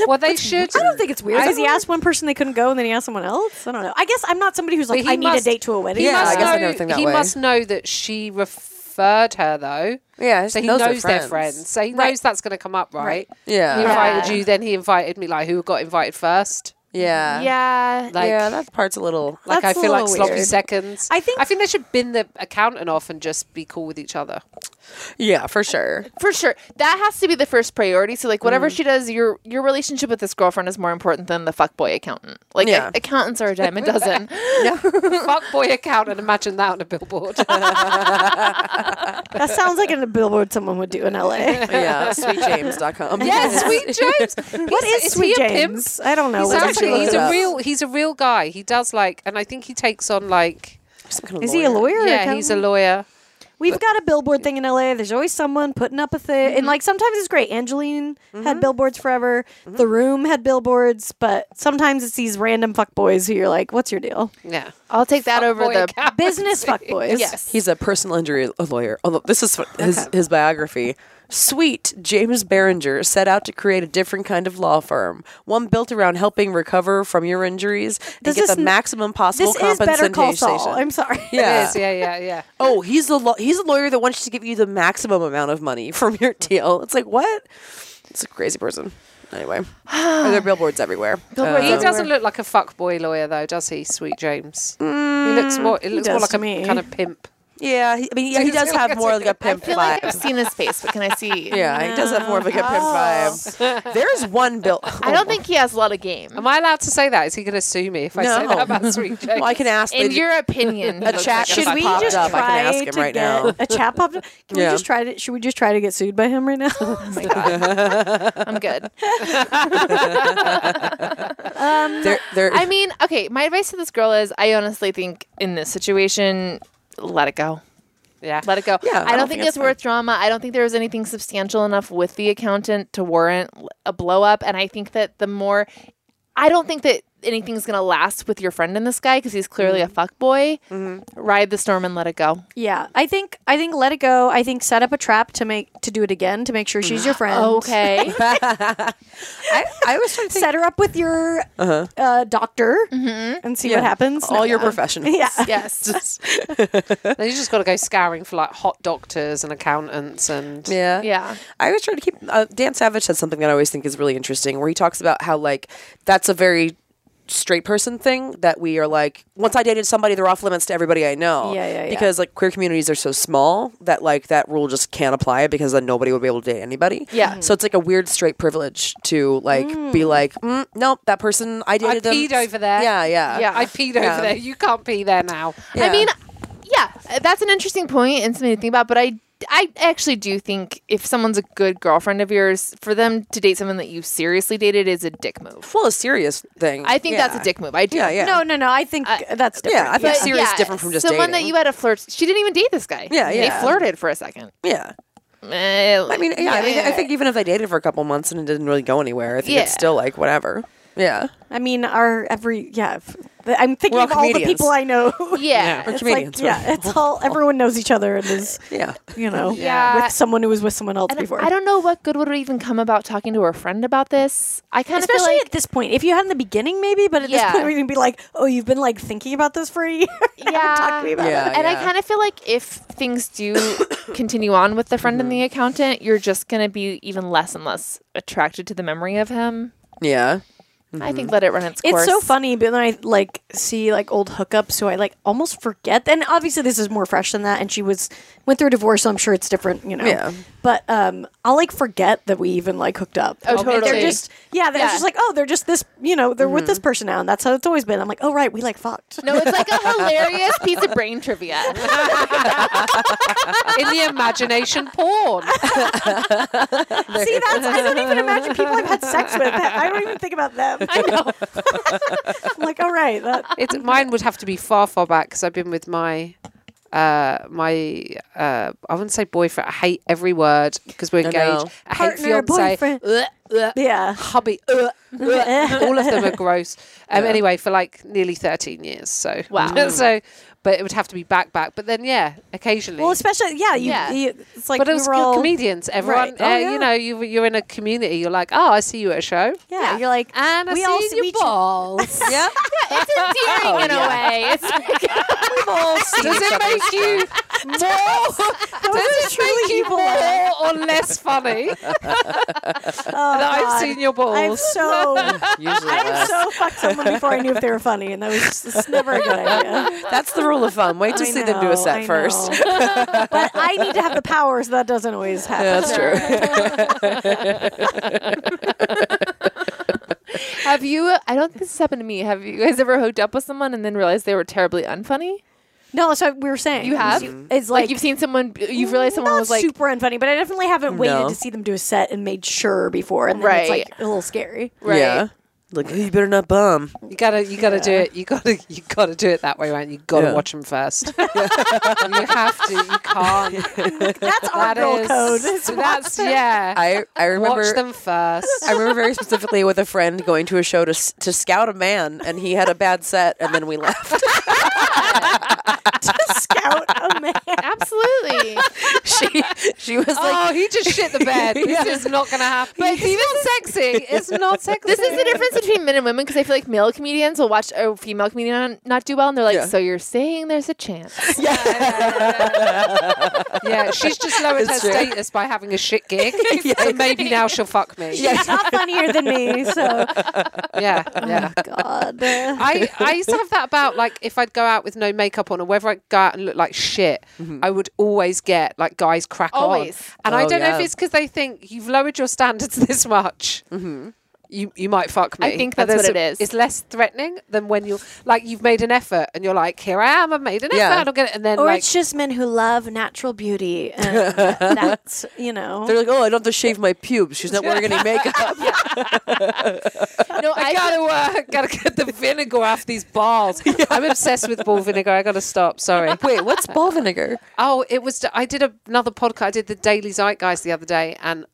Speaker 5: Well, they should.
Speaker 1: I don't think it's weird
Speaker 5: I
Speaker 1: because he
Speaker 5: don't-
Speaker 1: asked one person they couldn't go and then he asked someone else. I don't know. I guess I'm not somebody who's like
Speaker 5: he
Speaker 1: I need
Speaker 5: must-
Speaker 1: a date to a wedding.
Speaker 5: He
Speaker 2: Yeah,
Speaker 5: must
Speaker 2: I guess I
Speaker 5: know,
Speaker 2: never think that
Speaker 5: He
Speaker 2: way.
Speaker 5: must know that she referred her though.
Speaker 2: Yeah,
Speaker 5: So he knows,
Speaker 2: knows they're
Speaker 5: they're
Speaker 2: friends.
Speaker 5: friends. So he knows that's going to come up, right? He
Speaker 2: Yeah.
Speaker 5: invited
Speaker 3: Yeah.
Speaker 5: you, then he invited me. Like, who got invited first?
Speaker 2: Yeah.
Speaker 3: Mm-hmm. yeah.
Speaker 5: Like,
Speaker 2: yeah, that part's a little.
Speaker 5: like
Speaker 1: That's
Speaker 5: I
Speaker 1: a
Speaker 5: feel like
Speaker 1: little
Speaker 5: sloppy
Speaker 1: weird.
Speaker 5: seconds.
Speaker 1: I think-
Speaker 5: I think they should bin the accountant off and just be cool with each other.
Speaker 2: Yeah, for sure.
Speaker 3: for sure that has to be the first priority so like
Speaker 2: Mm.
Speaker 3: whatever she does your your relationship with this girlfriend is more important than the fuckboy accountant like
Speaker 2: Yeah.
Speaker 3: a- accountants are a
Speaker 2: [laughs]
Speaker 3: dime a dozen
Speaker 5: [laughs] Fuck boy accountant. Imagine that on a billboard.
Speaker 1: That sounds like a billboard someone would do in LA.
Speaker 2: Yeah, sweetjames.com. [laughs]
Speaker 5: yes, sweet [laughs]
Speaker 1: [laughs]
Speaker 5: James.
Speaker 1: what is,
Speaker 5: is
Speaker 1: Sweet
Speaker 5: he a pimp?
Speaker 1: James? I don't know.
Speaker 5: He
Speaker 1: What
Speaker 5: sounds
Speaker 1: actually
Speaker 5: like he's
Speaker 1: is
Speaker 5: a
Speaker 1: it?
Speaker 5: real. He's a real guy. He does like, and I think he takes on like.
Speaker 1: Is he a lawyer? or
Speaker 5: Yeah, he's a
Speaker 1: accountant?
Speaker 5: lawyer.
Speaker 1: We've got a billboard thing in LA. There's always someone putting up a thing,
Speaker 5: Mm-hmm.
Speaker 1: and like sometimes it's great. Angeline had billboards forever.
Speaker 5: Mm-hmm.
Speaker 1: The Room had billboards, but sometimes it's these random fuckboys who you're like, "What's your
Speaker 5: [laughs]
Speaker 1: deal?"
Speaker 5: Yeah.
Speaker 3: i'll take that over
Speaker 5: Fuckboy
Speaker 3: the
Speaker 5: accountant.
Speaker 1: Business fuckboys.
Speaker 3: yes
Speaker 2: He's a personal injury lawyer. Although this is his, his biography. Sweet James Barringer set out to create a different kind of law firm, one built around helping recover from your injuries and
Speaker 1: Does
Speaker 5: this
Speaker 2: get the
Speaker 1: n-
Speaker 2: maximum possible
Speaker 1: This is Better Call
Speaker 2: compensation.
Speaker 1: Saul. I'm
Speaker 5: [laughs]
Speaker 1: sorry.
Speaker 5: It
Speaker 2: yeah.
Speaker 5: is, yeah, yeah, yeah.
Speaker 2: Oh, he's the law he's the lawyer that wants to give you the maximum amount of money from your deal. It's like what? It's a crazy person. Anyway, there are billboards everywhere. Uh,
Speaker 1: Billboards
Speaker 5: He
Speaker 1: everywhere.
Speaker 5: doesn't look like a fuckboy lawyer though, does he, Sweet James? he looks more. It looks more
Speaker 1: does
Speaker 5: like
Speaker 1: to
Speaker 5: a
Speaker 1: me.
Speaker 5: kind of pimp.
Speaker 2: Yeah, he, I mean, yeah, he does have more like a pimp
Speaker 3: i feel like
Speaker 2: vibe.
Speaker 3: i've seen his face but can i see
Speaker 2: [laughs] Yeah, he does have more of like a pimp Oh. vibe. There's one bill. [laughs]
Speaker 3: i don't think he has a lot of game
Speaker 5: Am I allowed to say that? Is he going to sue me if I say
Speaker 2: No.
Speaker 5: that about Sweet James?
Speaker 2: Well, I can ask.
Speaker 3: in
Speaker 2: they-
Speaker 3: your opinion
Speaker 2: [laughs]
Speaker 3: he
Speaker 2: a
Speaker 3: looks
Speaker 2: chat
Speaker 3: like
Speaker 2: should
Speaker 1: Should
Speaker 2: I
Speaker 1: we
Speaker 2: popped
Speaker 1: just
Speaker 2: up. I
Speaker 1: try
Speaker 2: can ask him
Speaker 1: to
Speaker 2: right
Speaker 1: get
Speaker 2: now.
Speaker 1: a chat popped up? Can
Speaker 2: Yeah.
Speaker 1: we just try to? Should we just try to get sued by him right
Speaker 2: [laughs]
Speaker 1: now? oh my god.
Speaker 3: a- i'm good
Speaker 2: There, there,
Speaker 3: i mean okay my advice to this girl is i honestly think in this situation let it go
Speaker 5: Yeah.
Speaker 3: let it go.
Speaker 2: Yeah,
Speaker 3: I, don't think, it's worth drama. I don't think there was anything substantial enough with the accountant to warrant l- a blow up. And I think that the more, I don't think that anything's gonna last with your friend and this guy because he's clearly a fuck boy. Ride the storm and let it go.
Speaker 1: Yeah, I think I think let it go. I think set up a trap to make to do it again to make sure she's your friend.
Speaker 3: [laughs] Okay.
Speaker 2: I, I was trying to think.
Speaker 1: [laughs] Set her up with your uh doctor and see what happens.
Speaker 2: Uh-huh. All
Speaker 1: No,
Speaker 2: your
Speaker 1: yeah.
Speaker 2: professionals.
Speaker 1: Yeah. [laughs]
Speaker 3: yes.
Speaker 5: Then you just got to go scouring for like hot doctors and accountants and.
Speaker 2: Yeah.
Speaker 3: Yeah.
Speaker 2: I was trying to keep. Uh, Dan Savage said something that I always think is really interesting, where he talks about how like that's a very straight person thing that we are like once I dated somebody, they're off limits to everybody I know.
Speaker 1: Yeah, yeah, yeah.
Speaker 2: Because like queer communities are so small that like that rule just can't apply because then nobody would be able to date anybody.
Speaker 3: Yeah.
Speaker 5: Mm-hmm.
Speaker 3: Mhm.
Speaker 2: So it's like a weird straight privilege to like be like, mm, nope, that person I dated them.
Speaker 5: peed over there.
Speaker 2: Yeah, yeah,
Speaker 5: Yeah, I peed over
Speaker 2: Yeah.
Speaker 5: there. You can't pee there now.
Speaker 2: Yeah.
Speaker 3: I mean, yeah, that's an interesting point and something to think about. But I I actually do think if someone's a good girlfriend of yours, for them to date someone that you seriously dated is a dick move.
Speaker 2: Well, a serious thing.
Speaker 3: I think that's
Speaker 2: Yeah.
Speaker 3: a dick move. I do.
Speaker 2: Yeah, yeah.
Speaker 1: No, no, no. I think that's different.
Speaker 2: yeah, I think
Speaker 3: But
Speaker 2: serious is different from just
Speaker 3: someone
Speaker 2: dating.
Speaker 3: that you had a flirt. She didn't even date this guy.
Speaker 2: Yeah,
Speaker 3: They
Speaker 2: yeah.
Speaker 3: flirted for a second.
Speaker 2: yeah.
Speaker 3: Eh,
Speaker 2: I mean, yeah, I, think, I think even if they dated for a couple months and it didn't really go anywhere, I think
Speaker 3: Yeah.
Speaker 2: it's still like whatever. Yeah.
Speaker 1: I mean, our every yeah. f- the- I'm thinking
Speaker 2: all
Speaker 1: of all the
Speaker 2: comedians.
Speaker 1: people I [laughs] know.
Speaker 3: Yeah.
Speaker 2: We're
Speaker 1: It's like,
Speaker 2: comedians, we're
Speaker 1: yeah, it's all everyone knows each other and is
Speaker 2: Yeah.
Speaker 1: you know
Speaker 3: Yeah.
Speaker 1: with someone who was with someone else
Speaker 3: And
Speaker 1: before.
Speaker 3: I don't know what good would even come about talking to her friend about this. I kind of feel
Speaker 1: Especially
Speaker 3: like
Speaker 1: at this point, if you had in the beginning, maybe, but at
Speaker 3: Yeah.
Speaker 1: this point, we're gonna be like, "Oh, you've been like thinking about this for a year. [laughs] Haven't talked to me about
Speaker 2: Yeah.
Speaker 1: it."
Speaker 3: and I kind of feel like if
Speaker 1: [coughs]
Speaker 3: things do continue on with the friend and
Speaker 1: Mm-hmm.
Speaker 3: the accountant, you're just going to be even less and less attracted to the memory of him.
Speaker 2: Yeah.
Speaker 3: I
Speaker 1: Mm-hmm.
Speaker 3: think let it run its course.
Speaker 1: It's so funny, but then I like see like old hookups, so I like almost forget. And obviously, this is more fresh than that. And she was went through a divorce, so I'm sure it's different, you know.
Speaker 2: Yeah.
Speaker 1: But um, I'll like forget that we even like hooked up.
Speaker 3: Oh,
Speaker 1: I'll be- They're
Speaker 3: totally. Mm-hmm.
Speaker 1: just yeah, they're
Speaker 3: Yeah.
Speaker 1: just like oh, they're just this, you know, they're with this person now, and that's how it's always been. I'm like, oh right, we like fucked.
Speaker 3: No, it's like
Speaker 5: [laughs]
Speaker 3: a hilarious piece of brain trivia.
Speaker 1: [laughs]
Speaker 5: in the imagination porn.
Speaker 1: [laughs] see, that's I don't even [laughs] imagine people I've had sex with. I don't even think about them. I know. [laughs] I'm like, all right, that
Speaker 5: [laughs] It's mine would have to be far, far back because I've been with my uh my uh I wouldn't say boyfriend. I hate every word because we're engaged.
Speaker 2: know.
Speaker 5: I, hate
Speaker 1: Partner,
Speaker 5: fiance.
Speaker 1: boyfriend.
Speaker 5: Ugh, ugh,
Speaker 1: yeah.
Speaker 5: Hubby. ugh, ugh. All of them are gross. Um, Anyway, for like nearly thirteen years. So
Speaker 3: Wow.
Speaker 5: [laughs] so, but it would have to be back, back. But then yeah, occasionally.
Speaker 1: Well, especially yeah, you,
Speaker 3: Yeah.
Speaker 1: you it's like
Speaker 5: but
Speaker 1: we
Speaker 5: it was
Speaker 1: were
Speaker 5: good
Speaker 1: all,
Speaker 5: comedians. Everyone,
Speaker 1: Right. Oh,
Speaker 5: uh,
Speaker 1: yeah.
Speaker 5: you know, you, you're in a community. You're like, oh, I see you at a show.
Speaker 1: Yeah, you're
Speaker 3: [laughs]
Speaker 1: like
Speaker 5: and I
Speaker 1: we
Speaker 5: see
Speaker 1: all
Speaker 5: you
Speaker 1: we-
Speaker 5: balls. [laughs] yeah.
Speaker 3: It's
Speaker 1: Oh,
Speaker 3: endearing in a way. It's
Speaker 1: [laughs]
Speaker 5: Does it make you more?
Speaker 1: [laughs] That was a
Speaker 5: Does it
Speaker 1: truly
Speaker 5: make you
Speaker 1: evil laugh.
Speaker 5: more or less funny that
Speaker 1: Oh, God.
Speaker 5: [laughs] I've seen your balls?
Speaker 1: I'm so [laughs]
Speaker 2: Usually
Speaker 1: I've
Speaker 2: less.
Speaker 1: so fucked someone before I knew if they were funny, and that was just it's never a good
Speaker 2: [laughs]
Speaker 1: idea.
Speaker 2: That's the rule of thumb. Wait to
Speaker 1: I
Speaker 2: see them do
Speaker 1: know,
Speaker 2: a set
Speaker 1: I
Speaker 2: first. [laughs]
Speaker 1: know. [laughs] but I need to have the power, so that doesn't always happen.
Speaker 2: That's true.
Speaker 3: Have you? I don't think this has happened to me. Have you guys ever hooked up with someone and then realized they were terribly unfunny?
Speaker 1: No, that's what we were saying.
Speaker 3: You have?
Speaker 1: It's
Speaker 3: Like,
Speaker 1: like,
Speaker 3: you've seen someone, you've realized someone
Speaker 1: not
Speaker 3: was like,
Speaker 1: super unfunny, but I definitely haven't waited
Speaker 2: No.
Speaker 1: to see them do a set and made sure before, and then it's
Speaker 3: Right.
Speaker 1: like a little scary.
Speaker 3: right?
Speaker 2: Yeah. Like, "Hey, you better not bum.
Speaker 5: You gotta, you gotta do it. You gotta, you gotta do it that way, right? You gotta 'em
Speaker 2: Yeah.
Speaker 5: watch them first. [laughs] you have to. You can't.
Speaker 1: That's our
Speaker 5: That
Speaker 1: girl
Speaker 5: is.
Speaker 1: code. It's
Speaker 5: [laughs]
Speaker 1: [laughs]
Speaker 5: That's yeah.
Speaker 2: I, I remember.
Speaker 5: watch them first.
Speaker 2: I remember very specifically with a friend going to a show to, s- to scout a man, and he had a bad set, and then we left.
Speaker 1: to scout a man.
Speaker 3: Absolutely.
Speaker 2: she she was like,
Speaker 5: oh, he just shit the
Speaker 2: [laughs]
Speaker 5: bed. This is not gonna happen. But it's not sexy. It's not sexy.
Speaker 3: this is the difference between men and women because I feel like male comedians will watch a female comedian not do well and they're like,
Speaker 2: Yeah.
Speaker 3: so you're saying there's
Speaker 1: [laughs]
Speaker 3: a chance.
Speaker 5: Yeah, she's just lowered her
Speaker 2: It's true.
Speaker 5: status by having a shit gig. So maybe now she'll fuck me. Yeah,
Speaker 1: She's not funnier than me, so Oh,
Speaker 5: yeah. yeah.
Speaker 1: God.
Speaker 5: I, I used to have that about like if I'd go out with no makeup on or whether I'd go out and look like shit, I would always get like guys crack
Speaker 3: Always.
Speaker 5: on. And I
Speaker 2: Oh,
Speaker 5: don't know
Speaker 2: yeah.
Speaker 5: if it's because they think you've lowered your standards [laughs] this much. You, you might fuck me.
Speaker 3: I think
Speaker 5: And
Speaker 3: that's
Speaker 5: there's
Speaker 3: what it
Speaker 5: a-
Speaker 3: is.
Speaker 5: It's less threatening than when you're like you've made an effort and you're like, here I am, I've made an
Speaker 2: Yeah.
Speaker 5: effort, I'll get it. And then
Speaker 1: Or
Speaker 5: like,
Speaker 1: it's just men who love natural beauty. And that's, you know.
Speaker 2: [laughs] they're like, oh, I don't have to shave my pubes. She's not wearing any makeup. [laughs]
Speaker 3: No, I,
Speaker 5: I
Speaker 3: feel-
Speaker 5: gotta uh, gotta get the vinegar off these [laughs] balls. I'm obsessed with ball vinegar. I gotta stop. Sorry.
Speaker 2: Wait, what's ball vinegar?
Speaker 5: Oh, it was. I did another podcast. I did the Daily Zeitgeist the other day, and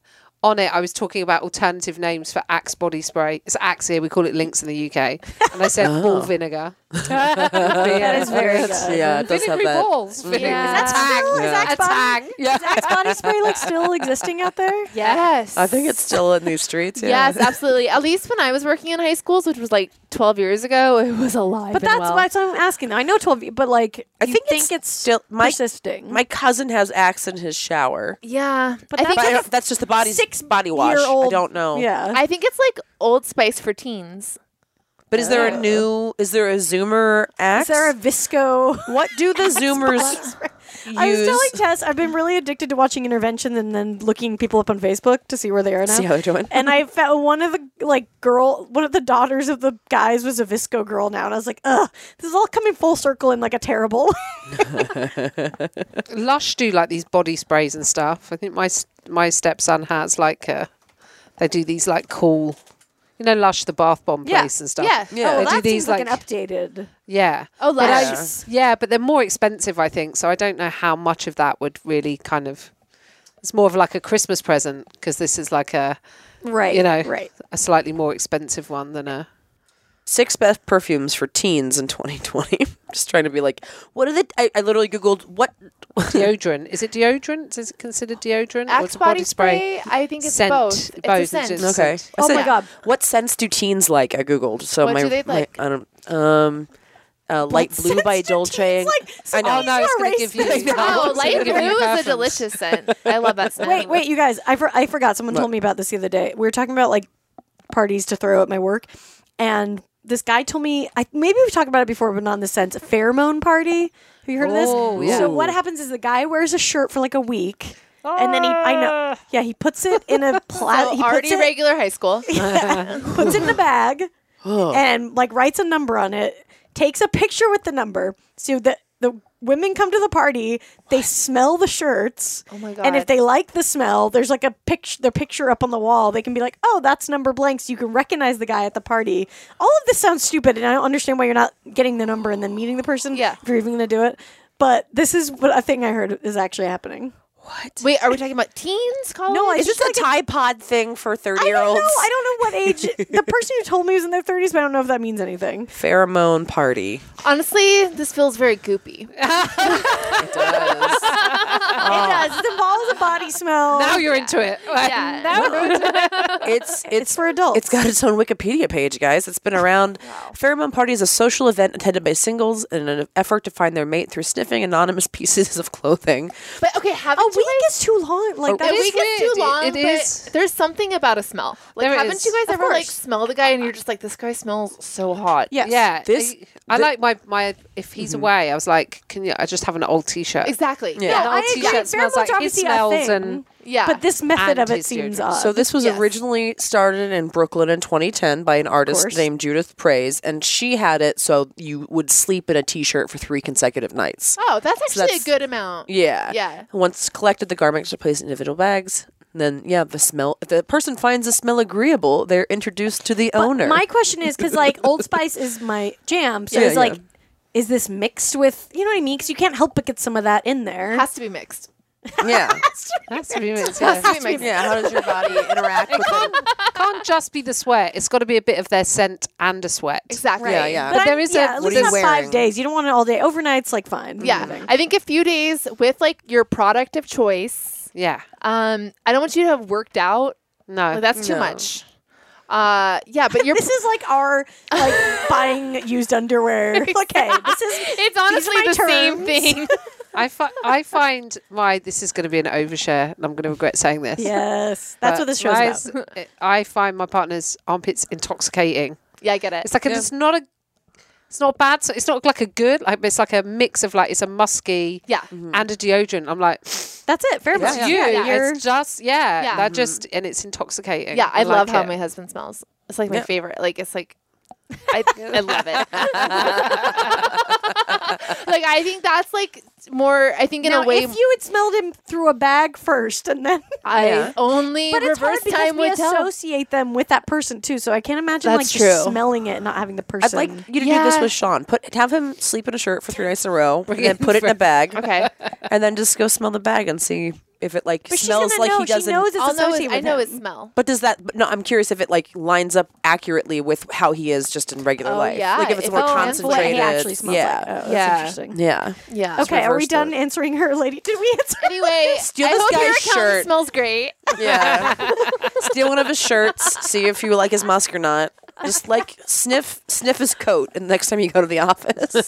Speaker 5: on it, I was talking about alternative names for Axe body spray. It's Axe here. We call it Lynx in the UK, and I [laughs] said ball vinegar.
Speaker 1: that is very good.
Speaker 2: Yeah, it does have
Speaker 5: Vinegary
Speaker 2: that.
Speaker 5: balls. Vinegar.
Speaker 3: Yeah.
Speaker 5: That's
Speaker 1: Tang. Is
Speaker 5: Yeah.
Speaker 1: Axe
Speaker 5: A
Speaker 1: body,
Speaker 5: tang.
Speaker 1: is Axe body spray like still existing out there?
Speaker 3: yes.
Speaker 2: I think it's still in these streets. Yeah.
Speaker 3: Yes, absolutely. At least when I was working in high schools, which was like 12 years ago, it was alive.
Speaker 1: But
Speaker 3: and
Speaker 1: that's
Speaker 3: well.
Speaker 1: what I'm asking. Though. I know 12, but like,
Speaker 2: I
Speaker 1: you
Speaker 2: think,
Speaker 1: think
Speaker 2: it's, still my
Speaker 1: persisting.
Speaker 2: my cousin has axe in his shower.
Speaker 3: Yeah,
Speaker 1: But
Speaker 3: I
Speaker 1: that's
Speaker 2: But I
Speaker 3: think
Speaker 1: like
Speaker 3: it's-
Speaker 2: don't, that's just the body
Speaker 1: six
Speaker 2: body wash. I
Speaker 1: Year-old-
Speaker 2: don't know.
Speaker 1: Yeah.
Speaker 3: I think it's like Old Spice for teens.
Speaker 2: But is there a new? Is there a Zoomer axe?
Speaker 1: is there a Visco?
Speaker 2: [laughs] what do the Zoomers?
Speaker 1: I was telling
Speaker 8: use.
Speaker 1: Tess I've been really addicted to watching intervention and then looking people up on Facebook to see where they are now.
Speaker 2: See how they're doing.
Speaker 1: And I found one of the like girl, one of the daughters of the guys was a visco girl now, and I was like, ugh, this is all coming full circle in like a terrible.
Speaker 5: Lush do like these body sprays and stuff. I think my s- my stepson has like uh, they do these like cool, you know, Lush the bath bomb
Speaker 1: Yeah.
Speaker 5: place and stuff.
Speaker 1: Yeah.
Speaker 5: yeah.
Speaker 1: [laughs] Oh,
Speaker 5: they
Speaker 1: that
Speaker 5: do
Speaker 1: seems
Speaker 5: these
Speaker 1: like,
Speaker 5: like,
Speaker 1: an updated.
Speaker 5: yeah.
Speaker 1: Oh,
Speaker 5: But I-
Speaker 1: Lush.
Speaker 5: yeah, but they're more expensive, I think. So I don't know how much of that would really kind of. It's more of like a Christmas present because this is like a
Speaker 1: Right.
Speaker 5: you know
Speaker 1: Right.
Speaker 5: a slightly more expensive one than a
Speaker 2: Six best perfumes for teens in [laughs] 2020. Just trying to be like, what are the? I, I literally googled what.
Speaker 5: deodorant. is it deodorant? Is it considered deodorant
Speaker 3: Axe
Speaker 5: it's
Speaker 3: body spray. I think it's
Speaker 5: Scent.
Speaker 3: both. It's a
Speaker 5: Both.
Speaker 3: scent.
Speaker 5: It's-
Speaker 2: Okay. I
Speaker 1: Oh my God.
Speaker 2: What scents do teens like? I googled. So
Speaker 3: What
Speaker 2: my,
Speaker 3: do they
Speaker 2: my-
Speaker 3: like?
Speaker 2: I don't. Um, uh, light blue
Speaker 1: Sense [laughs]
Speaker 2: by
Speaker 1: to
Speaker 2: Dolce.
Speaker 1: teens, Like, so
Speaker 2: I know.
Speaker 5: Oh no, it's going
Speaker 1: Erase
Speaker 5: to give you.
Speaker 1: this [laughs] from-
Speaker 3: Oh,
Speaker 5: it's gonna
Speaker 3: light
Speaker 5: give you
Speaker 3: blue is a
Speaker 5: preference.
Speaker 3: delicious scent. I love that scent.
Speaker 1: Wait, wait, you guys. I, for, I forgot. Someone told me about this the other day. We were talking about like parties to throw at my work, and this guy told me. I maybe we've talked about it before, but not in this sense. A pheromone party. Have you heard of
Speaker 5: Oh,
Speaker 1: this?
Speaker 5: yeah.
Speaker 1: So what happens is the guy wears a shirt for like a week, and then he. I know. Yeah, he puts it in
Speaker 3: [laughs]
Speaker 1: a pla-
Speaker 3: Ah. So
Speaker 1: he
Speaker 3: already
Speaker 1: puts it,
Speaker 3: regular high school.
Speaker 1: [laughs] puts it in a bag, and like writes a number on it. Takes a picture with the number. So the the women come to the party. They smell the shirts.
Speaker 3: Oh my
Speaker 1: And if
Speaker 3: God.
Speaker 1: they like the smell, there's like a picture, their picture up on the wall. They can be like, "Oh, that's number blank," so you can recognize the guy at the party. All of this sounds stupid, and I don't understand why you're not getting the number and then meeting the person.
Speaker 3: Yeah.
Speaker 1: if you're even going to do it. But this is what a thing I heard is actually happening.
Speaker 3: [laughs] Wait, are we talking about teens? College?
Speaker 1: No, I
Speaker 2: Is this
Speaker 1: just like
Speaker 2: a Tide Pod thing for
Speaker 1: I don't know.
Speaker 2: 30-year-olds?
Speaker 1: I don't know what age
Speaker 3: [laughs]
Speaker 1: the person who told me was in their 30s, but I don't know if that means anything.
Speaker 2: Pheromone party.
Speaker 3: honestly, this feels very goopy.
Speaker 1: It does. It involves a body smell.
Speaker 5: Now you're into it.
Speaker 3: yeah.
Speaker 2: It's
Speaker 1: it's for adults.
Speaker 2: It's got its own Wikipedia page, guys. It's been around. Pheromone Party is a social event attended by singles in an effort to find their mate through sniffing anonymous [laughs] pieces of clothing.
Speaker 3: but okay, haven't
Speaker 1: a
Speaker 3: you
Speaker 1: week is too long. Like
Speaker 3: guys,
Speaker 1: that
Speaker 3: a
Speaker 1: Oh, is
Speaker 3: week
Speaker 5: weird.
Speaker 3: is too
Speaker 5: It-
Speaker 3: long?
Speaker 5: it
Speaker 3: but
Speaker 5: is.
Speaker 3: There's something about a smell. Like,
Speaker 5: There
Speaker 3: haven't
Speaker 5: is.
Speaker 3: you guys
Speaker 5: Of
Speaker 3: ever like
Speaker 5: course.
Speaker 3: smell the guy and you're just like, this guy smells so hot.
Speaker 1: Yes.
Speaker 5: Yeah.
Speaker 2: This- Mm-hmm.
Speaker 5: I- I, like my my if he's away, I was like, can you I just have an old t shirt.
Speaker 3: Exactly.
Speaker 5: Yeah.
Speaker 1: No,
Speaker 5: The old
Speaker 1: I agree.
Speaker 5: t-shirt smells
Speaker 1: Pheromones
Speaker 5: like
Speaker 1: are
Speaker 5: his
Speaker 1: obviously a
Speaker 5: smells
Speaker 1: thing.
Speaker 5: and
Speaker 3: Yeah.
Speaker 1: But this method
Speaker 5: And
Speaker 1: of it
Speaker 5: his
Speaker 1: seems uh,
Speaker 5: deodorant.
Speaker 1: odd.
Speaker 2: So this was
Speaker 3: Yes.
Speaker 2: originally started in Brooklyn in 2010 by an artist
Speaker 1: course.
Speaker 2: named Judith Praise, and she had it so you would sleep in a t-shirt for three consecutive nights.
Speaker 3: Oh, that's actually
Speaker 2: that's-
Speaker 3: a good amount.
Speaker 2: Yeah.
Speaker 3: Yeah.
Speaker 2: Once collected, the garments are placed in individual bags. Then, yeah, the smell. If the person finds the smell agreeable, they're introduced to the
Speaker 1: But
Speaker 2: owner.
Speaker 1: My question is because like Old Spice is my jam, so
Speaker 2: Yeah,
Speaker 1: it's like,
Speaker 2: yeah.
Speaker 1: is this mixed with you know what I mean? Because you can't help but get some of that in there.
Speaker 3: Has to be mixed.
Speaker 2: [laughs] yeah.
Speaker 5: that's what
Speaker 3: [laughs]
Speaker 5: it
Speaker 3: Has
Speaker 5: yeah.
Speaker 3: to be mixed.
Speaker 2: Yeah, how does your body
Speaker 1: [laughs]
Speaker 2: interact with it?
Speaker 5: Can't just be the sweat. It's gotta be a bit of their scent and a sweat.
Speaker 3: Exactly.
Speaker 2: Yeah, yeah.
Speaker 5: But
Speaker 1: I'm-
Speaker 5: there is a-
Speaker 1: yeah, at
Speaker 5: what
Speaker 1: least
Speaker 5: are you
Speaker 1: not
Speaker 2: wearing?
Speaker 1: five days. You don't want it all day. Overnight's like fine.
Speaker 3: Yeah. I think a few days with like your product of choice.
Speaker 5: Yeah.
Speaker 3: Um, I don't want you to have worked out.
Speaker 5: No.
Speaker 3: Like, that's [laughs] too much. Uh,
Speaker 1: [laughs]
Speaker 3: yeah, but you're.
Speaker 1: This is like our like buying used underwear. Okay, this is
Speaker 3: it's
Speaker 1: honestly my the same terms.
Speaker 3: thing.
Speaker 5: I, fi- I find my this is going to be an overshare and I'm going to regret saying this.
Speaker 1: yes. That's
Speaker 5: but
Speaker 1: what this show's
Speaker 5: my-
Speaker 1: about.
Speaker 5: I find my partner's armpits intoxicating.
Speaker 3: yeah, I get it.
Speaker 5: It's like a, it's not a, it's not bad. So it's not like a good. Like it's like a mix of like it's a musky, Mm-hmm.
Speaker 3: Yeah.
Speaker 5: and a deodorant. I'm like,
Speaker 1: That's it. Fair
Speaker 5: it's
Speaker 1: enough.
Speaker 5: you.
Speaker 1: Yeah, you're-
Speaker 5: It's just yeah.
Speaker 3: Yeah.
Speaker 5: That just and it's intoxicating.
Speaker 3: yeah, I, love
Speaker 5: like
Speaker 3: how
Speaker 5: it.
Speaker 3: my husband smells. It's like my favorite. Like it's like. I, I love it. like I think that's like more. I think in
Speaker 1: now,
Speaker 3: a way
Speaker 1: if you had smelled him through a bag first and then
Speaker 3: I
Speaker 2: Yeah.
Speaker 1: [laughs]
Speaker 3: only
Speaker 1: But it's hard
Speaker 3: reverse
Speaker 1: because
Speaker 3: time
Speaker 1: we
Speaker 3: would tell.
Speaker 1: associate them with that person too. So I can't imagine
Speaker 3: That's
Speaker 1: like
Speaker 3: true.
Speaker 1: just smelling it and not having the person.
Speaker 2: I'd like you to do this
Speaker 3: Yeah.
Speaker 2: with Sean. Put have him sleep in a shirt for three nights in a row, and then put it [laughs] in a bag,
Speaker 3: Okay,
Speaker 2: and then just go smell the bag and see if it like
Speaker 1: but she's
Speaker 2: smells
Speaker 1: gonna
Speaker 2: like
Speaker 1: know.
Speaker 2: he
Speaker 1: She
Speaker 2: doesn't.
Speaker 1: knows it's
Speaker 3: I'll know.
Speaker 1: associated
Speaker 3: His, I
Speaker 1: with
Speaker 3: know
Speaker 1: him.
Speaker 3: his smell.
Speaker 2: But does that? But no, I'm curious if it like lines up accurately with how he is just in regular
Speaker 3: Oh,
Speaker 2: life.
Speaker 3: yeah.
Speaker 2: Like if it's
Speaker 3: If-
Speaker 2: more
Speaker 3: oh,
Speaker 1: That's what
Speaker 2: concentrated.
Speaker 1: he actually smells
Speaker 2: yeah,
Speaker 1: like. Oh, that's
Speaker 3: Yeah.
Speaker 1: interesting.
Speaker 2: yeah.
Speaker 3: Yeah.
Speaker 1: Okay, are we
Speaker 2: reversed
Speaker 1: done
Speaker 2: it.
Speaker 1: answering her, lady? Did we answer?
Speaker 3: Anyway,
Speaker 2: Steal
Speaker 3: I
Speaker 2: this
Speaker 3: hope your
Speaker 2: guy's
Speaker 3: accountant
Speaker 2: shirt.
Speaker 3: smells great.
Speaker 2: Yeah. [laughs] Steal one of his shirts, see if you like his musk or not. Just like sniff sniff his coat and next time you go to the office.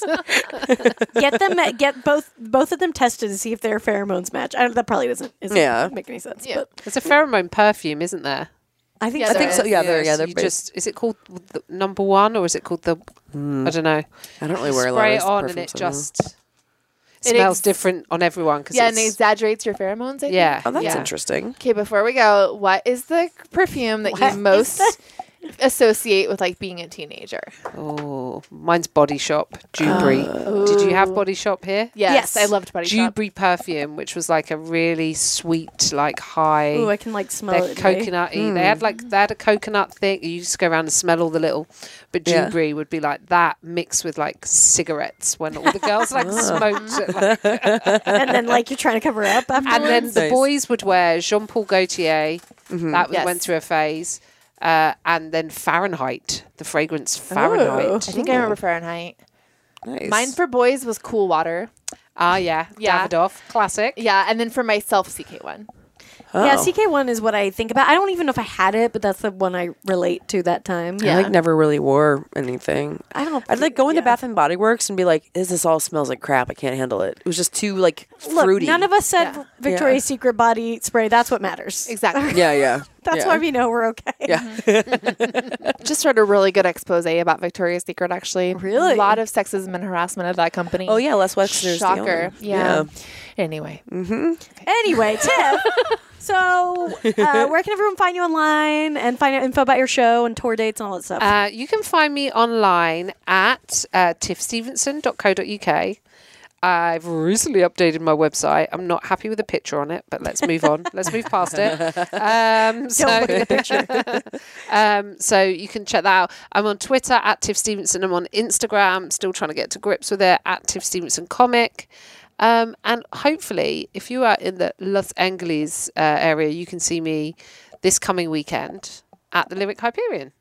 Speaker 1: [laughs] get them, get both both of them tested to see if their pheromones match. I don't, that probably doesn't, isn't
Speaker 2: Yeah.
Speaker 1: make any sense.
Speaker 3: Yeah.
Speaker 1: But
Speaker 5: There's a pheromone perfume, isn't there?
Speaker 1: [laughs] I think
Speaker 3: Yeah,
Speaker 1: so.
Speaker 2: I think so. Yeah, they're yeah,
Speaker 5: so
Speaker 2: they're
Speaker 5: you
Speaker 2: pretty-
Speaker 5: just is it called the number one or is it called the? I don't know.
Speaker 2: I don't really
Speaker 5: You
Speaker 2: wear a lot
Speaker 5: spray
Speaker 2: of
Speaker 5: it
Speaker 2: those
Speaker 5: on and
Speaker 2: perfumes,
Speaker 5: it
Speaker 2: I don't know.
Speaker 5: just. smells
Speaker 3: ex-
Speaker 5: different on everyone because
Speaker 3: yeah, and it exaggerates your pheromones. I think.
Speaker 5: yeah,
Speaker 2: Oh, that's
Speaker 5: yeah.
Speaker 2: interesting.
Speaker 3: Okay, before we go, what is the perfume that you most associate with like being a teenager?
Speaker 5: Oh, mine's Body Shop Jubery. Did you have Body Shop here?
Speaker 3: Yes,
Speaker 1: Yes.
Speaker 3: I loved Body Shop.
Speaker 5: Jubery perfume, which was like a really sweet, like high.
Speaker 1: Ooh, I can like smell
Speaker 5: they're
Speaker 1: it. today.
Speaker 5: coconutty.
Speaker 2: Hmm.
Speaker 5: They had like they had a coconut thing. You just go around and smell all the little, but
Speaker 2: Yeah.
Speaker 5: Jubery would be like that mixed with like cigarettes when all the
Speaker 2: [laughs]
Speaker 5: girls like
Speaker 2: Ah.
Speaker 5: smoked. It, like,
Speaker 1: and then like you're trying to cover up afterwards.
Speaker 5: and then the
Speaker 2: Nice.
Speaker 5: boys would wear Jean Paul Gaultier. That was,
Speaker 3: Mm-hmm. Yes.
Speaker 5: went through a phase, uh, and then Fahrenheit, the fragrance Fahrenheit.
Speaker 3: Oh. I think I remember Fahrenheit.
Speaker 2: Nice.
Speaker 3: Mine for boys was Cool Water.
Speaker 5: Ah, yeah,
Speaker 3: Yeah.
Speaker 5: Davidoff, classic.
Speaker 3: Yeah, and then for myself, CK1.
Speaker 1: Yeah,
Speaker 2: Oh.
Speaker 1: CK one is what I think about. I don't even know if I had it, but that's the one I relate to that time.
Speaker 3: Yeah.
Speaker 2: I like never really wore anything.
Speaker 1: I don't.
Speaker 2: I'd like go into
Speaker 1: yeah.
Speaker 2: Bath and Body Works and be like, "This, this all smells like crap. I can't handle it." It was just too like
Speaker 1: Look,
Speaker 2: fruity.
Speaker 1: none of us said
Speaker 3: Yeah.
Speaker 1: Victoria's Secret body spray. That's what matters.
Speaker 2: [laughs] [laughs]
Speaker 3: Exactly.
Speaker 2: Yeah, yeah.
Speaker 1: That's
Speaker 2: yeah.
Speaker 1: why we know we're okay.
Speaker 2: Yeah.
Speaker 3: Just read a really good expose about Victoria's Secret, actually.
Speaker 1: Really?
Speaker 3: A lot of sexism and harassment at that company.
Speaker 2: Oh yeah, Les Wexner's the
Speaker 3: Shocker.
Speaker 2: owner.
Speaker 3: Yeah. Anyway.
Speaker 1: [laughs] Anyway, Tiff. so, uh, where can everyone find you online and find out info about your show and tour dates and all that stuff?
Speaker 5: Uh, you can find me online at uh, tiffstevenson.co.uk. I've recently updated my website. I'm not happy with the picture on it, but let's
Speaker 1: [laughs]
Speaker 5: move on. let's move past it. Um, so,
Speaker 1: Don't look at the picture.
Speaker 5: um, so [laughs] you can check that out. I'm on Twitter at Tiff Stevenson. I'm on Instagram. Still trying to get to grips with it at Tiff Stevenson Comic. Um, and hopefully, if you are in the Los Angeles uh, area, you can see me this coming weekend at the Lyric Hyperion.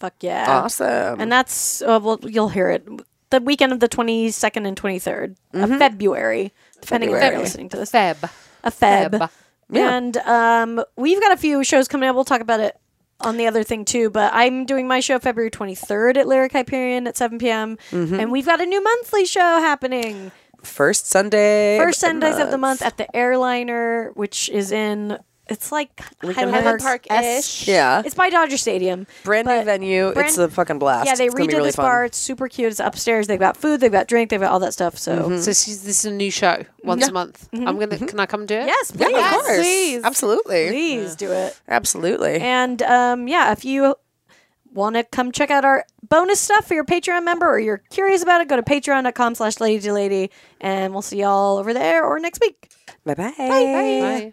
Speaker 1: Fuck yeah.
Speaker 2: Awesome.
Speaker 1: And that's, uh, well, you'll hear it. The weekend of the 22nd and 23rd of February, depending on when you're
Speaker 5: February.
Speaker 1: listening to this.
Speaker 5: Feb.
Speaker 1: a Feb.
Speaker 5: Feb.
Speaker 2: Yeah.
Speaker 1: And um, we've got a few shows coming up. We'll talk about it on the other thing too. But I'm doing my show February 23rd at Lyric Hyperion at 7 p.m.
Speaker 2: Mm-hmm.
Speaker 1: And we've got a new monthly show happening.
Speaker 2: First Sunday.
Speaker 1: First Sundays of the month at the Airliner, which is in. It's like Highland
Speaker 3: Highland
Speaker 1: Park
Speaker 3: Park-ish.
Speaker 1: ish.
Speaker 2: Yeah.
Speaker 1: It's by Dodger Stadium.
Speaker 2: Brand new
Speaker 1: but-
Speaker 2: venue.
Speaker 1: brand-
Speaker 2: it's a fucking blast.
Speaker 1: Yeah, they
Speaker 2: It's gonna be
Speaker 1: redid
Speaker 2: really
Speaker 1: this
Speaker 2: fun.
Speaker 1: bar. It's super cute. It's upstairs. They've got food, they've got drink, they've got all that stuff. So
Speaker 2: Mm-hmm.
Speaker 5: So she's, this is a new show once a month. I'm gonna. Can I come do it?
Speaker 1: yes,
Speaker 2: Yeah,
Speaker 1: please,
Speaker 2: of course.
Speaker 1: please,
Speaker 2: Absolutely.
Speaker 1: please do it.
Speaker 2: Absolutely.
Speaker 1: And um, yeah, if you want to come check out our bonus stuff for your Patreon member or you're curious about it, go to patreon.com slash lady to lady and we'll see y'all over there or next week.
Speaker 2: Bye-bye.
Speaker 5: Bye.